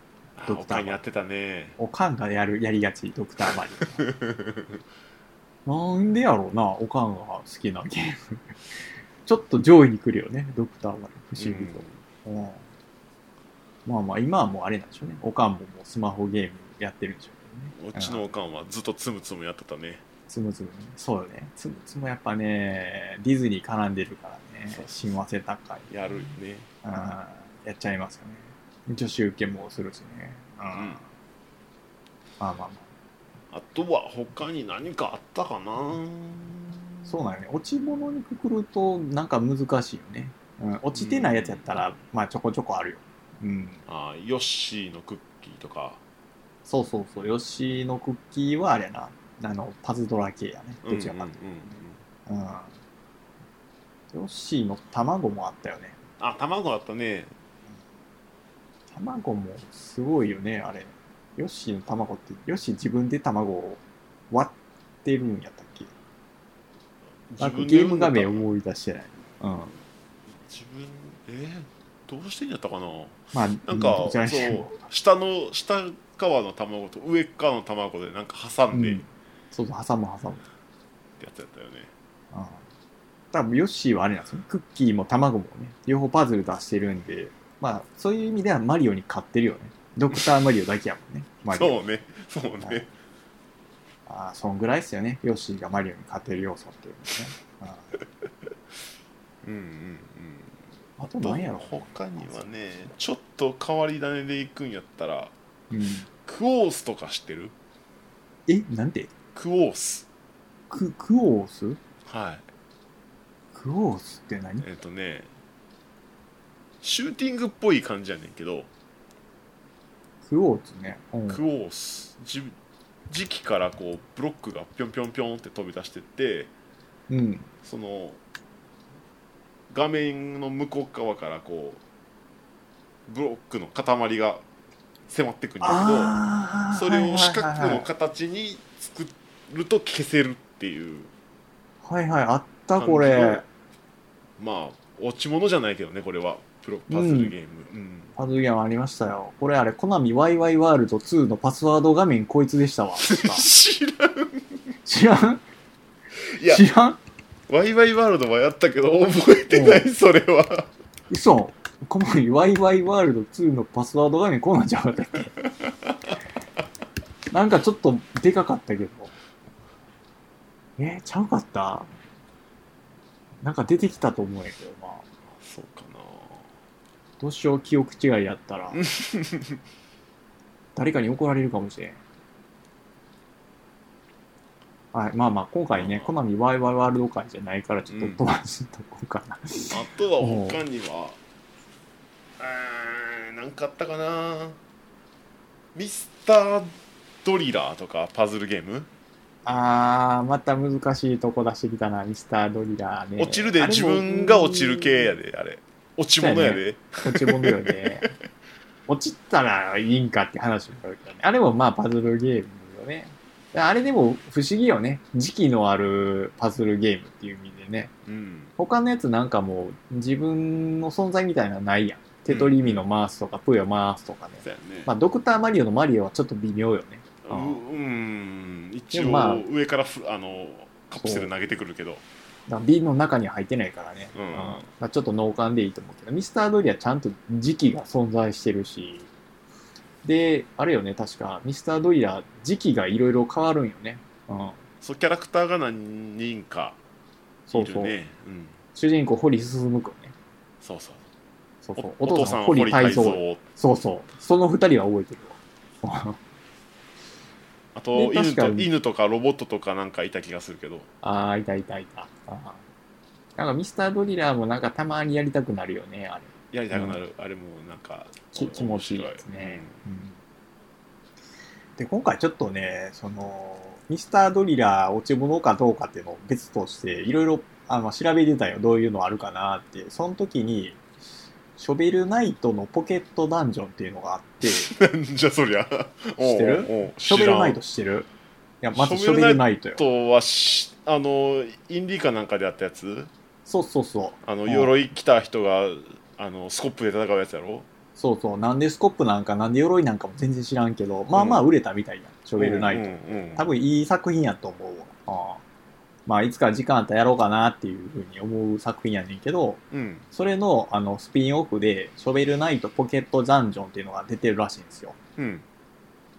Speaker 1: あ
Speaker 2: ドク
Speaker 1: お
Speaker 2: ター
Speaker 1: かんやってたね
Speaker 2: おかんがやる、やりがち、ドクターマリ オ。なんでやろうな、おかんが好きなゲーム。ちょっと上位に来るよね、ドクターマリオ。不思議と。うんまあまあ、今はもうあれなんでしょうね。おかんももうスマホゲームやってるんでしょ
Speaker 1: う
Speaker 2: うね。
Speaker 1: ん、うちのおかんはずっとつむつむやってたね
Speaker 2: つむつむね。そうよね。つむつむやっぱね、ディズニー絡んでるからね
Speaker 1: そう、
Speaker 2: 親和性高い。
Speaker 1: やるね
Speaker 2: うんやっちゃいますよね。女子受けもするしね。うん
Speaker 1: ん
Speaker 2: まあまあまあ。
Speaker 1: あとは他に何かあったかな
Speaker 2: そうなんよね。落ち物にくくるとなんか難しいよね。うん、落ちてないやつやったら、まあちょこちょこあるよ。うん。
Speaker 1: あヨッシーのクッキーとか
Speaker 2: そうそうそう。ヨッシーのクッキーはあれやな。あの、パズドラ系やね。どちらかというと
Speaker 1: うんうんうんうん
Speaker 2: うんヨッシーの卵もあったよね。
Speaker 1: あ卵あったね
Speaker 2: 卵もすごいよね、あれ。ヨッシーの卵って、ヨッシー自分で卵を割ってるんやったっけなんかゲーム画面
Speaker 1: を
Speaker 2: 思い出してない。うん。
Speaker 1: 自分えー、どうしてんやったかな
Speaker 2: まあ、
Speaker 1: なん
Speaker 2: う
Speaker 1: か
Speaker 2: ど、ちらに
Speaker 1: そ
Speaker 2: して
Speaker 1: う
Speaker 2: も
Speaker 1: 下の下側の卵と上側の卵でなんか挟んでっ
Speaker 2: うんそうそう、挟む挟む。
Speaker 1: てやつやったよね、
Speaker 2: うん。多分ヨッシーはあれなんですよね。クッキーも卵もね、両方パズル出してるんで、まあ、そういう意味ではマリオに勝ってるよね。ドクターマリオだけやもんね。マリオ。
Speaker 1: そうねそうね
Speaker 2: ああ、そんぐらいっすよね。ヨッシーがマリオに勝てる要素っていうのはね。うん
Speaker 1: うんうん
Speaker 2: あと
Speaker 1: うん
Speaker 2: 何やろ
Speaker 1: 他にはねちょっと変わり種でいくんやったら
Speaker 2: うん。
Speaker 1: クオースとか知ってる
Speaker 2: え、なんて
Speaker 1: クオース
Speaker 2: ク、クオース
Speaker 1: はい
Speaker 2: クオースって何
Speaker 1: えっ、とねシューティングっぽい感じやねんけど、
Speaker 2: クオーツね。うん。
Speaker 1: クオースじ時期からこうブロックがピョンピョンピョンって飛び出してって
Speaker 2: うん。
Speaker 1: その画面の向こう側からこうブロックの塊が迫ってくるんだけ
Speaker 2: あ
Speaker 1: どそれを四角
Speaker 2: はい
Speaker 1: の形に作ると消せるっていう
Speaker 2: はいはいはい、はいはい、あったこれ。
Speaker 1: まあ落ち物じゃないけどねこれはプロパズルゲーム、うん
Speaker 2: パズルゲームありましたよ。これあれ、コナミワイワイワールド2のパスワード画面こいつでし たわ。
Speaker 1: 知らん
Speaker 2: 知らん
Speaker 1: いや
Speaker 2: 知らん
Speaker 1: ワイワイワールドはやったけど覚えてないそれは
Speaker 2: 嘘コナミワイワイワールド2のパスワード画面こうなんちゃう かったっけなんかちょっとでかかったけど。えー、ちゃうかったなんか出てきたと思うんやけどな。
Speaker 1: そうかな
Speaker 2: どうしよう、記憶違いや ったら。誰かに怒られるかもしれん。はい、まあまあ、今回ね、コナミワイワイワールド会じゃないから、ちょっと
Speaker 1: うん
Speaker 2: 飛ばしとこうかな。
Speaker 1: あとは他にはうーん何かあったかなミスタードリラーとかパズルゲーム、
Speaker 2: あー、また難しいとこ出してきたな、ミスタードリラーね。
Speaker 1: 落ちるで
Speaker 2: あれも
Speaker 1: 自分が落ちる系や。であれ落ち物や
Speaker 2: そう
Speaker 1: で、
Speaker 2: 落ち物よね。落ちたらいいんかって話もあるけどね。あれもまあパズルゲームよね。あれでも不思議よね。時期のあるパズルゲームっていう意味でね。
Speaker 1: うん
Speaker 2: 他のやつなんかもう自分の存在みたいなのないやん。テトリミの回すとか、プヨ回すとかね。
Speaker 1: そうやね、
Speaker 2: まあ、ドクターマリオのマリオはちょっと微妙よね。
Speaker 1: ううん一
Speaker 2: で
Speaker 1: 応、
Speaker 2: もまあ
Speaker 1: 上からふあのカプセル投げてくるけど
Speaker 2: だから瓶の中には入ってないからね。
Speaker 1: うん
Speaker 2: まあちょっと脳幹でいいと思うけど、ミスタードリアちゃんと時期が存在してるし、で、あれよね、確か、ミスタードリア、時期がいろいろ変わるんよね。うん。
Speaker 1: そうキャラクターが何人かい
Speaker 2: そう
Speaker 1: る
Speaker 2: そう。
Speaker 1: ねうん
Speaker 2: 主人公、堀進くんね。
Speaker 1: そうそう
Speaker 2: そうそう。
Speaker 1: おお父さんは堀
Speaker 2: 泰
Speaker 1: 泰
Speaker 2: 造
Speaker 1: 造
Speaker 2: そうそう。その二人は覚えてるわ。
Speaker 1: あと
Speaker 2: で
Speaker 1: 犬
Speaker 2: 確か
Speaker 1: と
Speaker 2: に
Speaker 1: 犬とかロボットとかなんかいた気がするけど
Speaker 2: ああ、いたいたいた。あーなんかミスタードリラーもなんかたまにやりたくなるよね、あれ。
Speaker 1: やりたくなる、あれもなんか
Speaker 2: き気持ちいいですね、で今回ちょっとねそのミスタードリラー落ち物かどうかっていうのを別としていろいろあの調べてたよどういうのあるかなってその時にショベルナイトのポケットダンジョンっていうのがあ ってシ
Speaker 1: 面白いなん じゃそりゃ
Speaker 2: 知ってるョベルナイト
Speaker 1: シ
Speaker 2: 知ってるいやまずシ
Speaker 1: ショ
Speaker 2: ョ
Speaker 1: ベ
Speaker 2: ベ
Speaker 1: ル
Speaker 2: ルナイトよ
Speaker 1: とはしあのインディーかなんかでやったやつ
Speaker 2: そうそうそう
Speaker 1: あの
Speaker 2: うん
Speaker 1: 鎧着た人があのスコップで戦うやつやろ
Speaker 2: そうそうなんでスコップなんかなんで鎧なんかも全然知らんけどまあまあ
Speaker 1: う
Speaker 2: 売れたみたいな、ショベルナイト、
Speaker 1: うんうんうん
Speaker 2: 多分いい作品やと思うわ。ああまあ、いつか時間あったらやろうかなっていうふうに思う作品やねんけど、
Speaker 1: うん
Speaker 2: それのあのスピンオフで、ショベルナイトポケットダンジョンっていうのが出てるらしいんですよ。
Speaker 1: うん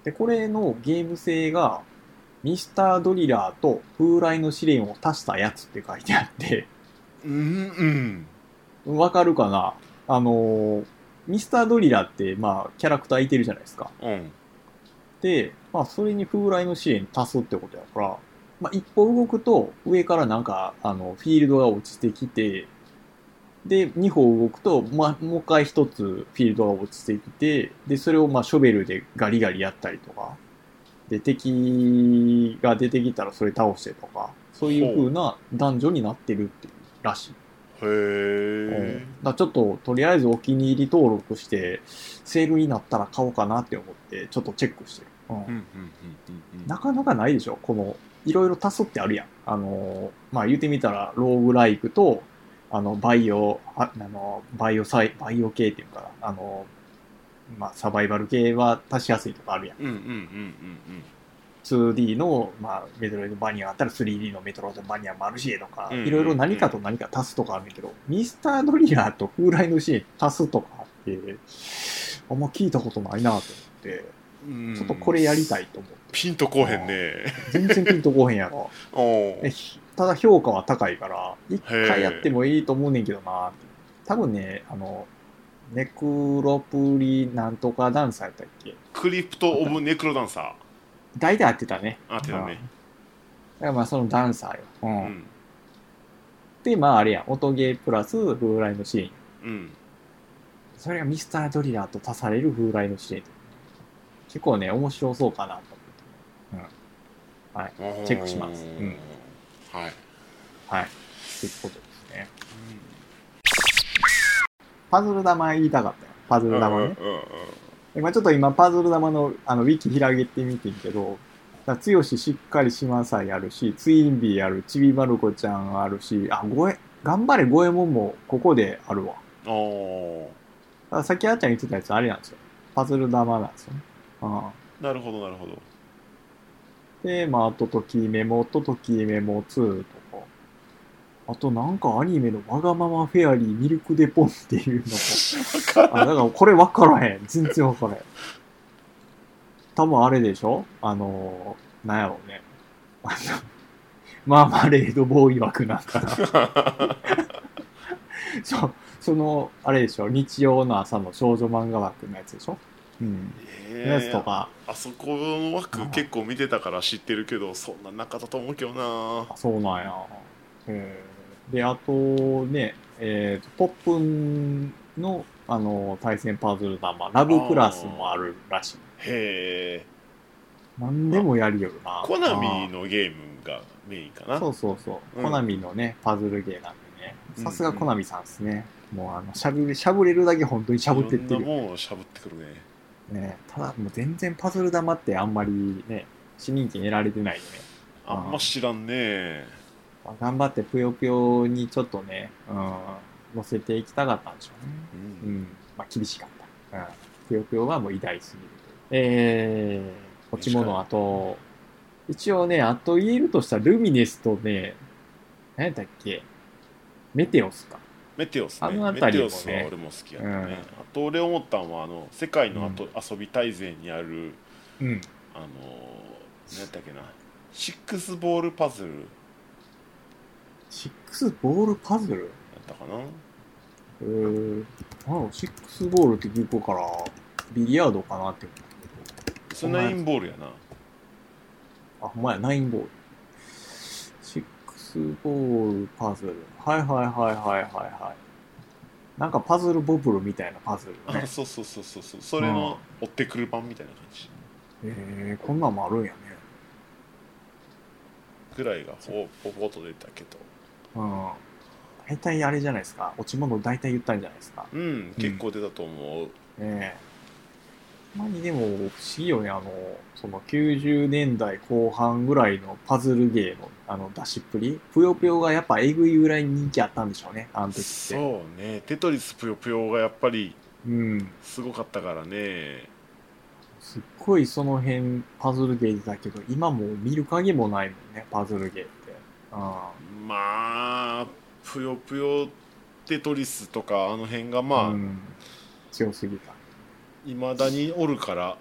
Speaker 2: で、これのゲーム性が、ミスタードリラーと風来の試練を足したやつって書いてあって、
Speaker 1: うんうん
Speaker 2: わかるかなあのーミスタードリラーって、まあ、キャラクターいてるじゃないですか。
Speaker 1: うん
Speaker 2: で、まあ、それに風来の試練足すってことやから、まあ、一歩動くと、上からなんか、あの、フィールドが落ちてきて、で、二歩動くと、まあ、もう一回一つフィールドが落ちてきて、で、それをまあ、ショベルでガリガリやったりとか、で、敵が出てきたらそれ倒してとか、そういう風なダンジョンになってるっていうらしい。
Speaker 1: へ
Speaker 2: うん
Speaker 1: え
Speaker 2: だからちょっと、とりあえずお気に入り登録して、セールになったら買おうかなって思って、ちょっとチェックしてる。うん
Speaker 1: うんうんうんうん
Speaker 2: なかなかないでしょこの、いろいろ足すってあるやん。あのー、まあ、言ってみたら、ローグライクと、あの、バイオ、ああの、バイオサイ、バイオ系っていうかな、あの、まあ、サバイバル系は足しやすいとかあるやん。
Speaker 1: うんうんうんうん
Speaker 2: 2D の、まあ、メトロイドバニアあったら 3D のメトロイドバニアもあるし、とか、
Speaker 1: うんうんうん
Speaker 2: いろいろ何かと何か足すとかあるんだけど、ミスタードリラーと風来のシーン足すとかって、あんま聞いたことないなと思って、
Speaker 1: うん
Speaker 2: ちょっとこれやりたいと思って。
Speaker 1: ピンとこうへんね
Speaker 2: 全然ピンとこうへんやろ。
Speaker 1: お
Speaker 2: え
Speaker 1: ー
Speaker 2: ひただ評価は高いから、一
Speaker 1: へえ
Speaker 2: 回やってもいいと思うねんけどなって。多分ね、あの、ネクロプリなんとかダンサーやったっけ
Speaker 1: クリプト・オブ・ネクロダンサ
Speaker 2: 大体合ってたね。
Speaker 1: ーあってたね
Speaker 2: だからまあそのダンサーよ。う。
Speaker 1: うんん
Speaker 2: で、まああれやん、音ゲープラス風来のシーン。
Speaker 1: うん
Speaker 2: それがミスタードリラーと足される風来のシーン。結構ね、面白そうかなと思って。チェックしますうん
Speaker 1: はい
Speaker 2: はい。っていうことですね。パズル玉言いたかったよ。パズル玉ね。
Speaker 1: うんうんうん
Speaker 2: 今ちょっと今パズル玉のあのウィキ開げてみてんけど、だから剛しっかり島さんやるし、ツインビーある、ちびまる子ちゃんあるし、あ、ごえ、頑張れごえもんもここであるわ。だ
Speaker 1: お
Speaker 2: からさっきあっちゃん言ってたやつあれなんですよ。パズル玉なんですよね。うん
Speaker 1: ーなるほどなる ほど
Speaker 2: で、まあ、あと、ときメモと、ときメモ2とか。あと、なんかアニメのわがままフェアリーミルクデポンっていう のも。あ、だからこれわからへん。全然わからへん。多分あれでしょあのー、なんやろうね。あの、マーマレードボーイ枠なん かな。そう、その、あれでしょ日曜の朝の少女漫画枠のやつでしょうん。
Speaker 1: えー
Speaker 2: やつとか。
Speaker 1: あそこの枠結構見てたから知ってるけどそんな中だと思うけどな
Speaker 2: あそうなんや。えーで、あとね、えーと、ポップンの、あの、対戦パズル玉、ラブプラスもあるらしい。
Speaker 1: へえ
Speaker 2: なんでもやりよるな。
Speaker 1: コナミ
Speaker 2: の
Speaker 1: のゲームがメインかな
Speaker 2: そうそうそう。
Speaker 1: うん
Speaker 2: コナミのね、パズルゲーなんでね。さすが
Speaker 1: うんうん
Speaker 2: コナミさんですね。もうあの、しゃぶれ、しゃぶれるだけ本当にしゃぶってって
Speaker 1: いろ
Speaker 2: る。
Speaker 1: んなもんしゃぶってくるね
Speaker 2: ね、ただ、もう全然パズル玉ってあんまりね、市民権得られてないよね。
Speaker 1: あんま知らんね
Speaker 2: まあ頑張ってぷよぷよにちょっとね、うん、乗せていきたかったんでしょうね。
Speaker 1: う
Speaker 2: うんん、まあ厳しかった。うん。ぷよぷよはもう偉大すぎる。えー、持ち物あと、一応ね、あと言えるとしたらルミネスとね、何やったっけメテオスか。
Speaker 1: メテオスね
Speaker 2: あの
Speaker 1: メ
Speaker 2: 辺り
Speaker 1: テオ
Speaker 2: もね
Speaker 1: スは俺も好きやったね、
Speaker 2: うん
Speaker 1: あと俺思ったのはあの世界のあと、遊び大全にある
Speaker 2: うん。
Speaker 1: あのー何やったっけなシックスボールパズルや
Speaker 2: シックスボールパズル
Speaker 1: ったかな
Speaker 2: えー、なんやろシックスボールって聞くから、ビリヤードかなって思ったけど。
Speaker 1: そんなインボールやな
Speaker 2: あ、ほんまや、ナインボール。シックスボールパズル。はいはいはいはいはいはい。なんかパズルボブルみたいなパズルよ
Speaker 1: あ
Speaker 2: ね。
Speaker 1: そうそうそうそうそうそれの追ってくる版みたいな感じ
Speaker 2: えー、こんなんもあるんやね。
Speaker 1: ぐらいがほぼぼぼと出たけど
Speaker 2: うん。大体あれじゃないですか。落ち物大体言ったんじゃないですか。
Speaker 1: うん結構出たと思う、
Speaker 2: ええほんまにでも、不思議よね。あの、その90年代後半ぐらいのパズルゲーのあの出しっぷり。ぷよぷよがやっぱえぐいぐらい人気あったんでしょうね。あの時って。う。
Speaker 1: そうねテトリスぷよぷよがやっぱり
Speaker 2: うん。
Speaker 1: すごかったからね
Speaker 2: すっごいその辺パズルゲーだけど、今もう見る影もないもんね、パズルゲーって。あ
Speaker 1: まあぷよぷよテトリスとかあの辺が
Speaker 2: あ、
Speaker 1: まあ、
Speaker 2: うん、強すぎた。や
Speaker 1: いまだにおるから
Speaker 2: っ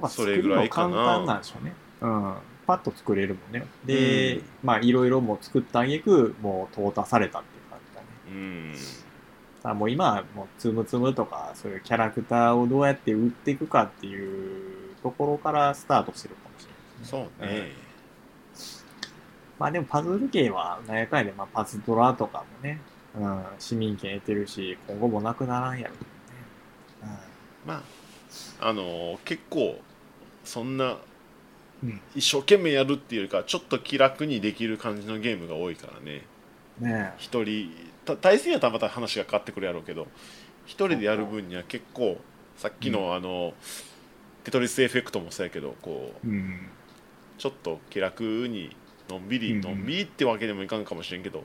Speaker 2: ぱ作るの簡単なんでしょうね。うん。パッと作れるもんね。で、
Speaker 1: うん
Speaker 2: まあいろいろもう作ったあげく、もう淘汰されたっていう感じだね。
Speaker 1: うん
Speaker 2: だからもう今はもうつむつむとか、そういうキャラクターをどうやって売っていくかっていうところからスタートしてるかもしれないです
Speaker 1: そう
Speaker 2: ね。
Speaker 1: ね、
Speaker 2: まあでもパズル系は、なんやかんやで、まあパズドラとかもね、うん、市民権得てるし、今後もなくならんやろうね。
Speaker 1: まああのー結構そんな
Speaker 2: うん
Speaker 1: 一生懸命やるっていうよりかちょっと気楽にできる感じのゲームが多いからね
Speaker 2: うん。ねえ。
Speaker 1: 一人た対戦やったらまた話が変わってくるやろうけど一人でやる分には結構さっきの、あのテトリスエフェクトもそうやけどこう
Speaker 2: うん。
Speaker 1: ちょっと気楽にのんびり、
Speaker 2: うん
Speaker 1: のんびりってわけでもいかんかもしれんけど、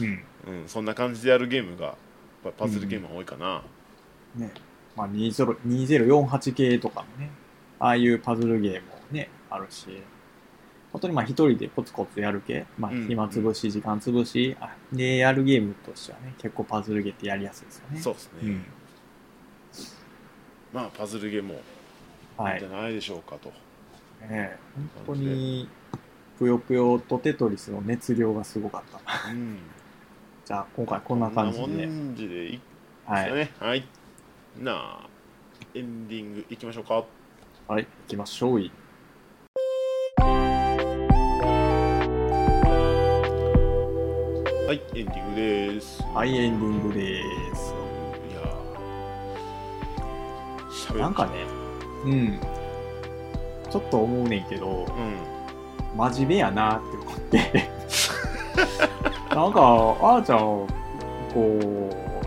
Speaker 2: うん。
Speaker 1: うん、そんな感じでやるゲームがやっぱパズルゲームが多いかな、
Speaker 2: ねえ。まあ20 2048系とかもね、ああいうパズルゲームもね、あるし、本当にまあ一人でコツコツやる系、まあ
Speaker 1: うん
Speaker 2: 暇つぶし、時間つぶし、あでやるゲームとしてはね、結構パズルゲーってやりやすいですよね。
Speaker 1: そうですね、
Speaker 2: うん。
Speaker 1: まあパズルゲームも
Speaker 2: はい
Speaker 1: いん
Speaker 2: い
Speaker 1: じゃないでしょうかと、
Speaker 2: ええ本当にぷよぷよとテトリスの熱量がすごかった
Speaker 1: うん
Speaker 2: じゃあ今回こんな感じ
Speaker 1: こんな
Speaker 2: で
Speaker 1: もんじでいいです
Speaker 2: は
Speaker 1: よ
Speaker 2: い、
Speaker 1: ねはい、なあエンディングいきましょうか
Speaker 2: はい、行きましょうい
Speaker 1: はいエンディングです
Speaker 2: はいエンディングです
Speaker 1: いやーしゃべ
Speaker 2: なんかねうんちょっと思うねんけ
Speaker 1: う
Speaker 2: ど
Speaker 1: ん
Speaker 2: 真面目やなって思って なんかあーちゃんこ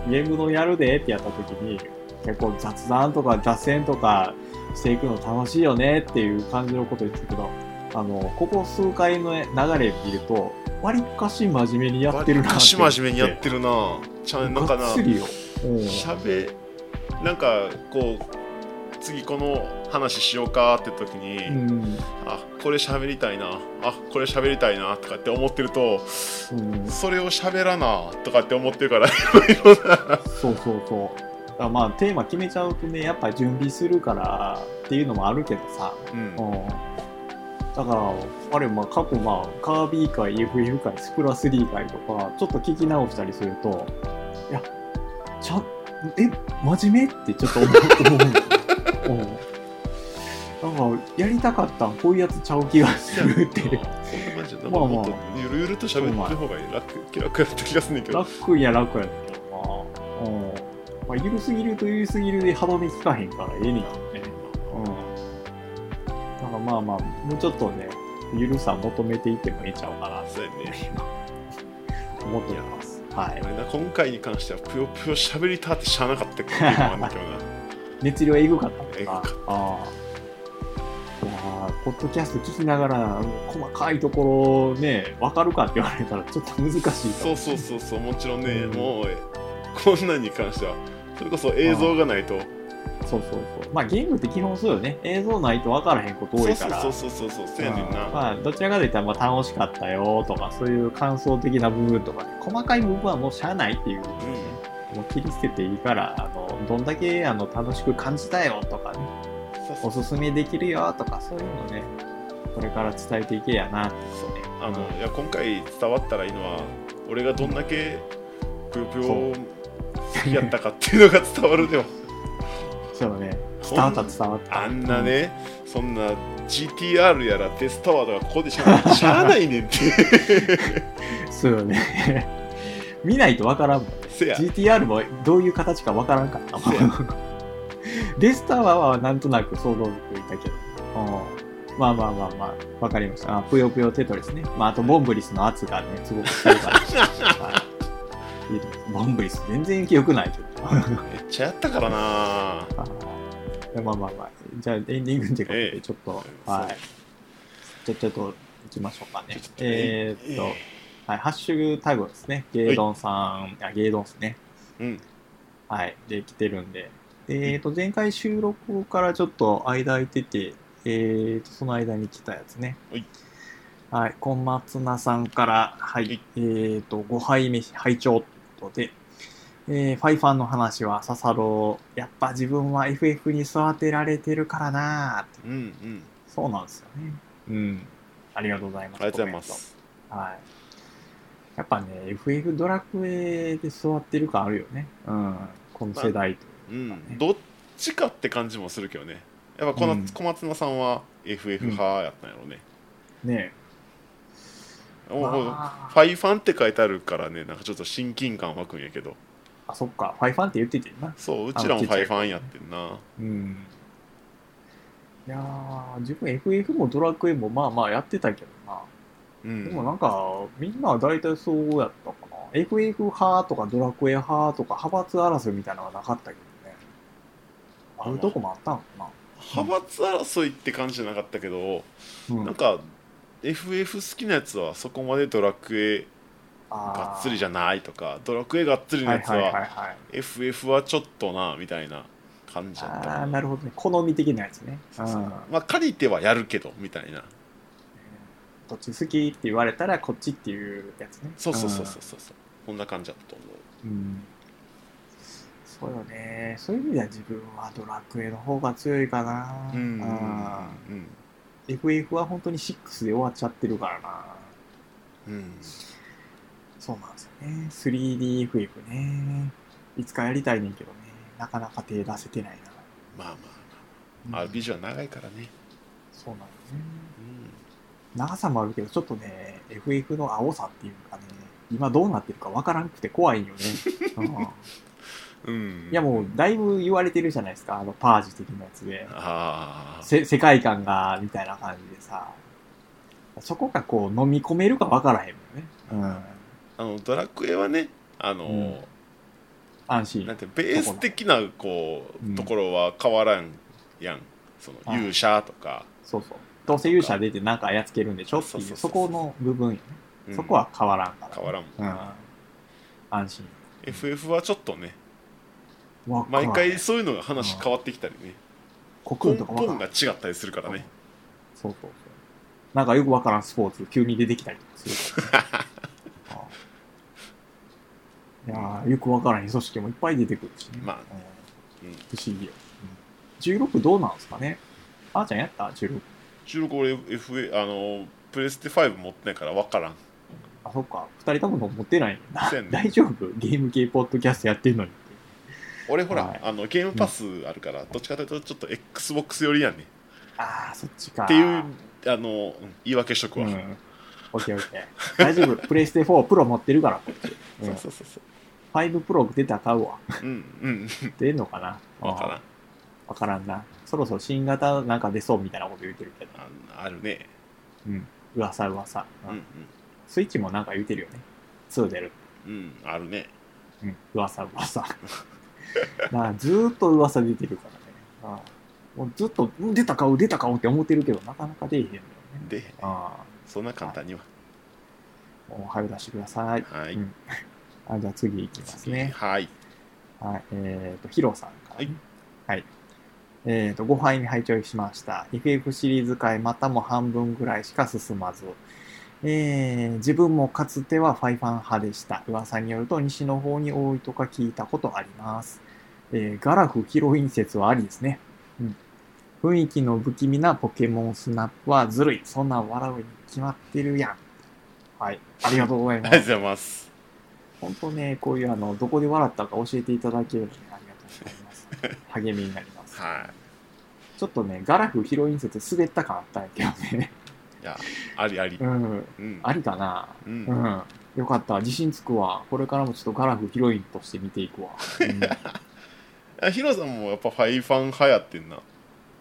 Speaker 2: うゲームのやるでってやった時に結構雑談とか雑線とかしていくの楽しいよねっていう感じのこと言ってたけどあのここ数回の流れ見るとわりかし真面目にやってるなって
Speaker 1: 昔真面目にやってるなちゃんなんかな
Speaker 2: がっつりようん
Speaker 1: しゃべなんかこう次この話しようかって時に、
Speaker 2: うん
Speaker 1: あこれ喋りたいなあこれ喋りたいなとかって思ってると
Speaker 2: うん
Speaker 1: それを喋らなとかって思ってるから
Speaker 2: そうそうそう。だからまあテーマ決めちゃうとね、やっぱり準備するからっていうのもあるけどさ。
Speaker 1: うん
Speaker 2: うん。だから、あれ、まあ過去、まあ、カービィ会、FF 会、スプラ3会とか、ちょっと聞き直したりすると、いや、ちゃ、え、真面目ってちょっと思う。思う。うん。なんか、やりたかったんこういうやつちゃう気がするっていう。
Speaker 1: ほんまじゃ
Speaker 2: まあまあ
Speaker 1: もっとゆるゆると喋ってる方が楽気楽やった気がするんだけど
Speaker 2: 楽や楽やねんけどな。うん。まあ、ゆるすぎるとゆるすぎるで歯止め効かへんからええねんけどね。うん。なんかまあまあ、もうちょっとね、ゆるさ求めていってもいいちゃうかな
Speaker 1: そうやね
Speaker 2: と思ってます。はい。
Speaker 1: 俺な今回に関してはぷよぷよ喋りたってしゃあなかったけどっていうのもあんだけどな
Speaker 2: 熱量えぐかったもんな
Speaker 1: えぐかった
Speaker 2: ああ。いやーポッドキャスト聞きながら、細かいところね、わかるかって言われたらちょっと難しいかも
Speaker 1: そうそうそうそうもちろんね、
Speaker 2: うん
Speaker 1: もうこんなんに関してはそれこそ映像がないと
Speaker 2: そうそうそう。まあゲームって基本そうよね。映像ないとわからへんこと多いから。
Speaker 1: そうそうそうそうそうそうやねん
Speaker 2: うん
Speaker 1: な
Speaker 2: まあ、どちらかといったら、まあ、楽しかったよとか、そういう感想的な部分とかね、細かい部分はもうしゃあないっていう、
Speaker 1: う
Speaker 2: もう切り捨てていいから、あの、どんだけ、あの、楽しく感じたよとかね、
Speaker 1: んそうそ
Speaker 2: お
Speaker 1: う
Speaker 2: すすめできるよとか、そういうのね、これから伝えていけやなってことね。
Speaker 1: あのいや今回伝わったらいいのは俺がどんだけぷよぷよ
Speaker 2: そう
Speaker 1: 好きやったかっていうのが伝わる でも
Speaker 2: そうね、伝わった伝わった。
Speaker 1: あんなねそんな GTR やらテスタワーとかここでしゃあしゃあないねんって
Speaker 2: うん。そうよね。 見ないとわからんもん。
Speaker 1: せや
Speaker 2: GTR もどういう形かわからんかったも
Speaker 1: そうや
Speaker 2: ん。レスターはなんとなく想像力いたけど。うんまあまあまあまあ、わかりました。あぷよぷよテトリスね。まああと、ボンブリスの圧がね、すごく強いから。はいいいと思いますボンブリス全然記憶ないけど。あ
Speaker 1: めっちゃやったからな
Speaker 2: ーまあまあまあ、じゃあエンディングってこと
Speaker 1: ええ
Speaker 2: で、ちょっと、はい。じゃあちょっと行きましょうかね。 えーっと、はい、ハッシュタグですね。ゲードンさん、あ、ゲードンですね。
Speaker 1: うん
Speaker 2: はい、できてるんで。えっ、と、前回収録からちょっと間空いてて、えー、と、その間に来たやつね。
Speaker 1: はい。
Speaker 2: はい、小松菜さんから、はい、
Speaker 1: はい
Speaker 2: えっ、と、5杯目、拝聴ってことで、えー、ファイファンの話は、笹郎、やっぱ自分は FF に育てられてるからなーって
Speaker 1: うんうん
Speaker 2: そうなんですよね。うん。ありがとうございま
Speaker 1: あ
Speaker 2: す。
Speaker 1: りがとうございます
Speaker 2: コメント。はい。やっぱね、FF ドラクエで育ってる感あるよね。うん。この世代と。
Speaker 1: うんどっちかって感じもするけどねやっぱこの
Speaker 2: うん
Speaker 1: 小松菜さんは FF 派やったんやろうね、
Speaker 2: ねえ。
Speaker 1: もう
Speaker 2: ま
Speaker 1: フ
Speaker 2: あ
Speaker 1: ァイファンって書いてあるからねなんかちょっと親近感湧くんやけど
Speaker 2: あ、そっか。ファイファンって言っててんな。
Speaker 1: そううちらもファイファンやってんな
Speaker 2: うん。いやー、自分 FF もドラクエもまあまあやってたけどな。
Speaker 1: うん
Speaker 2: でもなんか、みんなは大体そうやったかな。FF 派とかドラクエ派とか派閥争いみたいなのはなかったけどね。あるとこもあったんかな。
Speaker 1: 派閥争いって感じじゃなかったけど、
Speaker 2: うん
Speaker 1: なんか FF 好きなやつはそこまでドラクエがっつりじ
Speaker 2: ゃ
Speaker 1: ゃないとかドラクエがっつりの
Speaker 2: は
Speaker 1: や
Speaker 2: い
Speaker 1: つ
Speaker 2: はいはい
Speaker 1: は
Speaker 2: はい。
Speaker 1: FF はちょっとなみたいな感じだった
Speaker 2: ああ
Speaker 1: か
Speaker 2: ー、
Speaker 1: な
Speaker 2: なるほどね。好み的なやつね。
Speaker 1: そう
Speaker 2: う
Speaker 1: そうんまあ借りてはやるけどみたいな
Speaker 2: どっち好きって言われたらこっちっていうやつね。
Speaker 1: そうそうそうそうそうこんな感じだったと思う
Speaker 2: うん。うん。そうよね。そういう意味では自分はドラクエの方が強いかな。
Speaker 1: うんうん
Speaker 2: あ
Speaker 1: うん
Speaker 2: FF は本当に6で終わっちゃってるからな。
Speaker 1: うん
Speaker 2: そうなんですよね。3DFF ね。いつかやりたいねんけどね。なかなか手出せてない
Speaker 1: まあま
Speaker 2: な。
Speaker 1: あ、
Speaker 2: うん
Speaker 1: RPG は長いからね、
Speaker 2: そうなんですね。長さもあるけど、ちょっとね、FF の青さっていうかね、今どうなってるかわからなくて怖 いんよね。うん
Speaker 1: うん
Speaker 2: いやもう、だいぶ言われてるじゃないですか。あの、パージ的なやつで。
Speaker 1: ああ
Speaker 2: せ世界観が、みたいな感じでさ。そこがこう、飲み込めるかわからへんもんね。
Speaker 1: あのドラクエはねあの、
Speaker 2: うんうん。安
Speaker 1: なん
Speaker 2: 心。
Speaker 1: てベース的なこう、
Speaker 2: うん
Speaker 1: ところは変わらんやんその
Speaker 2: はい
Speaker 1: 勇者とか、
Speaker 2: そうそう。どうせ勇者出てなんかやっつけるんでしょってい
Speaker 1: そう
Speaker 2: う、
Speaker 1: そうそう
Speaker 2: そこの部分よね。
Speaker 1: うん
Speaker 2: そこは変わらんから、
Speaker 1: 変わらん、
Speaker 2: うん。安心。
Speaker 1: FF はちょっとね
Speaker 2: わからん
Speaker 1: 毎回、そういうのが話変わってきたりね、
Speaker 2: コクー
Speaker 1: 根
Speaker 2: ンとかわか
Speaker 1: 本
Speaker 2: らん
Speaker 1: が違ったりするからね、
Speaker 2: そうそうそう。なんかよくわからんスポーツ、急に出てきたりとかす るから。ああいやーよくわからん組織もいっぱい出てくるしね。
Speaker 1: まあ
Speaker 2: うん
Speaker 1: うん
Speaker 2: 不思議よ、うん。16どうなんですかねあーちゃんやった ?16。
Speaker 1: 中国俺 FA あのプレステ5持ってないから分からん
Speaker 2: あ、そっか。二人とも持ってないんだ
Speaker 1: そうやね
Speaker 2: 大丈夫ゲーム系ポッドキャストやってんのに。
Speaker 1: 俺ほら、
Speaker 2: はい
Speaker 1: あのゲームパスあるから、どっちかというとちょっと XBOX 寄りやねっ
Speaker 2: ああ、そっちか。
Speaker 1: ていうあのうん言い訳しとくわ、
Speaker 2: うん。オッケーオッケー。大丈夫。プレイステ4プロ持ってるから、こっち。う
Speaker 1: そ
Speaker 2: ん
Speaker 1: う、そうそうそ
Speaker 2: 5プロ出たら買うわ。
Speaker 1: ううんうん
Speaker 2: 出んのかな
Speaker 1: 分からん
Speaker 2: わからんな。そろそろ新型なんか出そうみたいなこと言ってるけど。
Speaker 1: ああるね
Speaker 2: うん。噂噂。
Speaker 1: うん
Speaker 2: スイッチもなんか言ってるよね。2出る。
Speaker 1: うんうんあるね
Speaker 2: うん。噂噂。なあずーっと噂出てるからね。ああもうずっと、うん出た顔、出た顔って思ってるけど、なかなか出えへんのよね。
Speaker 1: で
Speaker 2: あ
Speaker 1: そんな簡単には
Speaker 2: あ。もう早出してください。
Speaker 1: はい、
Speaker 2: うんあじゃあ次いきますね。
Speaker 1: はい
Speaker 2: はい、えっ、と、ヒロさんから、
Speaker 1: はい。
Speaker 2: はい。えっ、と、5杯に拝聴しました。FF シリーズ界またも半分ぐらいしか進まず。えー自分もかつてはファイファン派でした。噂によると西の方に多いとか聞いたことあります。えーガラフヒロイン説はありですね。うん。雰囲気の不気味なポケモンスナップはずるい。そんなん笑うに決まってるやん。はい。ありがとうござい
Speaker 1: ありがと
Speaker 2: ま
Speaker 1: う
Speaker 2: す
Speaker 1: ご。ざいます
Speaker 2: 本当ね、こういうあの、どこで笑ったか教えていただけるのでありがとうござい ます。励みになります。
Speaker 1: は
Speaker 2: ちょっとね、ガラフヒロイン説滑った感あったんやけどね。
Speaker 1: いいやありあり
Speaker 2: うん。
Speaker 1: うん
Speaker 2: ありかな。
Speaker 1: うん
Speaker 2: うん。よかった。自信つくわ。これからもちょっとガラフヒロインとして見ていくわ。 うん、あ
Speaker 1: あヒロさんもやっぱファイファン派やってんな、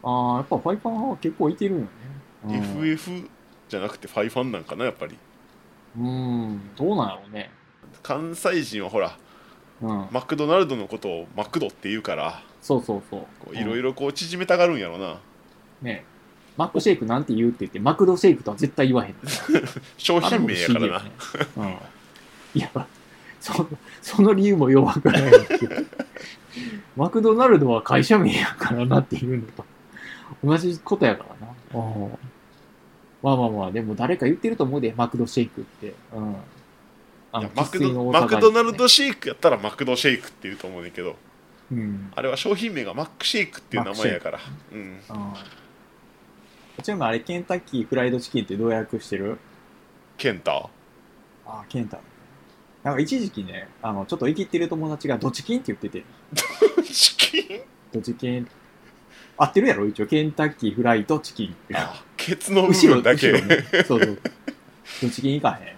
Speaker 2: あ、やっぱファイパン派は結構いてるよね。うん、
Speaker 1: FF じゃなくてファイファンなんかなやっぱり
Speaker 2: うん。どうなんやろうね。
Speaker 1: 関西人はほら
Speaker 2: うん。
Speaker 1: マクドナルドのことをマクドって言うから
Speaker 2: そうそうそう
Speaker 1: こ
Speaker 2: う。
Speaker 1: うんいろいろこう縮めたがるんやろな
Speaker 2: ね。マックシェイクなんて言うって言って、マクドシェイクとは絶対言わへん。
Speaker 1: 商
Speaker 2: あれ
Speaker 1: 品
Speaker 2: も不
Speaker 1: 名や
Speaker 2: 思
Speaker 1: から
Speaker 2: 議よ
Speaker 1: な
Speaker 2: ね。うん。いや、そその理由もよくわからない けど。マクドナルドは会社名やからなっていうのと同じことやからな。うんまあまあまあ、でも誰か言ってると思うで、マクドシェイクって。うん。あ
Speaker 1: いや
Speaker 2: の
Speaker 1: マク
Speaker 2: 生粋の
Speaker 1: ド
Speaker 2: 大阪
Speaker 1: マクドナ
Speaker 2: 人
Speaker 1: ルドシェイクやったらマクドシェイクって言うと思うねんけど
Speaker 2: うん。
Speaker 1: あれは商品名がマックシェイクっていう名前やからうん
Speaker 2: うん。ちなみにあれ、ケンタッキーフライドチキンってどう訳してる
Speaker 1: ケンタ
Speaker 2: ああ、ケンタ。なんか一時期ね、あの、ちょっと生きってる友達がドチキンって言ってて。
Speaker 1: チキン
Speaker 2: とチキン。合ってるやろ一応、ケンタッキーフライとチキ ンって。
Speaker 1: あケツの部分だけ、
Speaker 2: 後ろねそうそう。どチキンいかへ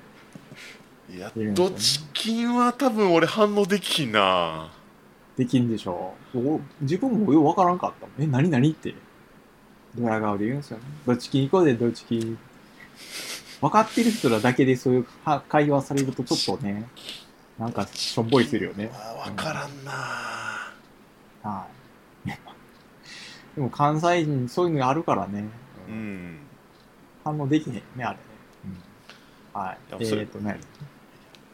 Speaker 2: ん。
Speaker 1: いや
Speaker 2: いるんですよ
Speaker 1: ど
Speaker 2: ね
Speaker 1: チキンは多分俺反応できひんな
Speaker 2: できんでしょう。お自分もようわからんかったもん。え、何何って。ドヤ顔で言うんですよね。どチキン行こうぜ、どチキン。分かってる人らだけでそういうは会話されるとちょっとね、なんかしょんぼりするよね。
Speaker 1: あ分からんな
Speaker 2: はい。でも関西人そういうのあるからね。
Speaker 1: うん
Speaker 2: 反応できへんね、あれね。はい
Speaker 1: いや。
Speaker 2: え
Speaker 1: それ
Speaker 2: ーっとね、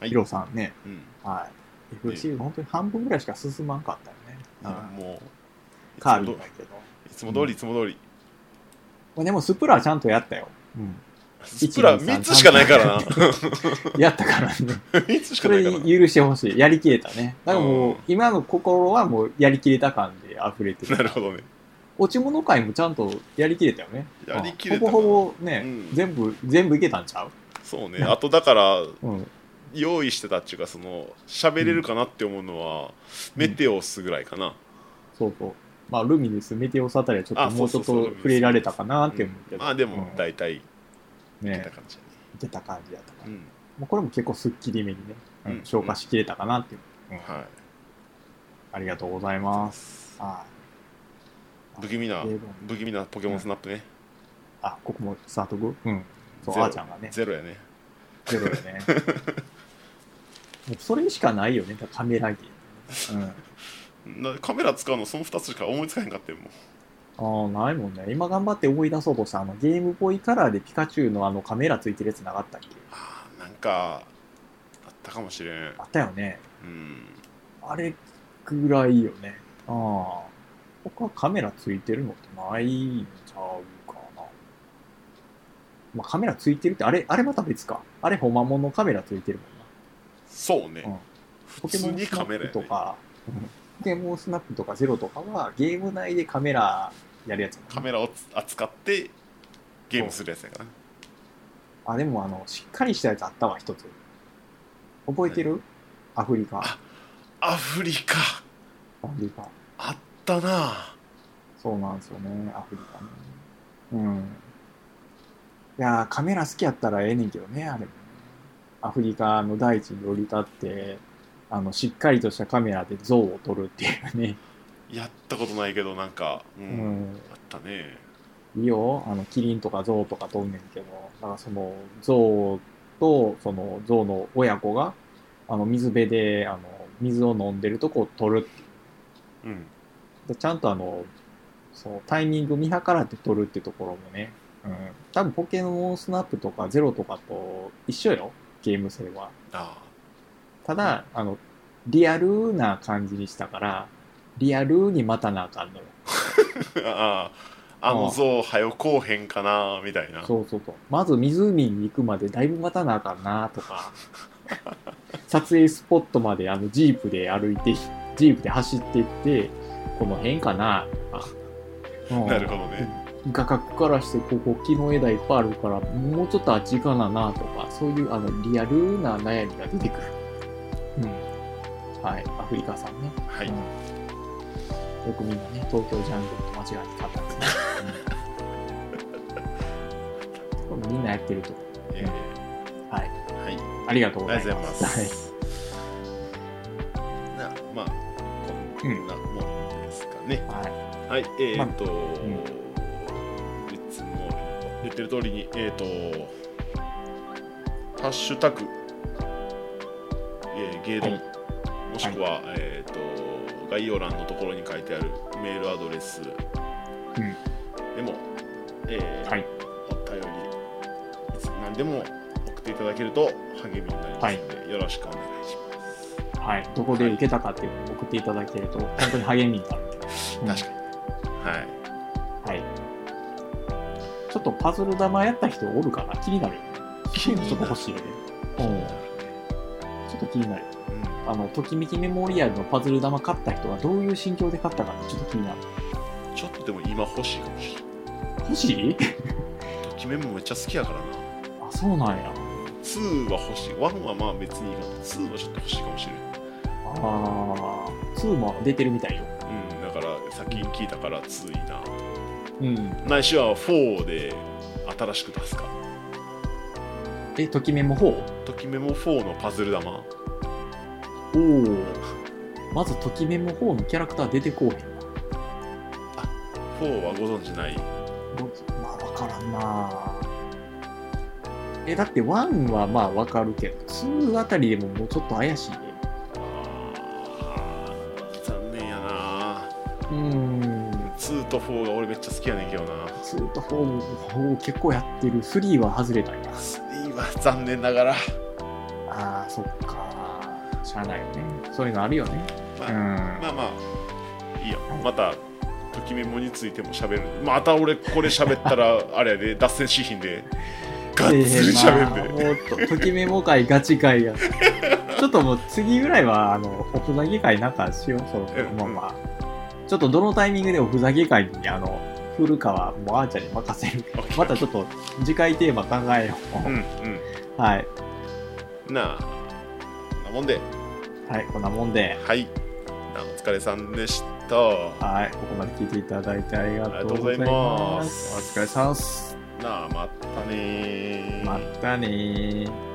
Speaker 1: はい
Speaker 2: ヒロさんね、
Speaker 1: うん
Speaker 2: はい。FC 本当に半分ぐらいしか進まんかったよね。うん
Speaker 1: もう
Speaker 2: カー
Speaker 1: いつ
Speaker 2: ビ
Speaker 1: も
Speaker 2: ィだけど。
Speaker 1: どいつも通りいつも通り
Speaker 2: まあでもスプラはちゃんとやったよ。うん。
Speaker 1: スプラ3つしかないから な
Speaker 2: やったからね。
Speaker 1: 3つし
Speaker 2: そ
Speaker 1: かな
Speaker 2: れ
Speaker 1: いからな
Speaker 2: 許してほしい。やりきれたね。だからも
Speaker 1: う、
Speaker 2: うん今の心はもうやりきれた感で溢れてる。
Speaker 1: なるほどね
Speaker 2: 落ち物会もちゃんとやりきれたよね。
Speaker 1: やりきれた
Speaker 2: あ
Speaker 1: な
Speaker 2: ほぼほぼね、
Speaker 1: うん
Speaker 2: 全部、全部いけたんちゃう
Speaker 1: そうねあとだから
Speaker 2: うん。
Speaker 1: 用意してたっていうかその喋れるかなって思うのは、メテオスぐらいかな、
Speaker 2: そうそう。まあ、ルミネス、メテオスあたりはちょっ
Speaker 1: あ
Speaker 2: ともうち
Speaker 1: そ
Speaker 2: ょ
Speaker 1: う
Speaker 2: っ
Speaker 1: そうそう
Speaker 2: と触れられたかなって思うけど。
Speaker 1: まあでも
Speaker 2: うん
Speaker 1: 大体いけ
Speaker 2: ね
Speaker 1: た、感じだね
Speaker 2: いけた感じだったから。
Speaker 1: うん
Speaker 2: もうこれも結構スッキリめにね、うん
Speaker 1: うん
Speaker 2: 消化しきれたかなっていう、うん
Speaker 1: はい
Speaker 2: ありがとうございます。は。
Speaker 1: 不気味ない
Speaker 2: で
Speaker 1: 不気味なポケモンスナップね、
Speaker 2: あ、ここもスタートグうん。そう、
Speaker 1: ゼロ
Speaker 2: あーちゃんがね、
Speaker 1: ゼロやね
Speaker 2: ゼロよね。もうそれしかないよね、だからカメラ機。うん。あ
Speaker 1: なカメラ使うのその2つしか思いつかへんかってんもん
Speaker 2: ーないもんね。今頑張って思い出そうとした、あの、ゲームボーイカラーでピカチュウのあのカメラついてるやつなかったっけ
Speaker 1: あーなんかあったかもしれん
Speaker 2: あったよね。
Speaker 1: うん
Speaker 2: あれぐらいよね。ああ。他カメラついてるのってないんちゃうかな。まあカメラついてるって、あれ、あれまた別か。あれ、ほまもんのカメラついてるもんな。
Speaker 1: そうね、
Speaker 2: うん
Speaker 1: 普通にカメラや
Speaker 2: と
Speaker 1: ね
Speaker 2: か、ポケモンスナップとかゼロとかは、ゲーム内でカメラやるやつやもんな
Speaker 1: カメラをつ扱ってゲームするやつやからな
Speaker 2: あ、でもあの、しっかりしたやつあったわ、一つ。覚えてるアフリカ。
Speaker 1: あアフリカ
Speaker 2: アフリカ。
Speaker 1: あったな
Speaker 2: そうなんですよね、アフリカね。うん。いやー、カメラ好きやったらええねんけどね、あれ。アフリカの大地に降り立って、あの、しっかりとしたカメラで像を撮るっていうね。
Speaker 1: やったことないけどなんか、う
Speaker 2: うんん。
Speaker 1: あったね
Speaker 2: いいよ、あの、キリンとかゾウとか飛んねんけど、だからその、ゾウと、その、ゾウの親子が、あの、水辺で、あの、水を飲んでるとこを取るってい
Speaker 1: うん
Speaker 2: うでちゃんとあの、そう、タイミング見計らって取るってところもね、うん。多分、ポケモンスナップとかゼロとかと一緒よ、ゲーム性は。
Speaker 1: ああ
Speaker 2: ただ、あの、リアルな感じにしたから、リアルに待たなあかんのよ。
Speaker 1: あああ
Speaker 2: ああ
Speaker 1: の像はよこうへんかなみたいな
Speaker 2: そうそうそう。まず湖に行くまでだいぶ待たなあかんな とか、撮影スポットまであのジープで歩いて、ジープで走っていって、この辺かなとか。うん
Speaker 1: なるほどね
Speaker 2: 画角からしてここ木の枝いっぱいあるからもうちょっとあっち行かななとかそういうあのリアルな悩みが出てくる、うん、はいアフリカさんね、
Speaker 1: は
Speaker 2: う
Speaker 1: い
Speaker 2: んよくみんなね東京ジャングルと間違えて買ったんですねこれみんなやってると思う
Speaker 1: えー
Speaker 2: はい
Speaker 1: はい
Speaker 2: ありがとうご
Speaker 1: あ
Speaker 2: ざ
Speaker 1: り
Speaker 2: い
Speaker 1: がとう
Speaker 2: ま。
Speaker 1: ございます
Speaker 2: はい。
Speaker 1: す。なまあこんなもんですかね。
Speaker 2: はい。
Speaker 1: はい、え
Speaker 2: まあ
Speaker 1: ー、っと、
Speaker 2: ん
Speaker 1: いつも言ってる通りに、えー、っと、ハッシュタグ、えー、芸論、
Speaker 2: はい
Speaker 1: もしくは、えー、っと、概要欄のところに書いてあるメールアドレスでも、えー
Speaker 2: はい
Speaker 1: お便り、いつ何でも送っていただけると励みになりますので、よろしくお願いします。
Speaker 2: はい。どこで受けたかっていうのを送っていただけると、本当に励みになる。
Speaker 1: 確かに。はい。
Speaker 2: かに。はい。ちょっとパズル玉やった人おるかな気になるよね。
Speaker 1: 気になる
Speaker 2: ちょっと欲しいよね。うん。ちょっと気になる。
Speaker 1: うん
Speaker 2: あの、ときめきメモリアルのパズル玉買った人がどういう心境で買ったかってちょっと気になる。
Speaker 1: ちょっとでも今欲しいかもしれ
Speaker 2: 欲しい
Speaker 1: ない。ときめもめっちゃ好きやからな。
Speaker 2: あ、そうなんや。
Speaker 1: 2は欲しい。1はまあ別にいいかな。2はちょっと欲しいかもしれない。
Speaker 2: あー、2も出てるみたいよ。
Speaker 1: うん、だからさっき聞いたから2いいな。
Speaker 2: うん。
Speaker 1: ないしは4で新しく出すか。
Speaker 2: え、ときメモ 4?
Speaker 1: ときめも4のパズル玉。
Speaker 2: おおまずときめも方のキャラクター出てこうへんな
Speaker 1: 4はご存知ない。
Speaker 2: まあ分からんなえだって1はまあ分かるけど2あたりでももうちょっと怪しいね
Speaker 1: あー残念やな。
Speaker 2: うーん
Speaker 1: 2と4が俺めっちゃ好きやねんけどな。
Speaker 2: 2と4も結構やってる3は外れたんや
Speaker 1: 3は残念ながら。
Speaker 2: あーそっかしゃあないよねそういうのあるよね
Speaker 1: ま
Speaker 2: う
Speaker 1: あ
Speaker 2: ん
Speaker 1: まあまあいいやまた ときめもについても喋るまた俺これ喋ったらあれやで脱線しひんでがっつり喋って、
Speaker 2: もうと、ときメモ会、ガチ会や。ちょっともう次ぐらいは、あの、おふざけ会なんかしよう、そろそろ。
Speaker 1: うん
Speaker 2: まあまあ。ちょっとどのタイミングでおふざけ会に、あの、振るかは、もうあーちゃんに任 せる。またちょっと、次回テーマ考えよう。
Speaker 1: うん
Speaker 2: はい。
Speaker 1: うんなあなもんで
Speaker 2: はい、こんなもんで。
Speaker 1: はいなあお疲れさんでしたな
Speaker 2: はい、ここまで聞いていただいてありがとうござい
Speaker 1: ありがとうございま
Speaker 2: ます。
Speaker 1: す
Speaker 2: お疲れさんす。
Speaker 1: あまたねー
Speaker 2: またねー。